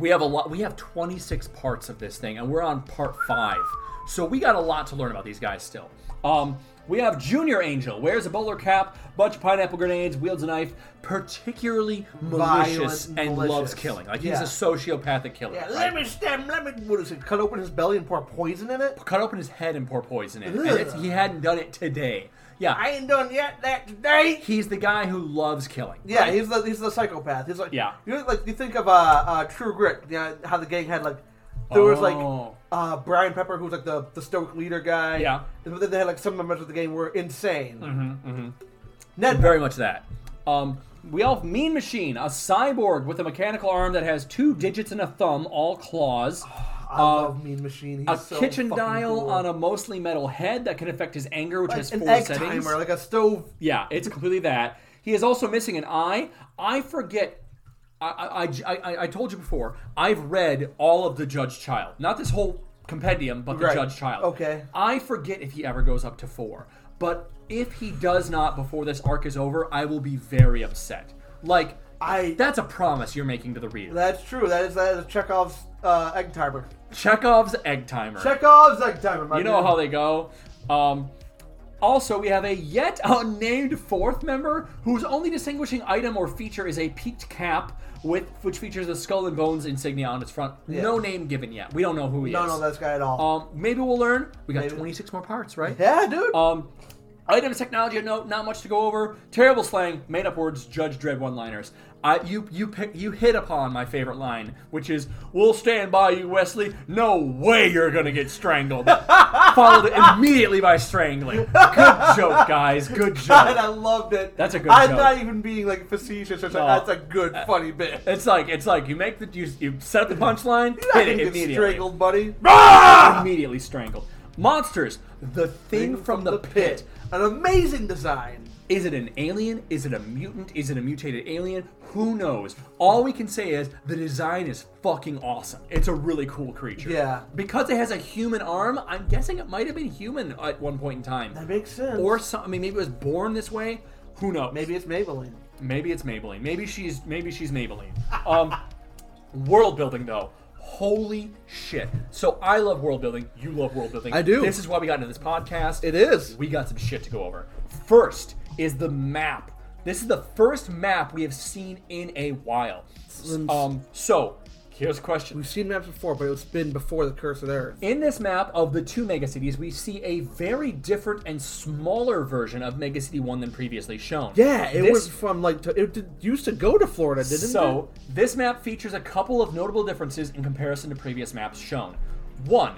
C: We have a lot. We have 26 parts of this thing, and we're on part five. So we got a lot to learn about these guys still. Um, we have Junior Angel wears a bowler cap, bunch of pineapple grenades, wields a knife, particularly malicious
D: Violent,
C: and
D: malicious.
C: loves killing. Like he's
D: Yeah.
C: a sociopathic killer.
D: Yeah,
C: right?
D: let me stem, let me. What is it? Cut open his belly and pour poison in it?
C: Cut open his head and pour poison in. it.
D: Ugh.
C: And it's, he hadn't done it today. Yeah,
D: I ain't done yet that today.
C: he's the guy who loves killing.
D: Yeah,
C: right?
D: he's the he's the psychopath. He's like
C: Yeah.
D: You know, like you think of uh, uh True Grit, you know, how the gang had like there was like
C: Oh.
D: uh Brian Pepper who was like the the stoic leader guy.
C: Yeah.
D: And then they had like some members of the gang were insane. Mm-hmm, mm-hmm. Ned
C: Very much that. Um, we have Mean Machine, a cyborg with a mechanical arm that has two digits and a thumb, all claws.
D: I love Mean Machine. He's
C: Uh, A
D: Oh, so
C: kitchen
D: fucking
C: dial
D: cool.
C: on a mostly metal head that can affect his anger, which has
D: like, an
C: four
D: egg
C: settings.
D: timer, like a stove
C: Yeah, it's completely that. He is also missing an eye. I forget. I, I, I, I- I told you before. I've read all of the Judge Child, not this whole compendium, but the
D: Right.
C: Judge Child.
D: Okay.
C: I forget if he ever goes up to four, but if he does not before this arc is over, I will be very upset. Like
D: I-
C: that's a promise you're making to the reader.
D: That's true. That is that is Chekhov's uh, egg timer.
C: Chekhov's egg timer.
D: Chekhov's egg timer. My
C: You know
D: dude.
C: how they go. Um, also, we have a yet unnamed fourth member whose only distinguishing item or feature is a peaked cap with which features a skull and bones insignia on its front. No name given yet. We don't know who he
D: don't
C: is.
D: know this guy at all.
C: Um, maybe we'll learn. We got
D: Maybe.
C: 26 more parts, right?
D: yeah, dude.
C: Um, items, technology, no, not much to go over. Terrible slang, made-up words, Judge Dread one-liners. I, you you pick, you hit upon my favorite line, which is "We'll stand by you, Wesley. No way you're gonna get strangled." Followed immediately by strangling. Good joke, guys. Good
D: God, I
C: joke.
D: loved it.
C: That's a good
D: I'm
C: joke.
D: not even being like facetious or something.
C: No. Uh,
D: That's a good, funny bit.
C: It's like it's like you make the you, you set up the punchline,
D: I
C: hit it
D: didn't get
C: immediately.
D: strangled, buddy.
C: Immediately strangled. Monsters, the thing, from, the, pit.
D: An amazing design.
C: Is it an alien? Is it a mutant? Is it a mutated alien? Who knows? All we can say is the design is fucking awesome. It's a really cool creature.
D: Yeah.
C: Because it has a human arm, I'm guessing it might have been human at one point in time.
D: That makes sense.
C: or some, I mean, maybe it was born this way. Who knows?
D: maybe it's Maybelline.
C: Maybe it's Maybelline. Maybe she's maybe she's Maybelline. Um, world building though. Holy shit. So I love world building. You love world building.
D: I do.
C: This is why we got into this podcast.
D: It is.
C: We got some shit to go over. First is the map. This is the first map we have seen in a while. Um, so here's a question.
D: We've seen maps before, but it's been before the Curse of Earth.
C: In this map of the two megacities, we see a very different and smaller version of Megacity 1 than previously shown.
D: Yeah, it
C: This-
D: was from like to, it did, used to go to Florida, didn't it?
C: so, this map features a couple of notable differences in comparison to previous maps shown. One,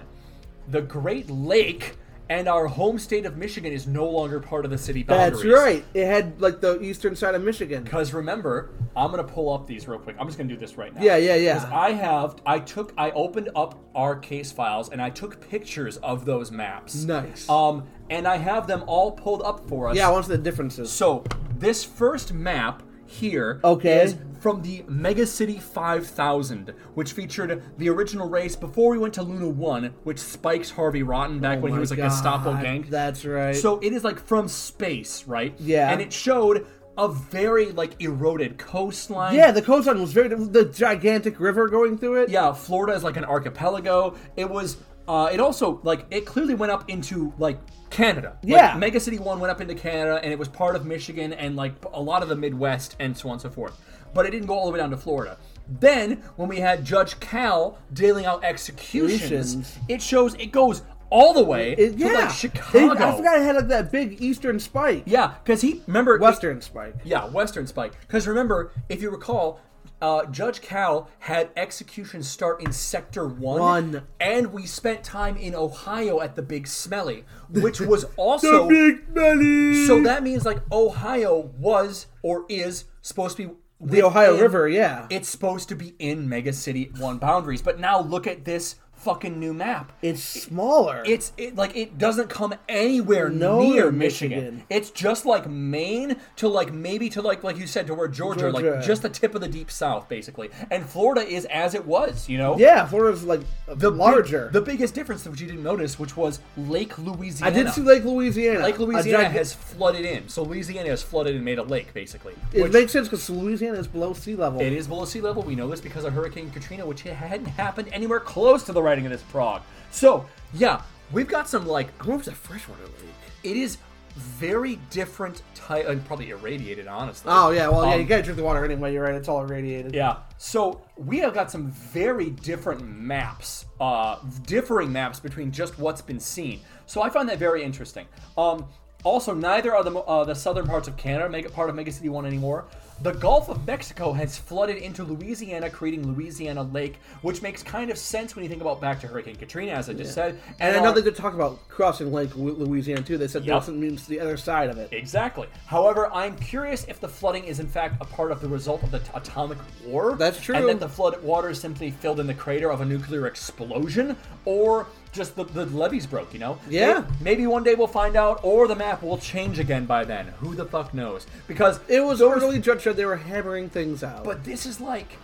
C: the Great Lake and our home state of Michigan is no longer part of the city boundaries.
D: That's right. It had like the eastern side of Michigan.
C: Because remember, I'm gonna pull up these real quick. I'm just gonna do this right now.
D: Yeah, yeah, yeah.
C: 'Cause I have, I took, I opened up our case files and I took pictures of those maps.
D: Nice.
C: Um, and I have them all pulled up for us.
D: yeah, I want to see the differences.
C: So This first map here
D: Okay.
C: is from the Mega City 5000, which featured the original race before we went to Luna 1, which spikes Harvey Rotten back when he
D: Oh my
C: was a Gestapo
D: God,
C: gang.
D: That's right.
C: So it is like from space, right?
D: Yeah.
C: And it showed a very like eroded coastline.
D: yeah, the coastline was very the gigantic river going through it.
C: Yeah, Florida is like an archipelago. It was. Uh, it also like it clearly went up into like Canada. Like,
D: Yeah.
C: Mega City One went up into Canada, and it was part of Michigan and like a lot of the Midwest and so on and so forth. But it didn't go all the way down to Florida. Then when we had Judge Cal dealing out executions,
D: Executions.
C: it shows it goes all the way
D: It-
C: to
D: yeah.
C: like
D: It-
C: Chicago.
D: I forgot it had like, that big eastern spike.
C: Yeah, because he remember
D: Western spike.
C: yeah, Western Spike. Because remember, if you recall, uh, Judge Cal had execution start in Sector 1.
D: One.
C: And we spent time in Ohio at the Big Smelly, which was also.
D: belly.
C: so that means, like, Ohio was or is supposed to be.
D: The Ohio
C: within-
D: River, yeah.
C: It's supposed to be in Mega City 1 boundaries. But now look at this fucking new map.
D: it's smaller.
C: It's it, like it doesn't come anywhere
D: Nowhere
C: near
D: in
C: Michigan.
D: Michigan.
C: It's just like Maine to like maybe to like like you said to where Georgia, like
D: Georgia.
C: just the tip of the deep south basically. And Florida is as it was, you know.
D: yeah, Florida's like
C: The big-
D: larger.
C: the biggest difference which you didn't notice, which was Lake Louisiana.
D: I did see Lake Louisiana.
C: Lake
D: A
C: Louisiana
D: giga-
C: has flooded in, so Louisiana has flooded and made a lake basically.
D: It
C: which-
D: makes sense because Louisiana is below sea level.
C: It is below sea level. We know this because of Hurricane Katrina, which hadn't happened anywhere close to the writing of this prog. So, yeah, we've got some like
D: Where was the freshwater lake?
C: it is very different type and probably irradiated honestly
D: Oh yeah, well yeah,
C: Um,
D: you gotta drink the water anyway. You're right. It's all irradiated.
C: yeah so we have got some very different maps uh differing maps between just what's been seen so i find that very interesting um also neither are the mo- uh, the southern parts of canada make it part of mega city 1 anymore the gulf of mexico has flooded into louisiana creating louisiana lake which makes kind of sense when you think about back to hurricane katrina as i just said
D: And I know
C: our-
D: they did talk about crossing Lake Lu- Louisiana too. They said
C: Yep.
D: Nelson means the other side of it.
C: Exactly. However, I'm curious if the flooding is in fact a part of the result of the t- atomic war.
D: That's true.
C: And that the flood water simply filled in the crater of a nuclear explosion, or just the, the levees broke, you know?
D: Yeah.
C: May- Maybe one day we'll find out, or the map will change again by then. Who the fuck knows? Because
D: It was early judge said they were hammering things out.
C: but this is like,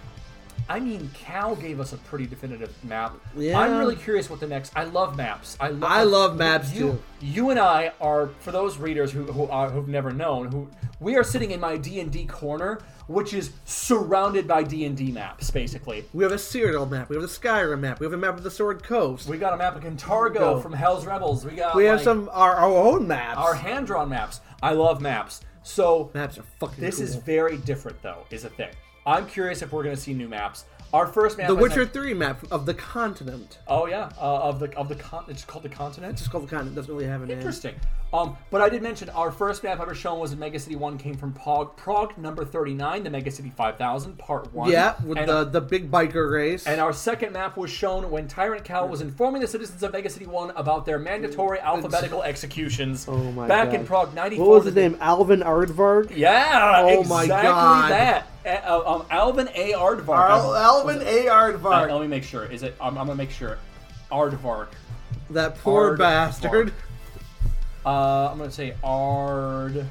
C: I mean, Cal gave us a pretty definitive map.
D: Yeah.
C: I'm really curious what the next. I love maps. I love.
D: I love maps,
C: you,
D: too.
C: You and I are for those readers who who are, who've never known who we are sitting in my D and D corner, which is surrounded by D and D maps, basically.
D: we have a Cyrodiil map. We have the Skyrim map. We have a map of the Sword Coast.
C: We got a map of Cantargo
D: Go.
C: from Hell's Rebels. We got
D: We have
C: like,
D: some our, our own maps.
C: our hand drawn maps. I love maps. So
D: maps are fucking.
C: this
D: cool.
C: is very different, though, is a thing. I'm curious if we're gonna see new maps. Our first map.
D: the
C: as I-
D: Witcher Three map of the continent.
C: Oh yeah, uh, of the of the con- it's called the continent.
D: It's just called the continent. Doesn't really have an name.
C: Interesting. Um, but I did mention our first map ever shown was in Mega City One. Came from Pog, Prague number thirty nine, the Mega City five thousand, part one.
D: Yeah, with
C: and,
D: the the big biker race.
C: and our second map was shown when Tyrant Cal was informing the citizens of Mega City One about their mandatory alphabetical executions. Oh
D: my
C: Back
D: God.
C: in Prague ninety four.
D: what was his name? Alvin Aardvark.
C: Yeah.
D: Oh
C: exactly
D: my God.
C: That. Uh, um, Alvin A. Aardvark.
F: Al- Alvin A.
C: Uh,
F: Aardvark.
C: let me make sure. Is it? I'm, I'm gonna make sure. Aardvark.
D: That poor
C: Aardvark.
D: bastard.
C: Uh, I'm gonna say Ard.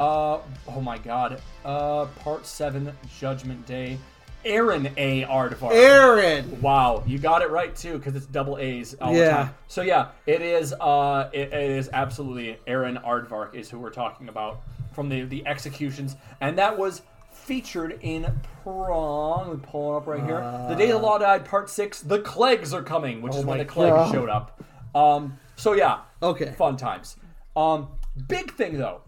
C: Uh, oh my God. Uh, Part Seven, Judgment Day. Aaron A. Ardvar.
D: Aaron.
C: Wow, you got it right too, because it's double A's all the
D: Yeah.
C: time. So yeah, it is. Uh, it, it is absolutely Aaron Aardvark is who we're talking about from the the executions, and that was featured in Prong. We pull it up right here. the Day the Law Died, Part Six. The Clegs are coming, which is when the Clegs
D: Ah. Oh God.
C: showed up. Um, so yeah,
D: Okay.
C: fun times. Um, big thing though,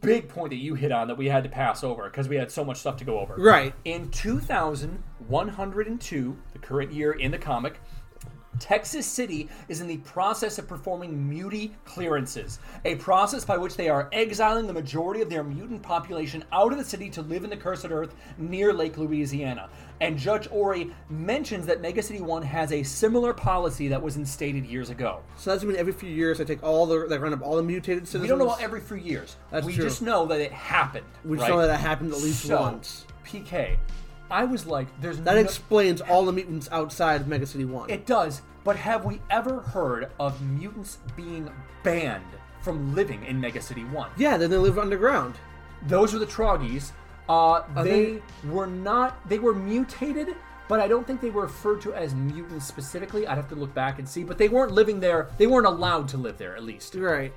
C: big point that you hit on that we had to pass over because we had so much stuff to go over.
D: Right.
C: In 2102, the current year in the comic, Texas City is in the process of performing muti clearances, a process by which they are exiling the majority of their mutant population out of the city to live in the cursed earth near Lake Louisiana. And Judge Ori mentions that Mega City 1 has a similar policy that was instated years ago.
D: So that's been every few years. They take all the they run up all the mutated citizens.
C: We don't know about every few years.
D: That's
C: we
D: true.
C: just know that it happened.
D: We
C: right?
D: saw that it happened at least
C: So,
D: once.
C: PK, I was like, there's
D: That
C: no.
D: explains all the mutants outside of Mega City One.
C: it does, but have we ever heard of mutants being banned from living in Mega City 1.
D: Yeah, then they live underground.
C: Those were the Troggies. Uh, they
D: they-
C: were not, they were mutated, but I don't think they were referred to as mutants specifically. I'd have to look back and see, but they weren't living there. They weren't allowed to live there, at least.
D: Right.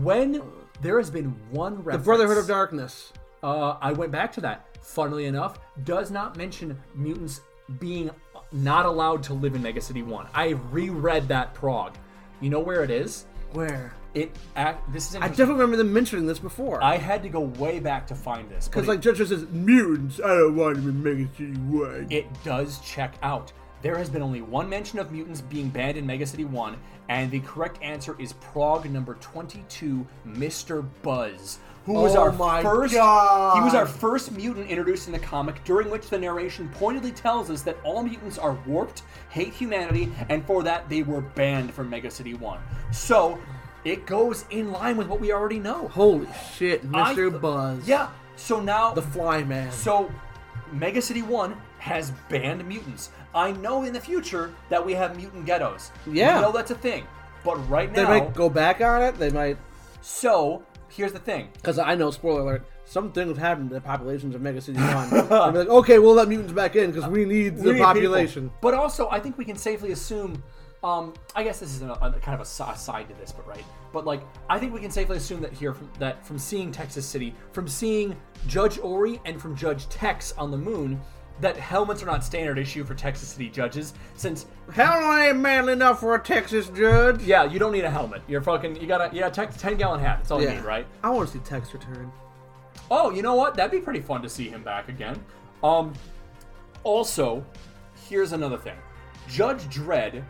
C: When there has been one
D: The
C: reference.
D: Brotherhood of Darkness.
C: Uh, I went back to that. Funnily enough, does not mention mutants being not allowed to live in Mega City 1. I reread that prog. You know where it is?
D: Where?
C: It act, this is
D: I
C: interesting.
D: definitely remember them mentioning this before.
C: I had to go way back to find this
D: Because
C: because
D: like Judge says, mutants. I don't want to be Mega City One.
C: it does check out. There has been only one mention of mutants being banned in Mega City 1, and the correct answer is prog number 22, Mr. Buzz, who was
D: Oh
C: our
D: my
C: first
D: God.
C: he was our first mutant introduced in the comic, during which the narration pointedly tells us that all mutants are warped, hate humanity, and for that they were banned from Mega City 1. So, it goes in line with what we already know.
D: Holy shit,
C: I
D: Mr.
C: th-
D: Buzz.
C: Yeah. So now
D: The Fly Man.
C: so, Mega City 1 has banned mutants. I know in the future that we have mutant ghettos.
D: Yeah.
C: We know that's a thing. But right
D: they
C: now,
D: might go back on it. They might,
C: so here's the thing.
D: because I know. Spoiler alert. Some things have happened to the populations of Mega City One. They'll be like, okay, we'll let mutants back in because we need the
C: We need people.
D: population.
C: But also, I think we can safely assume. Um, I guess this is an, a kind of a si- side to this, but right. But like, I think we can safely assume that here, from, that from seeing Texas City, from seeing Judge Ori, and from Judge Tex on the moon, that helmets are not standard issue for Texas City judges, since
D: Hell, I ain't manly enough for a Texas judge.
C: Yeah, you don't need a helmet. You're fucking. You gotta. Yeah, tech, ten gallon hat. That's all you need, right?
D: I want to see Tex return.
C: Oh, you know what? That'd be pretty fun to see him back again. Um, also, here's another thing. Judge Dredd,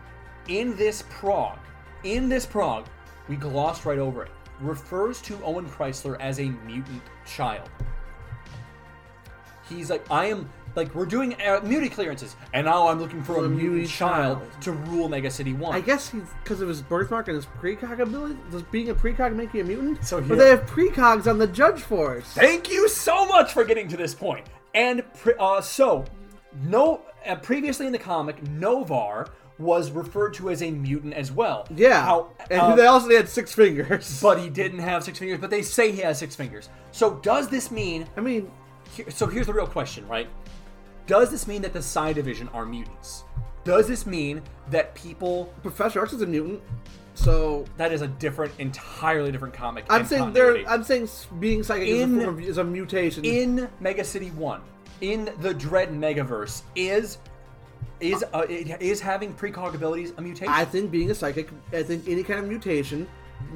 C: in this prog, in this prog, we glossed right over it. Refers to Owen Chrysler as a mutant child. He's like, I am like we're doing uh, mutant clearances, and now I'm looking for a, mutant,
D: mutant
C: child,
D: child.
C: to rule Mega City One.
D: I guess he's because of his birthmark and his precog ability. Does being a precog make you a mutant?
C: So here-
D: but they have precogs on the Judge Force.
C: Thank you so much for getting to this point. And pre- uh, so, no, uh, previously in the comic, Novar was referred to as a mutant as well.
D: Yeah,
C: How,
D: and
C: um,
D: they also they had six fingers.
C: but he didn't have six fingers. But they say he has six fingers. So does this mean?
D: I mean,
C: here- So here's the real question, right? Does this mean that the Psi Division are mutants? Does this mean that people?
D: Professor X is a mutant, so
C: That is a different, entirely different comic.
D: I'm
C: and
D: saying
C: continuity.
D: they're. I'm saying s- being psychic is, a
C: In-
D: form of, is a mutation.
C: in Mega City One, in the Dread Megaverse, is is uh, it- is having precog abilities a mutation?
D: I think being a psychic. I think any kind of mutation,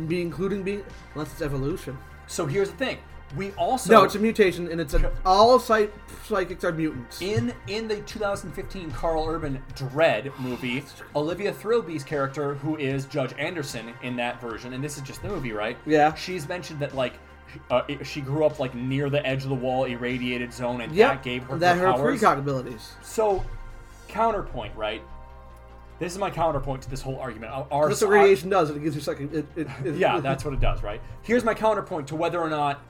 D: be including being unless it's evolution.
C: so here's the thing: we also
D: No, it's a mutation, and it's a all psych, psychics are mutants.
C: in in the 2015 Carl Urban Dread movie, Olivia Thrillby's character, who is Judge Anderson in that version, and this is just the movie, right?
D: Yeah.
C: She's mentioned that like. Uh, it- she grew up like near the edge of the wall, irradiated zone, and
D: Yep,
C: that gave her
D: that
C: her
D: her
C: powers.
D: precog abilities.
C: So, counterpoint, right? This is my counterpoint to this whole argument. Our- our-
D: That's what radiation does. It gives you psychic. It, it, it,
C: yeah, that's what it does, right? Here's my counterpoint to whether or not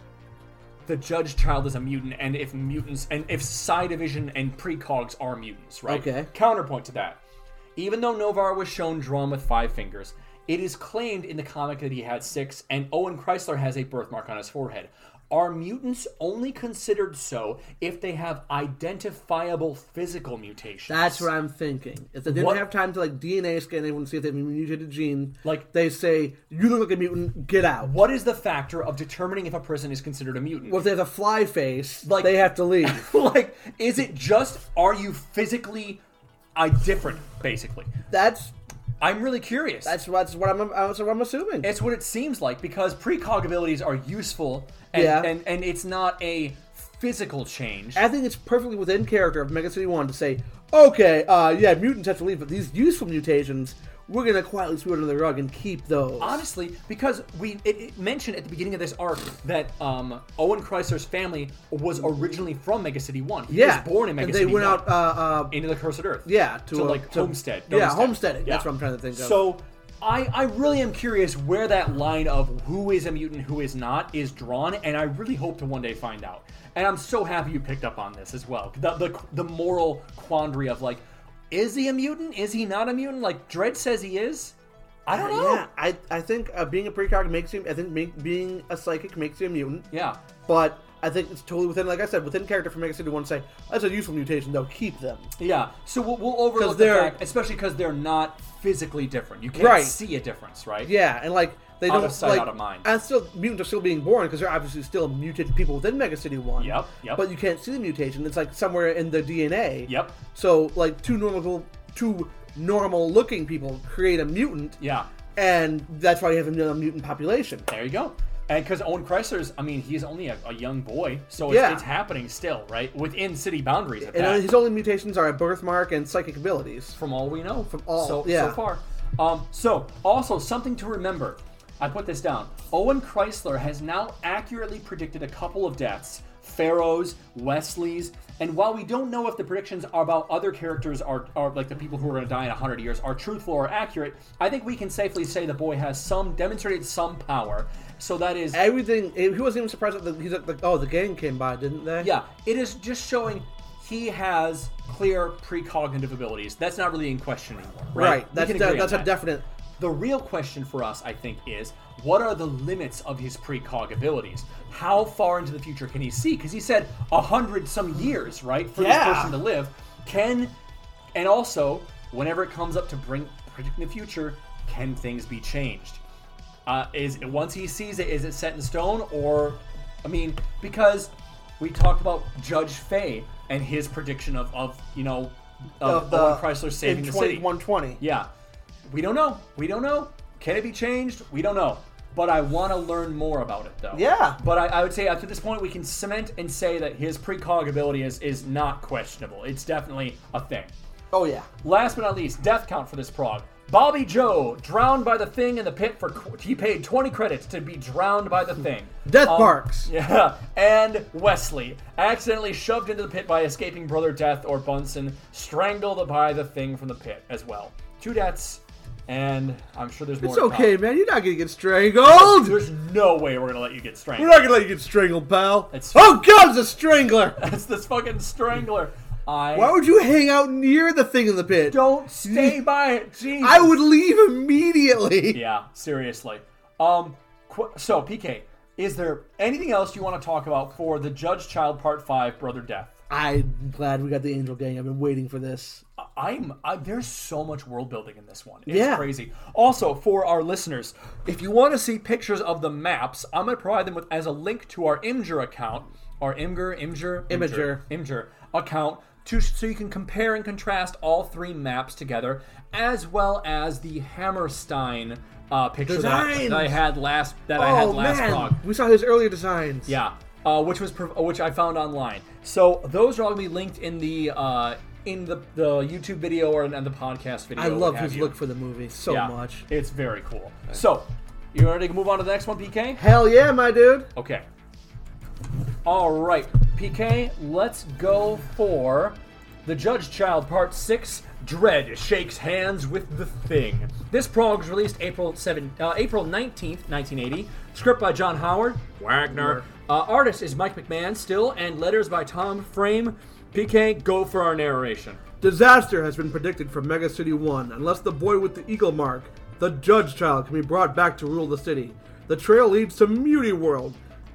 C: the judge child is a mutant, and if mutants, and if Psi Division and precogs are mutants, right?
D: Okay.
C: Counterpoint to that. Even though Novar was shown drawn with five fingers, it is claimed in the comic that he had six, and Owen Chrysler has a birthmark on his forehead. Are mutants only considered so if they have identifiable physical mutations?
D: That's what I'm thinking. If they didn't
C: What-
D: have time to like DNA scan anyone to see if they have a mutated gene,
C: Like-
D: they say, you look like a mutant, get out.
C: What is the factor of determining if a person is considered a mutant?
D: Well, if they have a fly face,
C: Like-
D: they have to leave.
C: like, is it just are you physically uh, different? Basically,
D: that's
C: I'm really curious.
D: that's that's what I'm that's what I'm assuming.
C: it's what it seems like because precog abilities are useful, and
D: Yeah.
C: and, and it's not a physical change.
D: I think it's perfectly within character of Mega City One to say, okay, uh, yeah, mutants have to leave, but these useful mutations, we're gonna quietly sweep under the rug and keep those.
C: Honestly, because we it, it mentioned at the beginning of this arc that um, Owen Chrysler's family was originally from Mega City One. He
D: yeah,
C: was born in Mega
D: and they
C: City
D: went
C: One
D: out. Uh, uh,
C: into the Cursed Earth.
D: yeah, to,
C: to
D: a-
C: like
D: to-
C: homestead.
D: Yeah, homesteading. That's what I'm trying to think of.
C: So I, I really am curious where that line of who is a mutant, who is not, is drawn, and I really hope to one day find out. And I'm so happy you picked up on this as well. The the, the moral quandary of like, is he a mutant? Is he not a mutant? Like Dredd says he is. I don't know.
D: Uh, Yeah, I, I think uh, being a precog makes you. I think make, being a psychic makes you a mutant.
C: Yeah.
D: But I think it's totally within, like I said, within character for Mega City One to say that's a useful mutation. Though keep them.
C: Yeah, so we'll, we'll overlook
D: 'Cause
C: the
D: they're-
C: fact, especially because they're not physically different. You can't
D: Right.
C: see a difference, right?
D: Yeah, and like they
C: Out
D: don't
C: of sight,
D: like,
C: out of mind.
D: And still, mutants are still being born because they're obviously still mutated people within Mega City One.
C: Yep, yep.
D: But you can't see the mutation. It's like somewhere in the DNA.
C: Yep.
D: So like two normal, two normal looking people create a mutant.
C: Yeah.
D: And that's why you have another mutant population.
C: There you go. And because Owen Chrysler's, I mean, he's only a, a young boy, so it's,
D: Yeah.
C: it's happening still, right? Within city boundaries. At
D: And
C: that.
D: his only mutations are a birthmark and psychic abilities.
C: from all we know from
D: all-
C: so, so
D: yeah.
C: far um, so also something to remember i put this down owen chrysler has now accurately predicted a couple of deaths pharaoh's wesley's and while we don't know if the predictions are about other characters are, are like the people who are going to die in 100 years are truthful or accurate i think we can safely say the boy has some demonstrated some power so that is
D: Everything. He wasn't even surprised that the, he's like, oh, the gang came by, didn't they?
C: yeah, it is just showing he has clear precognitive abilities. That's not really in question anymore. Right.
D: Right.
C: We
D: That's
C: can
D: de-
C: agree on
D: that's a
C: that.
D: definite.
C: The real question for us, I think, is what are the limits of his precog abilities? How far into the future can he see? Because he said a hundred some years, right, for
D: Yeah.
C: this person to live. Can and also whenever it comes up to bring predicting the future, can things be changed? Uh, is once he sees it, is it set in stone, or I mean, because we talked about Judge Faye and his prediction of, of you know, of
D: Of
C: Owen
D: the-
C: Chrysler saving
D: in
C: the
D: 20
C: city.
D: 120.
C: Yeah. We don't know. We don't know. Can it be changed? We don't know. But I want to learn more about it, though.
D: Yeah.
C: But I, I would say up to this point, we can cement and say that his precog ability is, is not questionable. It's definitely a thing.
D: Oh yeah.
C: Last but not least, death count for this prog. Bobby Joe drowned by the thing in the pit for qu- he paid 20 credits to be drowned by the thing. Um,
D: Death marks.
C: Yeah, and Wesley accidentally shoved into the pit by escaping brother Death or Bunsen, strangled by the thing from the pit as well. Two deaths, and I'm sure there's more.
D: It's
C: to come.
D: okay, man. You're not gonna get strangled.
C: There's no way we're gonna let you get strangled.
D: We're not gonna let you get strangled, pal.
C: It's-
D: oh God, it's a strangler.
C: It's this fucking strangler. I
D: Why would you hang out near the thing in the pit?
C: don't stay by it. Jesus.
D: I would leave immediately.
C: Yeah, seriously. Um, qu- so PK, is there anything else you want to talk about for the Judge Child Part Five, Brother Death?
D: I'm glad we got the Angel Gang. I've been waiting for this.
C: I'm I, there's so much world building in this one. It's
D: Yeah.
C: crazy. Also, for our listeners, if you want to see pictures of the maps, I'm gonna provide them with as a link to our Imgur account, our Imgur Imgur
D: Imager.
C: Imgur account. To, so you can compare and contrast all three maps together, as well as the Hammerstein uh, picture that,
D: Designs!
C: that I had last that I had
D: oh
C: last
D: man,
C: vlog.
D: we saw his earlier designs.
C: Yeah, uh, which was prov- which I found online. So those are all gonna be linked in the uh, in the, the YouTube video or in, and the podcast video.
D: I
C: what
D: love
C: have
D: his
C: you.
D: look for the movie so
C: Yeah,
D: much.
C: It's very cool. So you ready to move on to the next one, PK?
D: Hell yeah, my dude.
C: Okay. All right, PK. Let's go for the Judge Child Part Six. Dread shakes hands with the Thing. This prog was released April seven, uh, April nineteenth, nineteen eighty. Script by John Howard. Wagner. Uh, artist is Mike McMahon still, and letters by Tom Frame. PK, go for our narration.
D: Disaster has been predicted for Mega City 1 unless the boy with the eagle mark, the Judge Child, can be brought back to rule the city. The trail leads to Muty World,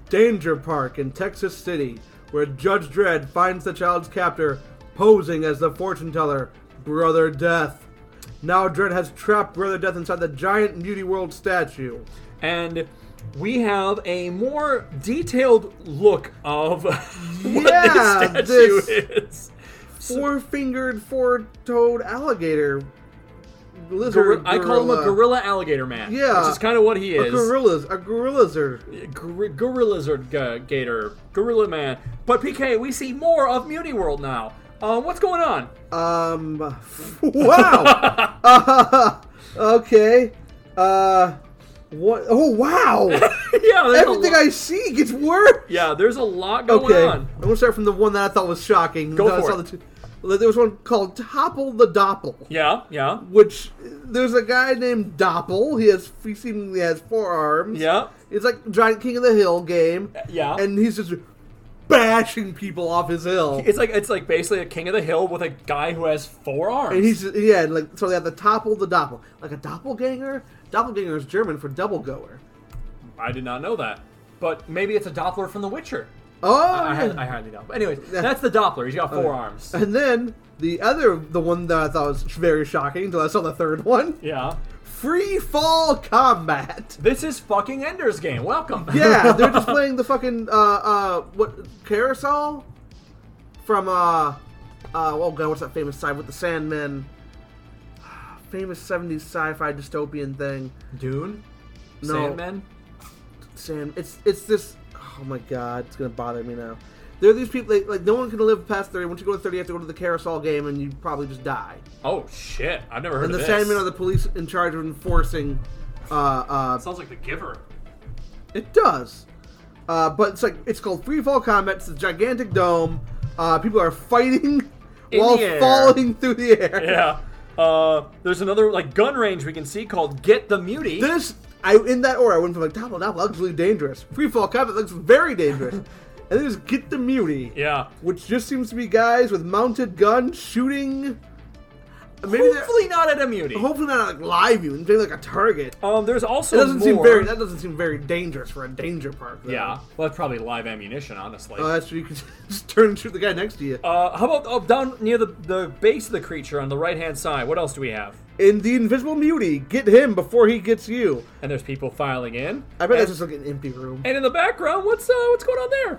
D: Danger Park in Texas City, where Judge Dredd finds the child's captor posing as the fortune teller, Brother Death. Now Dredd has trapped Brother Death inside the giant Muty World statue.
C: and we have a more detailed look of what
D: Yeah,
C: this statue
D: this-
C: is.
D: Four fingered, four toed alligator.
C: Gor-
D: Lizard
C: I call him a
D: gorilla.
C: gorilla alligator man.
D: Yeah.
C: which is kind of what he
D: A
C: is.
D: gorilla's a gorilla's are
C: Gor- gorilla lizard ga- gator, gorilla man. But PK, we see more of Muni World now. Uh, what's going on?
D: Um. Wow. uh, okay. Uh. What? Oh wow.
C: yeah, there's
D: Everything
C: a lot-
D: I see gets worse.
C: yeah, there's a lot going
D: Okay.
C: on.
D: I'm gonna start from the one that I thought was shocking.
C: Go
D: That I
C: for
D: saw
C: it.
D: the two- there was one called Topple the Doppel,
C: Yeah, yeah,
D: which there's a guy named Doppel. He has he seemingly has four arms.
C: yeah,
D: It's like Giant King of the Hill game.
C: yeah.
D: And he's just bashing people off his hill.
C: It's like it's like basically a king of the hill with a guy who has four arms.
D: And he's yeah, and like so they have the topple, the doppel, like a doppelganger. Doppelganger is German for double goer.
C: I did not know that, but maybe it's a Doppler from The Witcher.
D: Oh,
C: I, had- I hardly know. But anyways, that's the Doppler. He's got four arms.
D: and then the other, the one that I thought was very shocking until I saw the third one:
C: Yeah.
D: free fall combat.
C: This is fucking Ender's Game. Welcome.
D: Yeah, they're just playing the fucking uh uh what carousel from uh uh oh god, what's that famous side with the Sandman? Famous '70s sci-fi dystopian thing.
C: Dune.
D: No.
C: Sandman.
D: Sam, it's it's this. Oh my god, it's gonna bother me now. There are these people they, like no one can live past thirty. Once you go to thirty, you have to go to the carousel game, and you probably just die.
C: Oh shit! I've never heard
D: And
C: of
D: the
C: this.
D: Sandmen are the police in charge of enforcing. Uh, uh,
C: Sounds like The Giver.
D: it does, uh, but it's like it's called free fall combat. It's a gigantic dome. Uh, people are fighting
C: In
D: while
C: the air.
D: falling through the air.
C: Yeah. Uh, there's another like gun range we can see called Get the Mutie.
D: This, I in that order, I went from like Doppel Doppel looks really dangerous. Free fall combat looks very dangerous, and then just get the mutie.
C: yeah.
D: which just seems to be guys with mounted guns shooting. Maybe they're-
C: Hopefully not at a Mutie.
D: hopefully not like live you and doing like a target.
C: um, there's also
D: It doesn't
C: more.
D: seem very. That doesn't seem very dangerous for a danger park. Though.
C: yeah. Well, that's probably live ammunition, honestly.
D: Oh, that's where you can just turn and shoot the guy next to you.
C: Uh, how about oh, down near the, the base of the creature on the right hand side? What else do we have?
D: In the invisible mutie, get him before he gets you.
C: And there's people filing in.
D: I bet
C: and,
D: that's just like an empty room.
C: and in the background, what's uh, what's going on there?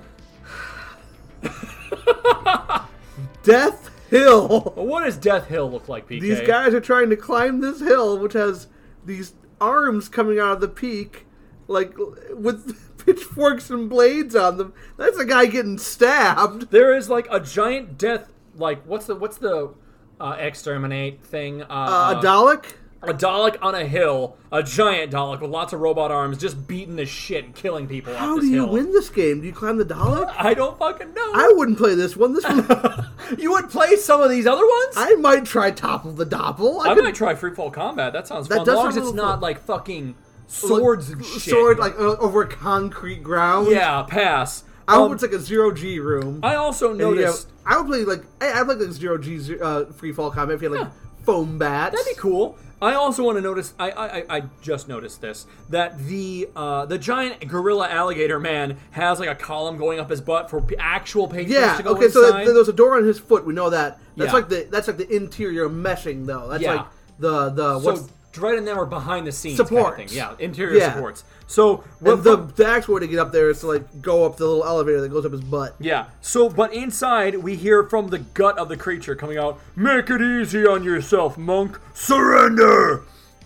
D: Death Hill.
C: What does Death Hill look like, PK?
D: These guys are trying to climb this hill, which has these arms coming out of the peak, like with pitchforks and blades on them. That's a guy getting stabbed.
C: There is like a giant death. Like what's the what's the uh, exterminate thing? Uh,
D: Uh, a Dalek?
C: a Dalek on a hill, a giant Dalek with lots of robot arms, just beating the shit and killing people.
D: How
C: off
D: do
C: this
D: you
C: hill.
D: win this game? Do you climb the Dalek?
C: I don't fucking know.
D: I wouldn't play this one. This one,
C: you would play some of these other ones.
D: I might try Topple the Doppel.
C: I
D: could-
C: might try free fall combat. That sounds
D: That
C: fun. As
D: does
C: long as
D: sound a
C: it's
D: little
C: not
D: fun.
C: like fucking swords and shit.
D: Sword like uh, over concrete ground.
C: yeah, pass.
D: I
C: Um,
D: would it's like a zero G room.
C: I also
D: And you have-
C: noticed
D: I would play like I, I like like zero G uh, free fall combat if you had like foam bats.
C: that'd be cool. I also want to notice. I, I I- I just noticed this that the uh, the giant gorilla alligator man has like a column going up his butt for p- actual patrons
D: Yeah.
C: to go
D: Okay. So
C: inside.
D: th- there's a door on his foot. We know that.
C: Yeah.
D: That's like the that's like the interior meshing though. That's
C: Yeah.
D: like the the
C: so
D: what's
C: Dredd and them are behind the scenes
D: Supports.
C: Kind of thing. Yeah, interior
D: Yeah.
C: supports. So
D: and
C: what
D: the, the actual way to get up there is to like go up the little elevator that goes up his butt.
C: Yeah. So, but inside, we hear from the gut of the creature coming out, Make it easy on yourself, monk. Surrender!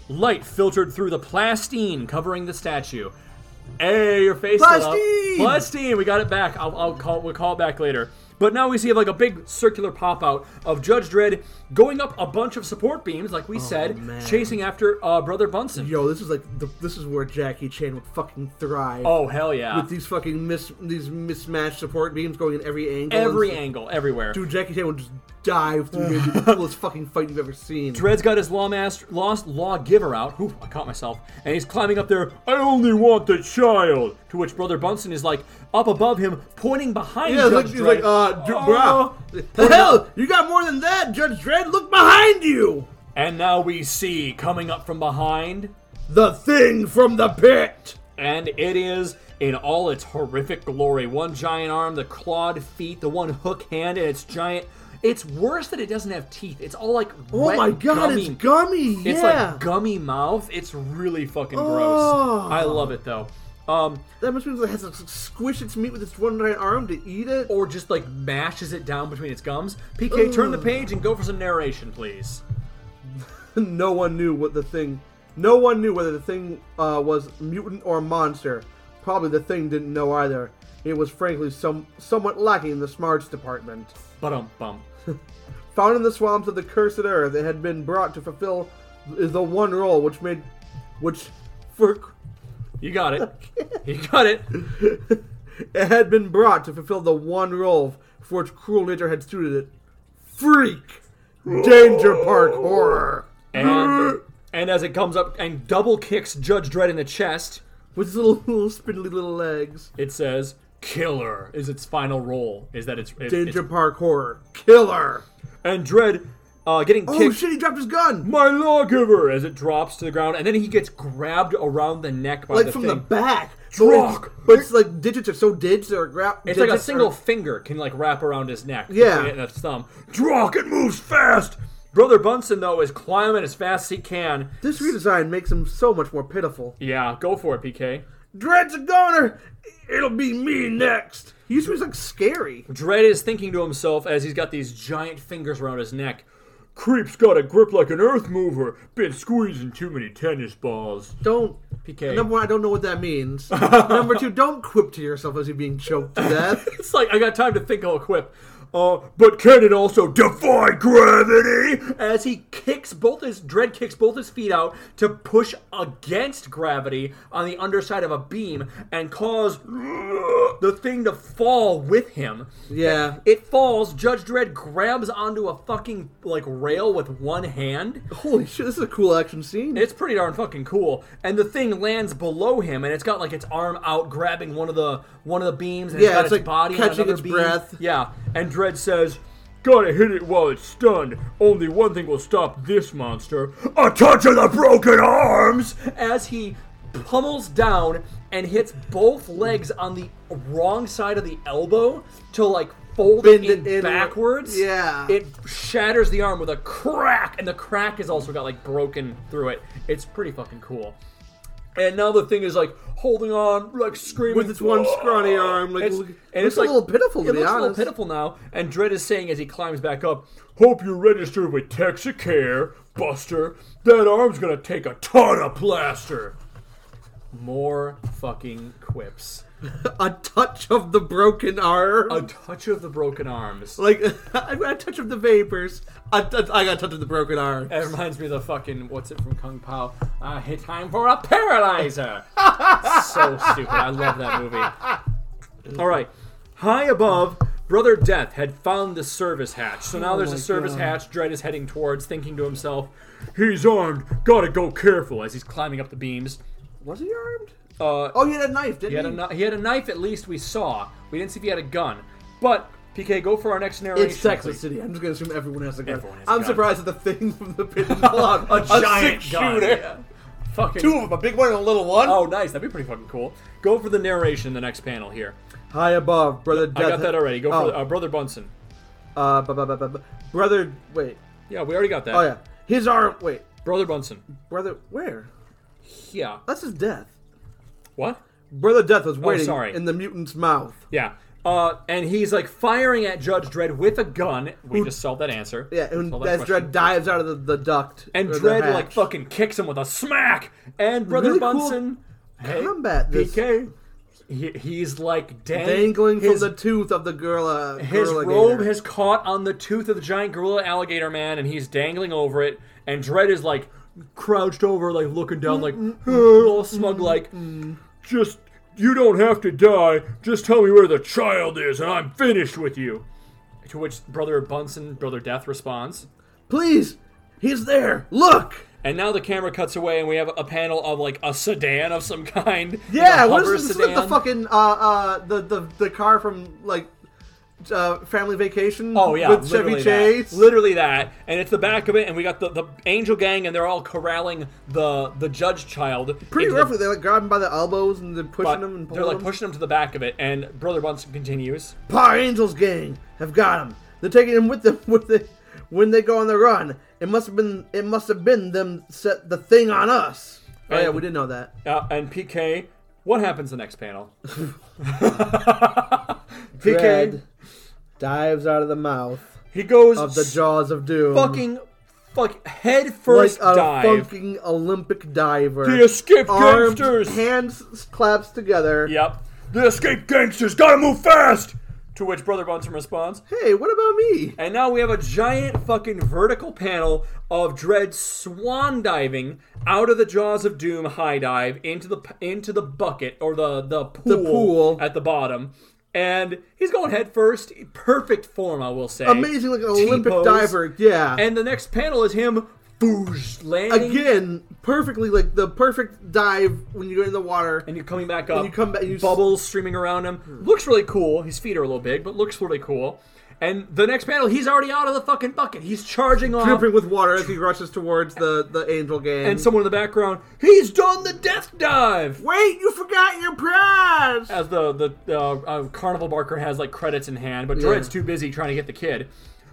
C: Light filtered through the plastine covering the statue. Hey, your face lit up.
D: Plastine!
C: Plastine! We got it back. I'll, I'll call. We'll call it back later. But now we see like a big circular pop out of Judge Dredd going up a bunch of support beams, like we said, chasing after uh, Brother Bunsen.
D: Oh, Yo, this is like the, this is where Jackie Chan would fucking thrive.
C: Oh hell yeah!
D: with these fucking mis these mismatched support beams going in every angle.
C: Every
D: and,
C: angle, everywhere.
D: dude, Jackie Chan would just dive through maybe the coolest fucking fight you've ever seen.
C: Dred's got his lawmaster, lost lawgiver out. Ooh, I caught myself. And he's climbing up there. I only want the child. To which Brother Bunsen is like up above him, pointing behind
D: yeah, it's like,
C: Judge
D: he's
C: Dredd.
D: like, uh, dude,
C: Oh.
D: bruh. hell, you got more than that, Judge Dredd. Look behind you.
C: And now we see coming up from behind,
D: The thing from the pit.
C: and it is in all its horrific glory. One giant arm, the clawed feet, the one hook hand, and its giant. It's worse that it doesn't have teeth. It's all like
D: Oh
C: wet,
D: my god,
C: gummy.
D: it's gummy. Yeah.
C: It's like gummy mouth. It's really fucking
D: Oh.
C: gross. I love it though. Um,
D: that must mean it has to squish its meat with its one right arm to eat it.
C: or just like mashes it down between its gums. PK, turn the page and go for some narration, please.
D: no one knew what the thing. No one knew whether the thing uh, was mutant or monster. Probably the thing didn't know either. It was frankly some somewhat lacking in the smarts department.
C: But um bum.
D: Found in the swamps of the cursed earth, it had been brought to fulfill the one role which made, which, for
C: You got it. You got it.
D: it had been brought to fulfill the one role for which cruel nature had suited it. Freak, danger park horror.
C: And and as it comes up and double kicks Judge Dredd in the chest,
D: With his little, little spindly little legs.
C: it says, killer is its final role. Is that it's, it-
B: Danger
C: it's
B: Park horror killer.
C: and Dread uh, getting
B: Oh
C: kicked.
B: shit! He dropped his gun.
C: My lawgiver as it drops to the ground, and then he gets grabbed around the neck by
B: Like
C: the
B: from
C: thing.
B: the back.
C: Drog.
B: But it's like digits are so digits or grab.
C: It's like a single finger can like wrap around his neck.
B: Yeah.
C: and a thumb. Drunk. It moves fast. Brother Bunsen though is climbing as fast as he can.
B: This redesign makes him so much more pitiful.
C: Yeah, go for it, PK.
B: Dread's a goner. It'll be me next. He used to be like scary.
C: Dread is thinking to himself as he's got these giant fingers around his neck. Creep's got a grip like an earth mover. Been squeezing too many tennis balls.
B: Don't.
C: PK.
B: Number one, I don't know what that means. Number two, don't quip to yourself as you're being choked to death.
C: It's like I got time to think. I'll quip. Uh, but can it also defy gravity? As he kicks both his dread kicks both his feet out to push against gravity on the underside of a beam and cause the thing to fall with him.
B: Yeah.
C: It falls. Judge Dredd grabs onto a fucking like rail with one hand.
B: Holy shit! This is a cool action scene.
C: It's pretty darn fucking cool. And the thing lands below him, and it's got like its arm out, grabbing one of the one of the beams. And
B: Yeah,
C: got
B: it's, like,
C: body on
B: catching
C: another
B: its
C: beam.
B: breath.
C: Yeah, and Dread says, "Gotta hit it while it's stunned. Only one thing will stop this monster: a touch of the broken arms." As he pummels down and hits both legs on the wrong side of the elbow to like fold
B: Bend
C: it in
B: it in.
C: backwards.
B: Yeah.
C: it shatters the arm with a crack, and the crack has also got like broken through it. It's pretty fucking cool. And now the thing is like holding on, like screaming
B: with its one scrawny arm. Like,
C: It's-
B: look,
C: and
B: looks
C: it's
B: a
C: like-
B: little pitiful to
C: it
B: be
C: looks a little
B: honest.
C: pitiful now. And Dredd is saying as he climbs back up, "Hope you're registered with Texacare, Buster. That arm's gonna take a ton of plaster." More fucking quips.
B: a touch of the broken arm.
C: A touch of the broken arms.
B: like I got a touch of the vapors. I tou- I got a touch of the broken arm.
C: That reminds me of the fucking what's it from Kung Pao? Uh, hit time for a paralyzer. so stupid. I love that movie. All right, high above, Brother Death had found the service hatch. So
B: Oh
C: now there's a service hatch. Dread is heading towards, thinking to himself, "He's armed. Gotta go careful." As he's climbing up the beams.
B: Was he armed?
C: Uh,
B: Oh, he had a knife, didn't
C: he
B: he?
C: had a kni- he had a knife. At least we saw. We didn't see if he had a gun. But PK, go for our next narration.
B: It's Texas
C: please.
B: City. I'm just gonna assume everyone has a gun.
C: Everyone has a
B: I'm
C: gun.
B: surprised that the thing from the pit is not a
C: giant
B: six
C: gun,
B: shooter.
C: yeah. Fucking
B: Two of them, a big one and a little one.
C: Oh, nice. That'd be pretty fucking cool. Go for the narration in the next panel here.
B: High above, brother. Death
C: I got that already. Go
B: oh,
C: for uh, Brother Bunsen.
B: uh, bu- bu- bu- bu- bu- brother. Wait.
C: Yeah, we already got that.
B: Oh yeah, his arm. Wait,
C: Brother Bunsen.
B: brother. Where?
C: Yeah.
B: That's his death.
C: What?
B: Brother Death was waiting
C: Oh, sorry.
B: in the mutant's mouth.
C: Yeah. Uh, and he's like firing at Judge Dredd with a gun. We just solved that answer.
B: Yeah, and
C: Solved that
B: as
C: question.
B: Dredd dives out of the, the duct.
C: And
B: or the
C: Dredd like
B: hatch.
C: fucking kicks him with a smack. And Brother
B: Really cool
C: Bunsen. hey,
B: combat, this-
C: PK. He, he's like dang,
B: dangling
C: his,
B: from the tooth of the gorilla.
C: His
B: gorilla
C: robe
B: gator.
C: has caught on the tooth of the giant gorilla alligator man, and he's dangling over it. And Dread is like crouched over, like looking down, like all smug, like just you don't have to die. Just tell me where the child is, and I'm finished with you. To which brother Bunsen, brother Death responds.
B: Please, he's there. Look.
C: And now the camera cuts away, and we have a panel of like a sedan of some kind.
B: Yeah,
C: Like a
B: what is
C: hover
B: this? This is like the
C: sedan.
B: fucking uh uh the the, the car from like uh, Family Vacation.
C: Oh yeah,
B: with Chevy
C: literally that.
B: Chase.
C: Literally that, and it's the back of it, and we got the, the Angel Gang, and they're all corralling the the Judge Child.
B: Pretty
C: into the-
B: roughly, they like grab him by the elbows and then pushing
C: but
B: him and pulling
C: they're like
B: him.
C: pushing him to the back of it, and Brother Bunsen continues.
B: Power Angels gang have got him. They're taking him with them with the, when they go on the run. It must have been it must have been them set the thing on us. Oh
C: Right.
B: yeah, we didn't know that.
C: Uh, and PK, what happens the next panel? PK,
B: Dread dives out of the mouth
C: he goes
B: of the jaws of doom.
C: fucking fuck head
B: like
C: first
B: a
C: dive.
B: fucking Olympic diver.
C: the escaped
B: Arms,
C: gangsters.
B: hands claps together.
C: yep, the escaped gangsters gotta move fast. To which Brother Bunsen responds,
B: Hey, what about me?
C: And now we have a giant fucking vertical panel of Dread swan diving out of the jaws of doom high dive into the into the bucket or the the pool,
B: pool.
C: at the bottom. And he's going head first. Perfect form, I will say.
B: Amazing, like an Olympic
C: T-pose.
B: diver. Yeah.
C: And the next panel is him boosh, landing,
B: Again, perfectly like the perfect dive when you go in the water.
C: and you're coming back up.
B: you come back- you- Hmm.
C: bubbles streaming around him. Looks really cool. His feet are a little big, but looks really cool. And the next panel, he's already out of the fucking bucket. He's charging off.
B: dripping with water as he rushes towards the the angel gang.
C: And someone in the background, he's done the death dive.
B: wait, you forgot your prize.
C: as the the uh, uh, carnival barker has like credits in hand, but Dread's too busy trying to get the kid.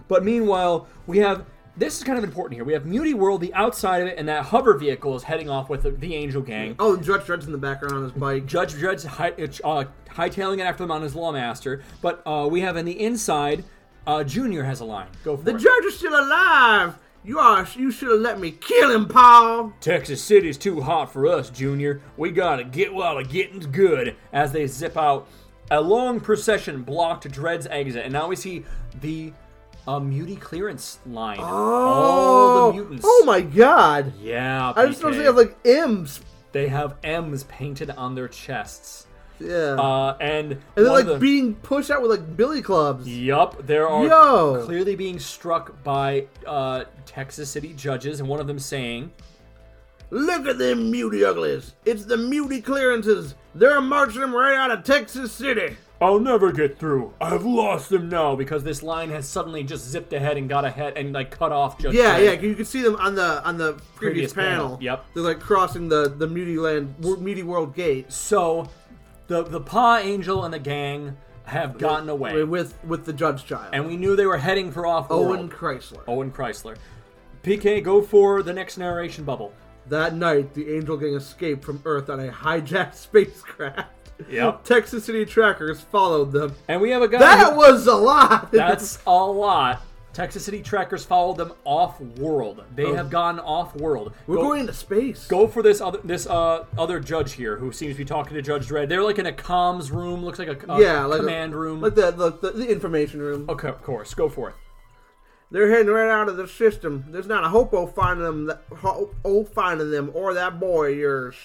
C: But meanwhile, we have this is kind of important here. We have Muty World, the outside of it, and that hover vehicle is heading off with the, the Angel Gang.
B: Oh, Judge Dredd's in the background on his bike.
C: Judge Dredd's high, uh, hightailing it after them on his lawmaster, but uh, we have on the inside, uh, Junior has a line. Go for
B: The
C: it.
B: judge is still alive. You are. You should have let me kill him, Paul.
C: Texas City's too hot for us, Junior. We gotta get while the getting's good. As they zip out, a long procession blocked Dred's exit, and now we see the uh, muty clearance line. All the mutants.
B: Oh my god.
C: Yeah,
B: I just
C: PK.
B: don't they have like M's.
C: they have M's painted on their chests,
B: Yeah.
C: uh, and and
B: and they're like being pushed out with like billy clubs.
C: Yup, there are
B: Yo.
C: clearly being struck by uh, Texas City judges, and one of them saying,
B: Look at them muty uglies. It's the muty clearances. They're marching them right out of Texas City.
C: I'll never get through. I've lost them now because this line has suddenly just zipped ahead and got ahead and like cut off. Judge
B: Yeah, yeah.
C: Dredd.
B: You can see them on the on the previous,
C: Previous panel,
B: panel.
C: yep.
B: They're like crossing the the muty land, wor- muty world gate
C: So, the the Paw Angel and the gang have gotten away,
B: with with the judge child,
C: and we knew they were heading for off.
B: Owen Chrysler.
C: Owen Chrysler. PK, go for the next narration bubble.
B: That night, the Angel Gang escaped from Earth on a hijacked spacecraft.
C: Yep.
B: Texas City trackers followed them.
C: And we have a guy. who-
B: That was a lot.
C: That's a lot. Texas City trackers followed them off world. They
B: Oh.
C: have gone off world.
B: We're going into space.
C: go for this other this uh other judge here who seems to be talking to Judge Dredd. They're like in a comms room, looks like a, a
B: yeah, like a-
C: command room.
B: like the the, the, the information room.
C: okay, of course, go for it.
B: They're heading right out of the system. There's not a hope of finding them, that, hope of finding them or that boy of yours.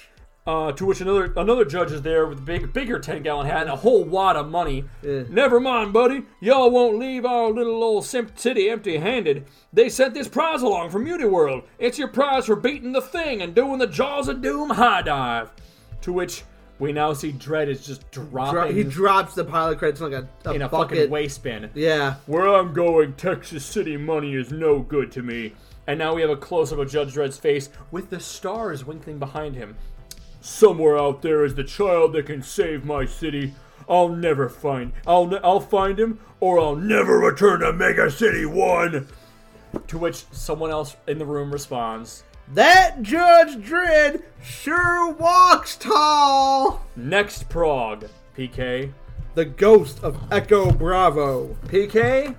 C: Uh, to which another another judge is there with a big bigger ten gallon hat and a whole wad of money. Never mind, buddy. Y'all won't leave our little old Simp City empty handed. They sent this prize along from Uniworld. It's your prize for beating the thing and doing the Jaws of Doom high dive. To which we now see Dredd is just
B: Dro-
C: dropping
B: He drops the pilot credits in like a, a
C: in a
B: bucket.
C: fucking waste bin.
B: Yeah,
C: Where I'm going, Texas City money is no good to me. And now we have a close up of Judge Dredd's face with the stars winkling behind him. Somewhere out there is the child that can save my city. I'll never find. I'll ne- I'll find him, or I'll never return to Mega City One. To which someone else in the room responds,
B: that Judge Dredd sure walks tall.
C: "Next Prague, PK,
B: The ghost of Echo Bravo.
C: PK.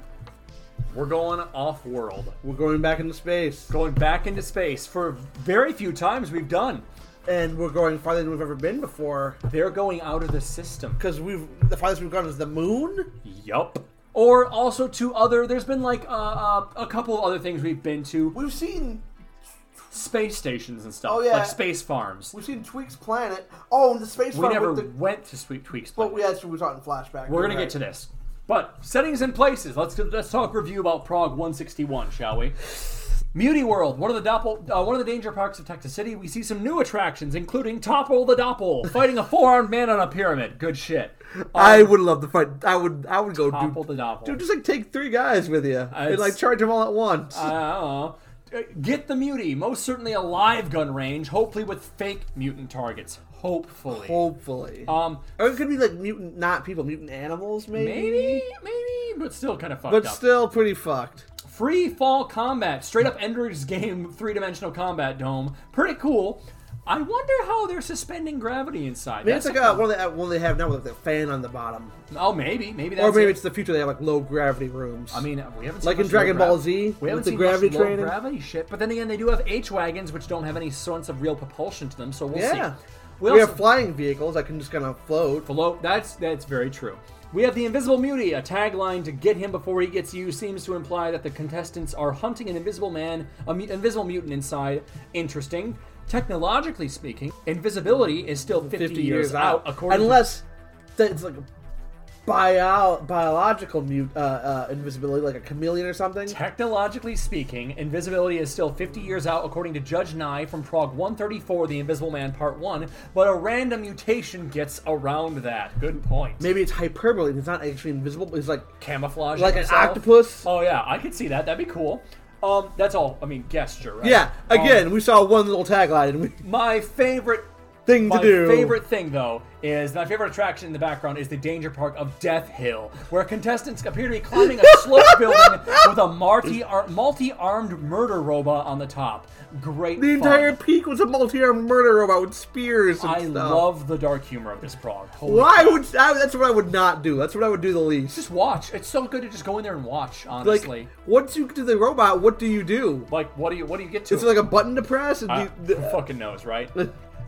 C: We're going off world.
B: We're going back into space.
C: Going back into space for very few times we've done.
B: and we're going farther than we've ever been before
C: They're going out of the system.
B: because we've the farthest we've gone is the moon.
C: Yup. Or also to other. There's been like uh, uh, a couple of other things we've been to,
B: We've seen
C: space stations and stuff.
B: Oh, yeah.
C: Like space farms.
B: we've seen Tweak's planet. Oh, and the space
C: We
B: farm
C: never
B: with the- oh,
C: went to Sweet Tweaks.
B: but
C: Planet.
B: we actually we saw it in flashback.
C: We're gonna get to this. But settings and places. Let's let's talk review about Prague 161, shall we? Muti World, one of the doppel, uh, one of the danger parks of Texas City. We see some new attractions, including Topple the Doppel, fighting a four-armed man on a pyramid. Good shit.
B: I would love to fight. I would. I would go
C: Topple
B: do.
C: the Doppel.
B: Dude, just like take three guys with you and like
C: it's-
B: charge them all at once.
C: I don't know. Uh, Get the mutie. Most certainly a live gun range, hopefully with fake mutant targets. Hopefully.
B: Hopefully,
C: um,
B: or it could be like mutant, not people, mutant animals, maybe.
C: maybe, maybe, but still kind of fucked
B: but
C: up.
B: still pretty fucked.
C: Free fall combat, straight up Ender's Game three dimensional combat dome. Pretty cool. I wonder how they're suspending gravity inside.
B: Maybe it's
C: That's
B: like a, one of the one they have now with like the fan on the bottom,
C: oh, maybe, maybe that's
B: or maybe
C: it.
B: it's the future they have like low gravity rooms.
C: I mean, we haven't seen
B: Like in
C: much
B: Dragon
C: low
B: Ball
C: grav-
B: Z,
C: we
B: with
C: haven't
B: the
C: seen
B: gravity
C: much low
B: training.
C: gravity shit. But then again, they do have H wagons, which don't have any sense of real propulsion to them. So we'll
B: yeah.
C: see.
B: We,
C: also-
B: have flying vehicles that can just kind of float.
C: Below, that's that's very true. We have the Invisible Mutie, a tagline to get him before he gets you seems to imply that the contestants are hunting an invisible man, a mu- invisible mutant inside. Interesting. Technologically speaking, invisibility is still 50,
B: 50
C: years, out, according
B: unless that it's like bio- biological mute, uh, uh, invisibility, like a chameleon or something?
C: Technologically speaking, invisibility is still 50 years out, according to Judge Nye from Prague 134, The Invisible Man Part 1, but a random mutation gets around that. Good point.
B: Maybe it's hyperbole. It's not actually invisible. But it's like
C: Camouflage.
B: like an
C: yourself.
B: octopus.
C: Oh, yeah, I could see that. That'd be cool. Um, that's all. I mean, gesture, right?
B: yeah. Again,
C: Um,
B: we saw one little tagline and we
C: my favorite
B: thing
C: My
B: to do.
C: favorite thing, though, is my favorite attraction in the background is the Danger Park of Death Hill, where contestants appear to be climbing a slope building with a multi multi-armed murder robot on the top. Great.
B: The
C: fun.
B: entire peak was a multi-armed murder robot with spears and
C: I
B: stuff.
C: love the dark humor of this prog. Holy
B: Why would I, that's what I would not do? That's what I would do the least.
C: Just watch. It's so good to just go in there and watch.
B: Like
C: Honestly,
B: once you get to the robot, what do you do?
C: like, what do you what do you get to?
B: Is it like a button to press? And
C: Uh,
B: do you,
C: who fucking knows, right?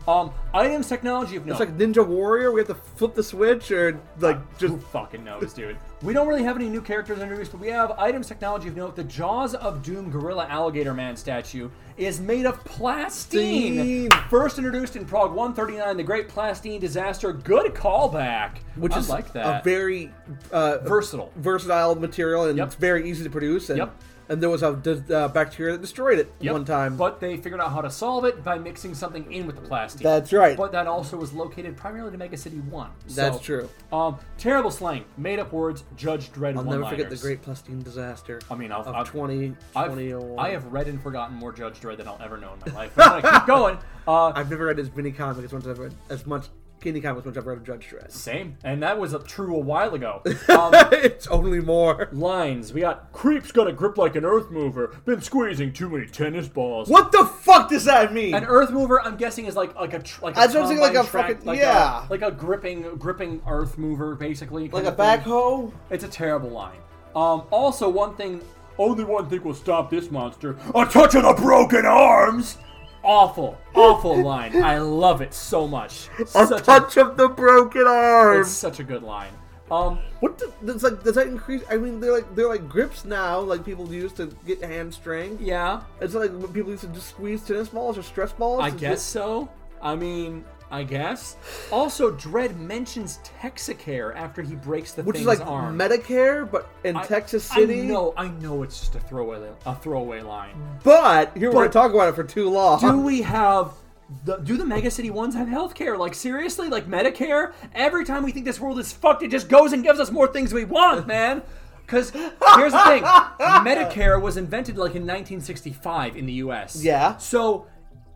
C: um, items technology of no.
B: it's like Ninja Warrior. We have to flip the switch or like just
C: Who fucking knows, dude? We don't really have any new characters introduced, but we have items technology of note. The Jaws of Doom Gorilla Alligator Man statue is made of plastine.
B: Plastine.
C: First introduced in Prague 139, the Great Plastine Disaster. Good callback.
B: which
C: I
B: is
C: like that.
B: a very uh,
C: versatile.
B: versatile material and
C: Yep.
B: it's very easy to produce. And,
C: Yep.
B: and there was a dis- uh, bacteria that destroyed it
C: Yep,
B: one time.
C: But they figured out how to solve it by mixing something in with the plastine.
B: That's right.
C: But that also was located primarily to Mega City 1. So,
B: That's true.
C: Um, terrible slang, made up words, Judge Dredd
B: I'll
C: one-liners.
B: never forget the Great Plastine disaster.
C: I mean, I've,
B: of
C: I've,
B: 20,
C: I've,
B: 2001.
C: I have read and forgotten more Judge Dredd than I'll ever know in my life. But I'm gonna keep going. Uh,
B: I've never read as many comics as much as I've read as much any comics as much as I've read of Judge Dredd.
C: same, and that was a true a while ago. Um,
B: it's only more.
C: lines: We got creeps got a grip like an earth mover. Been squeezing too many tennis balls.
B: What the fuck does that mean?
C: An earth mover, I'm guessing, is like like a tr- like a
B: I was gonna say, like,
C: combine
B: a
C: track-
B: fucking-
C: like
B: yeah.
C: a, like a gripping gripping earth mover, basically.
B: like
C: kind
B: a
C: of thing.
B: backhoe?
C: It's a terrible line. Um, also, one thing, only one thing will stop this monster: a touch of the broken arms. Awful, awful line. I love it so much.
B: A
C: Such
B: touch of the broken
C: a,
B: arm.
C: it's such a good line. Um,
B: What the, does like does that increase? I mean, they're like they're like grips now, like people use to get hand strength.
C: yeah,
B: It's like what people used to just squeeze tennis balls or stress balls.
C: I
B: It's
C: guess so. I mean, I guess. Also, Dredd mentions Texicare after he breaks the
B: just- which is
C: thing's
B: like
C: arm.
B: Medicare, but in
C: I-
B: Texas City.
C: I know, I know, it's just a throwaway, a throwaway line.
B: But here we're
C: But-
B: gonna talk about it for too long.
C: Do we have? The, do the mega city ones have healthcare? Like seriously, like Medicare? Every time we think this world is fucked, it just goes and gives us more things we want, man. Because here's the thing: Medicare was invented like in 1965 in the U.S.
B: Yeah.
C: So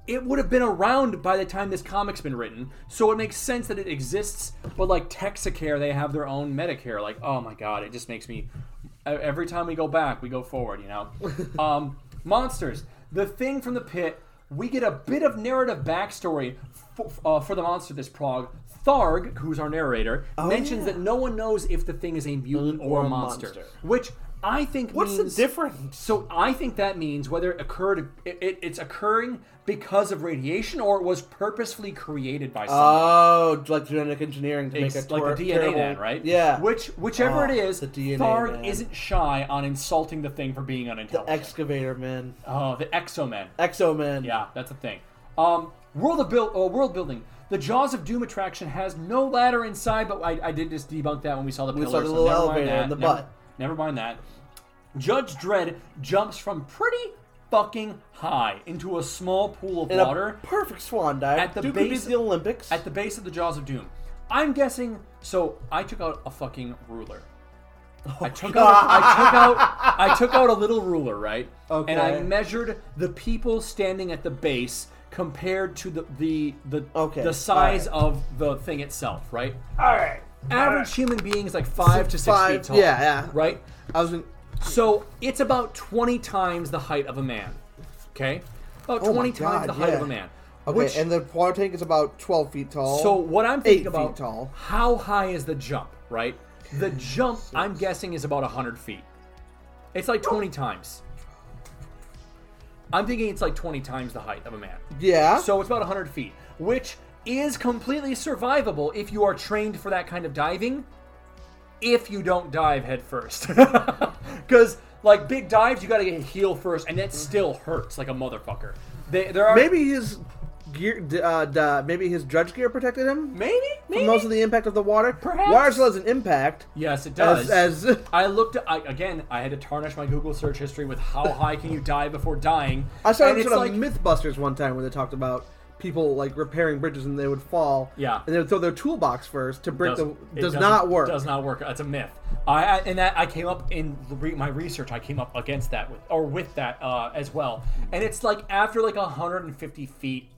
C: it would have been around by the time this comic's been written. So it makes sense that it exists. But like Texacare, they have their own Medicare. Like, oh my god, it just makes me. e- Every time we go back, we go forward. You know. um, monsters. The thing from the pit. We get a bit of narrative backstory for, uh, for the monster this prog. Tharg, who's our narrator, mentions that no one knows if the thing is a Oh, mutant or, a monster,
B: monster.
C: which I think
G: What's the
C: means
G: difference?
C: so I think that means whether it occurred, it, it, it's occurring because of radiation or it was purposefully created by someone.
B: Oh, like genetic engineering to
C: Ex-
B: make a
C: like
B: tor-
C: the DNA
B: terrible-
C: then, right?
B: Yeah.
C: Which whichever
B: Oh,
C: it is,
B: the DNA
C: Tharg
B: man.
C: isn't shy on insulting the thing for being unintelligent.
B: excavator man,
C: oh, the Exomen.
B: exo man.
C: Yeah, that's a thing. Um, world of build, uh, world building. The Jaws of Doom attraction has no ladder inside, but I, I did just debunk that when we saw the
B: We saw
C: pillar.
B: the
C: so
B: little
C: never mind
B: elevator
C: that.
B: in the
C: never,
B: butt.
C: Never mind that. Judge Dredd jumps from pretty fucking high into a small pool of
B: In
C: water
B: a perfect swan dive.
C: At the
B: Dude could
C: base-
B: beat the Olympics.
C: at the base of the Jaws of Doom. I'm guessing. So I took out a fucking ruler.
B: Oh
C: I took out. I took out. I took out a little ruler, right?
B: Okay.
C: And I measured the people standing at the base compared to the the the,
B: Okay,
C: the size
B: all
C: of the thing itself, right? All right. Average human being is like five to six
B: Five-
C: feet tall.
B: yeah, yeah.
C: Right.
B: I was in,
C: So it's about twenty times the height of a man. Okay. About
B: Oh my
C: twenty times
B: God,
C: the height
B: yeah.
C: of a man.
B: okay,
C: which-
B: and the water tank is about twelve feet tall.
C: so what I'm
B: Eight
C: thinking
B: feet
C: about
B: tall.
C: how high is the jump, right? The jump I'm guessing is about 100 feet. It's like 20 times. I'm thinking it's like 20 times the height of a man.
B: yeah.
C: So it's about 100 feet, which is completely survivable if you are trained for that kind of diving, if you don't dive head first. Because, like, big dives, you gotta get heel first, and that still hurts like a motherfucker. They, there are,
B: Maybe his gear, d- uh, d- uh, maybe his judge gear protected him
C: Maybe, maybe.
B: from most of the impact of the water.
C: Perhaps.
B: Water still has an impact.
C: yes, it does.
B: As, as
C: I looked I, again. I had to tarnish my Google search history with how high can you die before dying.
B: I saw an
C: and it's
B: episode of
C: like,
B: MythBusters one time where they talked about people like repairing bridges and they would fall.
C: Yeah.
B: and they would throw their toolbox first to break the.
C: it
B: Does
C: doesn't-
B: not work.
C: Does not work. That's a myth. I, I and that I came up in the re, my research. I came up against that with or with that uh, as well. And it's like after like 150 feet,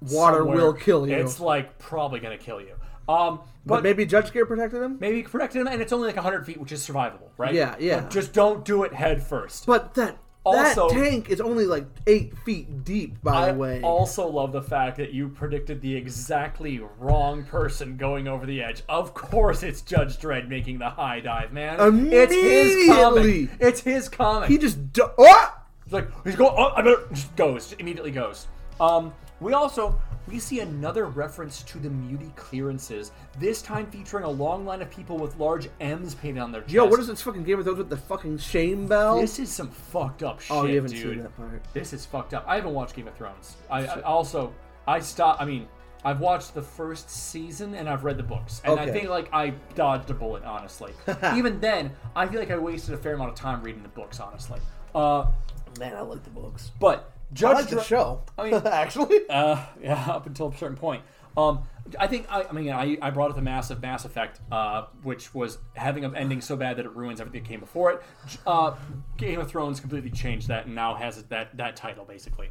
B: Water
C: somewhere,
B: will kill you.
C: It's like probably gonna kill you. Um,
B: but,
C: but, maybe
B: maybe judge gear protected him.
C: maybe protect him, and it's only like 100 feet, which is survivable, right?
B: Yeah, yeah.
C: But just don't do it head first.
B: But that
C: Also-
B: that tank is only like eight feet deep. By
C: I
B: the way,
C: also love the fact that you predicted the exactly wrong person going over the edge. Of course, it's Judge Dredd making the high dive, man. It's his comic.
B: Immediately.
C: It's his comic.
B: he just. Do- oh!
C: He's like he's going. Oh, I better just goes just immediately goes. Um, we also we see another reference to the muty clearances. This time featuring a long line of people with large M's painted on their chest.
B: Yo, what is this fucking Game of Thrones with the fucking shame bell?
C: This is some fucked up shit,
B: oh, you haven't
C: dude.
B: seen that part.
C: This is fucked up. I haven't watched Game of Thrones. I, I also I stop. I mean, I've watched the first season and I've read the books, and I
B: Okay.
C: think like I dodged a bullet. Honestly, even then, I feel like I wasted a fair amount of time reading the books. Honestly, uh,
B: Man, I like the books.
C: but
B: I
C: Judge
B: like the
C: Dre-
B: show.
C: I mean-
B: actually,
C: uh, yeah, up until a certain point. Um, I think I, I mean I, I brought up the massive Mass Effect, uh, which was having an ending so bad that it ruins everything that came before it. J- Uh, Game of Thrones completely changed that and now has that that title basically.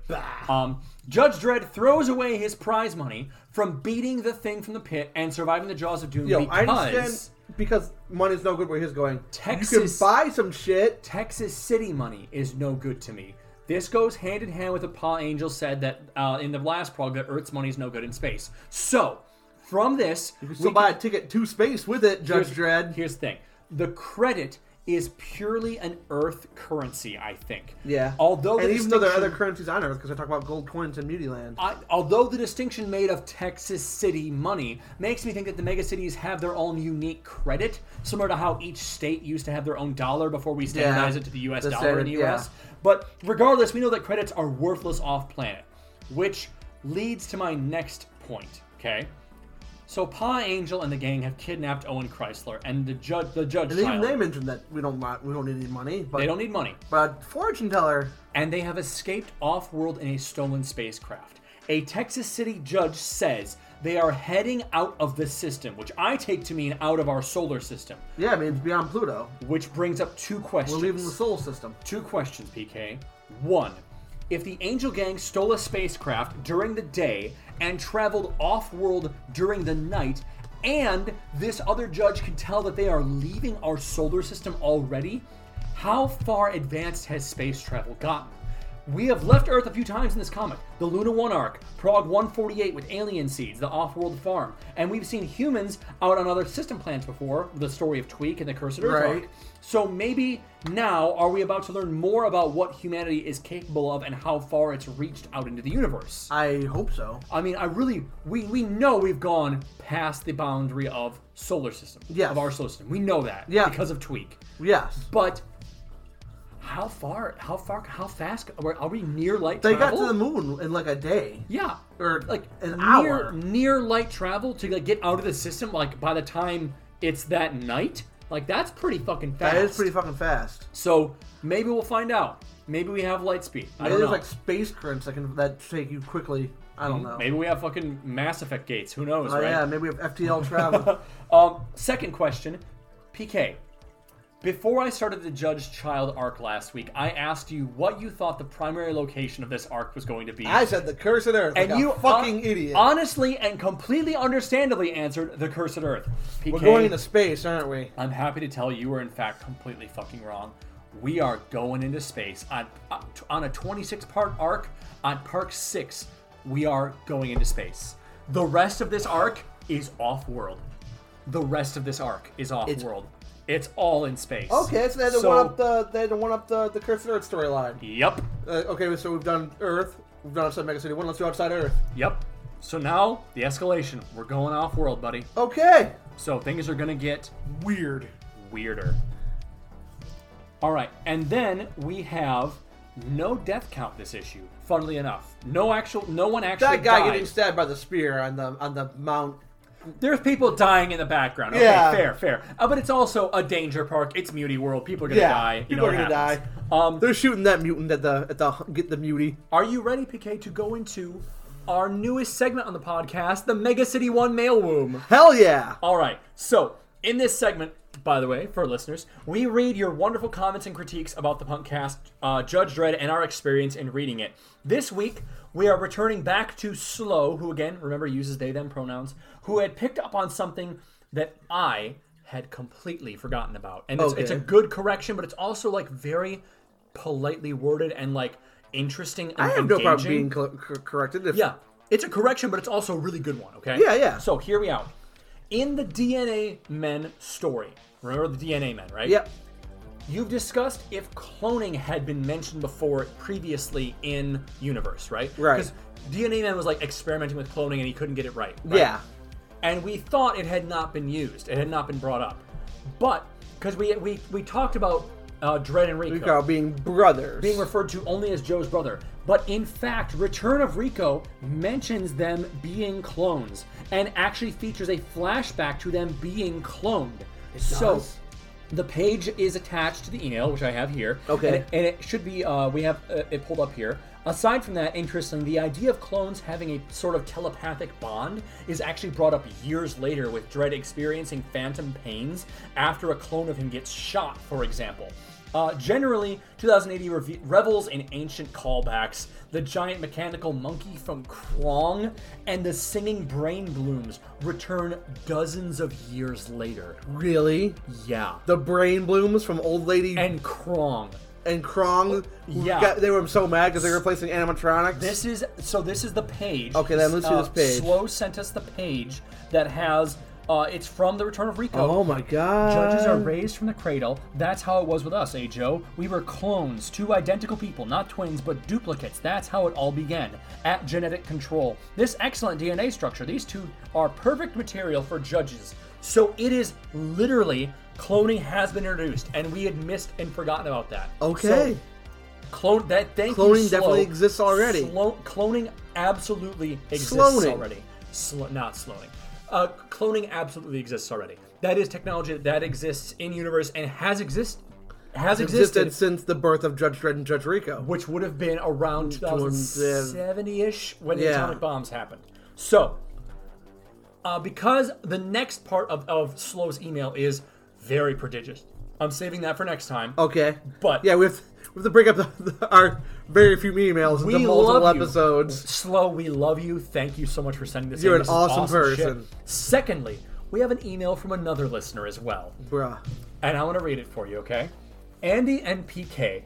C: Um, Judge Dredd throws away his prize money from beating the thing from the pit and surviving the jaws of doom
B: yo,
C: because
B: I understand because money's no good where he's going. You can
C: Texas-
B: buy some shit.
C: Texas City money is no good to me. This goes hand in hand with what Paul Angel said that uh, in the last prog that Earth's money is no good in space. So, from this,
B: You can still buy a ticket to space with it, Judge Dredd.
C: Here's the thing: the credit is purely an Earth currency. I think.
B: Yeah.
C: Although,
B: and
C: the
B: even though there are other
C: distinction-
B: currencies on Earth, because I talk about gold coins and Beauty Land.
C: I, although the distinction made of Texas city money makes me think that the megacities have their own unique credit, similar to how each state used to have their own dollar before we standardized it to the U.S.
B: the
C: dollar in
B: standard-
C: the
B: yeah.
C: U.S. But regardless, we know that credits are worthless off planet, which leads to my next point. Okay, so Pa Angel and the gang have kidnapped Owen Chrysler and the judge. The judge.
B: And even
C: child.
B: they mentioned that we don't want, we don't need any money, but
C: They don't need money.
B: but fortune teller.
C: and they have escaped off world in a stolen spacecraft. A Texas City judge says they are heading out of the system, which I take to mean out of our solar system,
B: Yeah, I mean it's beyond Pluto.
C: which brings up two
B: We're
C: questions.
B: leaving the Soul System.
C: Two questions, PK. One, if the Angel Gang stole a spacecraft during the day and traveled off world during the night, and this other judge can tell that they are leaving our solar system already, how far advanced has space travel gotten? We have left Earth a few times in this comic. The Luna 1 arc, Prague 148 with alien seeds, the off world farm, and we've seen humans out on other system planets before, the story of Tweak and the Cursed Earth
B: Right.
C: arc. So maybe now are we about to learn more about what humanity is capable of and how far it's reached out into the universe?
B: I hope so.
C: I mean, I really we we know we've gone past the boundary of solar system.
B: Yes.
C: Of our solar system. We know that.
B: Yeah.
C: Because of Tweak.
B: Yes,
C: But how far how far how fast are we, are we near light
B: they got
C: travel?
B: to the moon in like a day.
C: Yeah.
B: Or
C: like
B: an
C: near,
B: hour.
C: near light travel to like get out of the system like by the time it's that night? Like that's pretty fucking fast.
B: That is pretty fucking fast.
C: So maybe we'll find out. Maybe we have light speed. I
B: Maybe
C: don't
B: there's
C: know.
B: like space currents that can that take you quickly. I don't know.
C: maybe we have fucking Mass Effect gates. Who knows,
B: Oh
C: right?
B: yeah, maybe we have FTL travel.
C: Um, second question, PK. Before I started the Judge Child arc last week, I asked you what you thought the primary location of this arc was going to be.
B: I said the curse of Earth.
C: and
B: like a
C: you
B: fucking
C: hon-
B: idiot.
C: honestly and completely understandably answered the cursed earth. PK,
B: We're going into space, aren't we?
C: I'm happy to tell you were in fact completely fucking wrong. We are going into space on on a 26 part arc on Park 6. We are going into space. The rest of this arc is off world. The rest of this arc is off world. It's all in space.
B: Okay, so they had to
C: So-
B: one up the they had to one up the the curse of Earth storyline.
C: Yep.
B: Uh, okay, so we've done Earth. We've done outside Mega City. One, let's do outside Earth.
C: Yep. So now the escalation. We're going off world, buddy.
B: Okay.
C: So things are gonna get weird, weirder. All right, and then we have No death count this issue. Funnily enough, no actual, no one actually.
B: That guy
C: died.
B: getting stabbed by the spear on the on the mount.
C: There's people dying in the background. Okay,
B: Yeah.
C: fair, fair. Uh, but it's also a danger park. It's Muty World. People are gonna
B: Yeah,
C: die. You
B: people
C: know
B: are
C: what
B: gonna
C: happens. Um,
B: They're shooting that mutant at the Uh, at the get the mutie.
C: Are you ready, PK, to go into our newest segment on the podcast, the Mega City One Mail Womb?
B: Hell yeah!
C: All right. So, in this segment, by the way, for listeners, we read your wonderful comments and critiques about the Punk Cast, uh, Judge Dredd, and our experience in reading it. This week, we are returning back to Slow, who again, remember, uses they them pronouns, who had picked up on something that I had completely forgotten about. And it's, it's a
B: Okay.
C: good correction, but it's also like very politely worded and like interesting. And
B: I have no problem
C: engaging.
B: being cor- cor- corrected. If,
C: Yeah, it's a correction, but it's also a really good one. Okay.
B: Yeah, yeah.
C: So here we are. In the DNA Men story, remember the DNA Men, right?
B: Yep.
C: You've discussed if cloning had been mentioned before previously in universe, right?
B: Right.
C: Because DNA Man was like experimenting with cloning and he couldn't get it right. right?
B: Yeah.
C: and we thought it had not been used. It had not been brought up, but because we, we we talked about uh, Dread and Rico,
B: Rico being brothers.
C: being referred to only as Joe's brother. But in fact, Return of Rico mentions them being clones and actually features a flashback to them being cloned. so
B: does?
C: the page is attached to the email, which I have here.
B: Okay.
C: And it, and it should be, uh, we have uh, it pulled up here. Aside from that, interestingly, the idea of clones having a sort of telepathic bond is actually brought up years later with Dredd experiencing phantom pains after a clone of him gets shot, for example. Uh, generally, 2080 rev- revels in ancient callbacks, the giant mechanical monkey from Krong, and the singing brain blooms return dozens of years later.
B: really
C: Yeah.
B: the brain blooms from old lady and,
C: And Krong.
B: Krong.
C: Yeah.
B: got- they were so mad because they were replacing animatronics.
C: This is so. This is the page.
B: Okay, then let's see this page.
C: Slow sent us the page that has. Uh, it's from the Return of Rico.
B: oh my god!
C: Judges are raised from the cradle. That's how it was with us, eh, Joe? We were clones, two identical people, not twins, but duplicates. That's how it all began. At genetic control. This excellent DNA structure, these two are perfect material for judges. So it is literally cloning has been introduced, and we had missed and forgotten about that.
B: Okay.
C: So, Clone that thank you,
B: Cloning
C: Slow.
B: definitely exists already.
C: Slow- cloning absolutely exists
B: Sloaning.
C: already. Slo- not slowing. Uh, cloning absolutely exists already. That is technology that exists in universe and has exist has
B: existed,
C: existed,
B: since the birth of Judge Dredd and Judge Rico.
C: which would have been around 2070 ish when the
B: Yeah.
C: atomic bombs happened. So, uh, because the next part of, of Slow's email is very prodigious, I'm saving that for next time.
B: Okay.
C: But-
B: yeah, we have, we have to break up the, the, our very few emails
C: We
B: into multiple
C: love you.
B: episodes.
C: Slow, we love you. Thank you so much for sending this.
B: You're
C: in.
B: an
C: This is
B: awesome
C: shit.
B: person.
C: Secondly, we have an email from another listener as well,
B: Bruh.
C: and I want to read it for you. Okay, Andy and PK,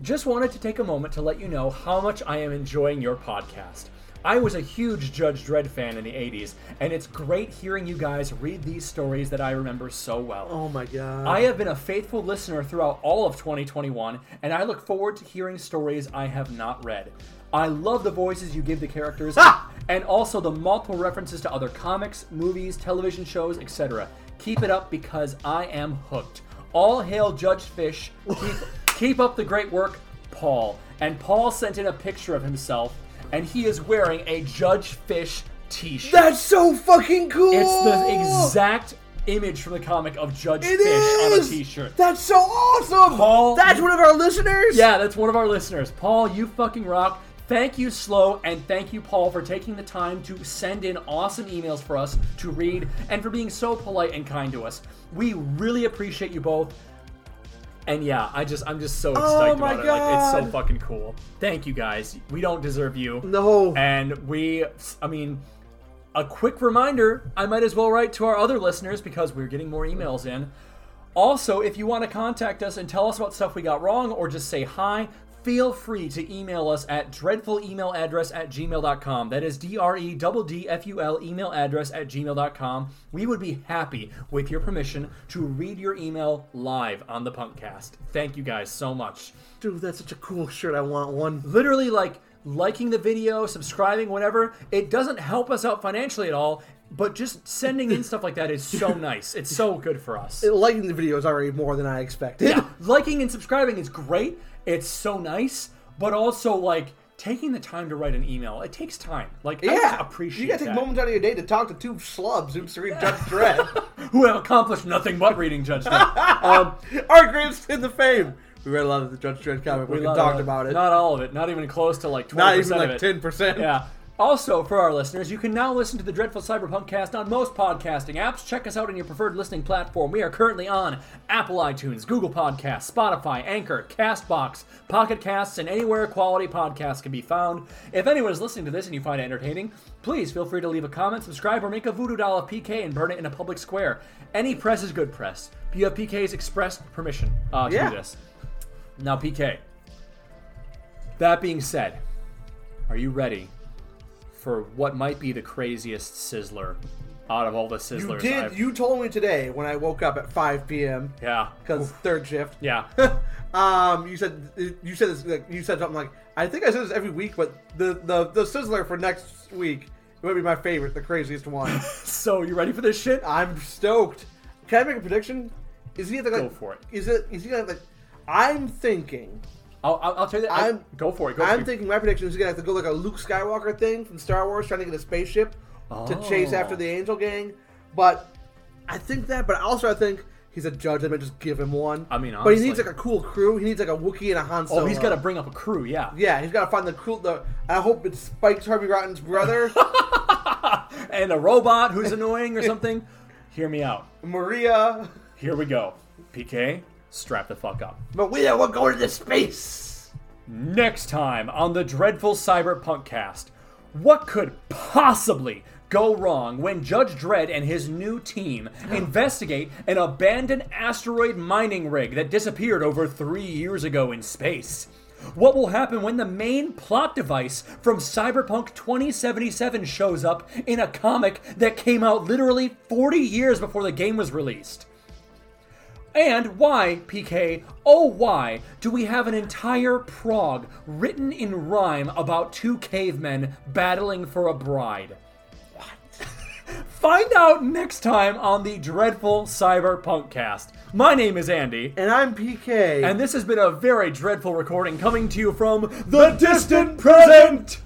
C: just wanted to take a moment to let you know how much I am enjoying your podcast. I was a huge Judge Dredd fan in the 80s, and it's great hearing you guys read these stories that I remember so well.
B: Oh my god.
C: I have been a faithful listener throughout all of 2021, and I look forward to hearing stories I have not read. I love the voices you give the characters, and also the multiple references to other comics, movies, television shows, etc. Keep it up because I am hooked. All hail Judge Fish. Keep, keep up the great work, Paul. And Paul sent in a picture of himself, and he is wearing a Judge Fish t shirt.
B: That's so fucking cool!
C: It's the exact image from the comic of Judge
B: It
C: Fish on a
B: is!
C: T-shirt.
B: That's so awesome!
C: Paul-
B: That's one of our listeners?
C: yeah, that's one of our listeners, Paul. You fucking rock. Thank you, Slow, and thank you, Paul, for taking the time to send in awesome emails for us to read and for being so polite and kind to us. We really appreciate you both. And yeah, I just I'm just so excited
B: Oh my
C: about it. Like it's so
B: God.
C: fucking cool. Thank you guys. We don't deserve you.
B: No.
C: And we, I mean, a quick reminder I might as well write to our other listeners because we're getting more emails in. Also, if you want to contact us and tell us about stuff we got wrong or just say hi, feel free to email us at dreadfulemail@address at gmail.com. That is D R E D D F U L email address at gmail.com. We would be happy, with your permission, to read your email live on the Punkcast. Thank you guys so much
B: Dude, that's such a cool shirt. I want one.
C: literally like liking the video, subscribing, whatever. It doesn't help us out financially at all, but just sending in stuff like that is so nice. It's so good for us.
B: Liking the video is already more than I expected.
C: Yeah, liking and subscribing is great, It's so nice, but also like taking the time to write an email. It takes time. Like I
B: Yeah,
C: just appreciate
B: You gotta take
C: that.
B: moments out of your day to talk to two schlubs who read Judge Dredd.
C: who have accomplished nothing but reading Judge Dredd. Um,
B: Our greatest in the fame. We read a lot of the Judge Dredd comic book and
C: love
B: talked about it.
C: Not all of it. Not even close to like
B: Not
C: twenty
B: even
C: percent
B: like
C: of it.
B: ten percent.
C: Yeah. Also, for our listeners, you can now listen to the Dreadful Cyberpunk cast on most podcasting apps. Check us out on your preferred listening platform. We are currently on Apple iTunes, Google Podcasts, Spotify, Anchor, Castbox, Pocket Casts, and anywhere quality podcasts can be found. If anyone is listening to this and you find it entertaining, please feel free to leave a comment, subscribe, or make a voodoo doll of PK and burn it in a public square. Any press is good press. You have PK's express permission uh, to
B: Yeah.
C: do this. Now, PK, that being said, are you ready for what might be the craziest sizzler out of all the sizzlers?
B: You did.
C: I've-
B: You told me today when I woke up at 5 p.m.
C: yeah,
B: because third shift.
C: yeah.
B: um, you said you said this. Like, you said something like, "I think I said this every week, but the the the sizzler for next week it might be my favorite, the craziest one."
C: so you ready for this shit?
B: I'm stoked. Can I make a prediction? Is he gonna like?
C: Go for it.
B: Is it? Is he gonna like? I'm thinking.
C: I'll, I'll, I'll tell you that. I-
B: I'm-
C: go for it. Go for
B: I'm
C: it.
B: thinking my prediction is he's gonna have to go like a Luke Skywalker thing from Star Wars, trying to get a spaceship to chase
C: Oh.
B: after the Angel Gang. But I think that. But also, I think he's a judge. I might just give him one.
C: I mean,
B: but he
C: honestly.
B: needs like a cool crew. He needs like a Wookiee and a Han
C: oh,
B: Solo.
C: he's got to bring up a crew. Yeah.
B: uh, Yeah, he's got to find the cool. The I hope it's Spike's Harvey Rotten's brother,
C: And a robot who's annoying or something. Hear me out.
B: Maria.
C: Here we go. PK, strap the fuck up.
B: Maria, we're going to space.
C: Next time on the Dreadful Cyberpunk cast, what could possibly go wrong when Judge Dredd and his new team investigate an abandoned asteroid mining rig that disappeared over three years ago in space? What will happen when the main plot device from Cyberpunk 2077 shows up in a comic that came out literally 40 years before the game was released? And why, PK, oh why, do we have an entire prog written in rhyme about two cavemen battling for a bride? What? Find out next time on the Dreadful Cyberpunk cast. My name is Andy,
B: And I'm PK.
C: and this has been a very dreadful recording coming to you from the distant present!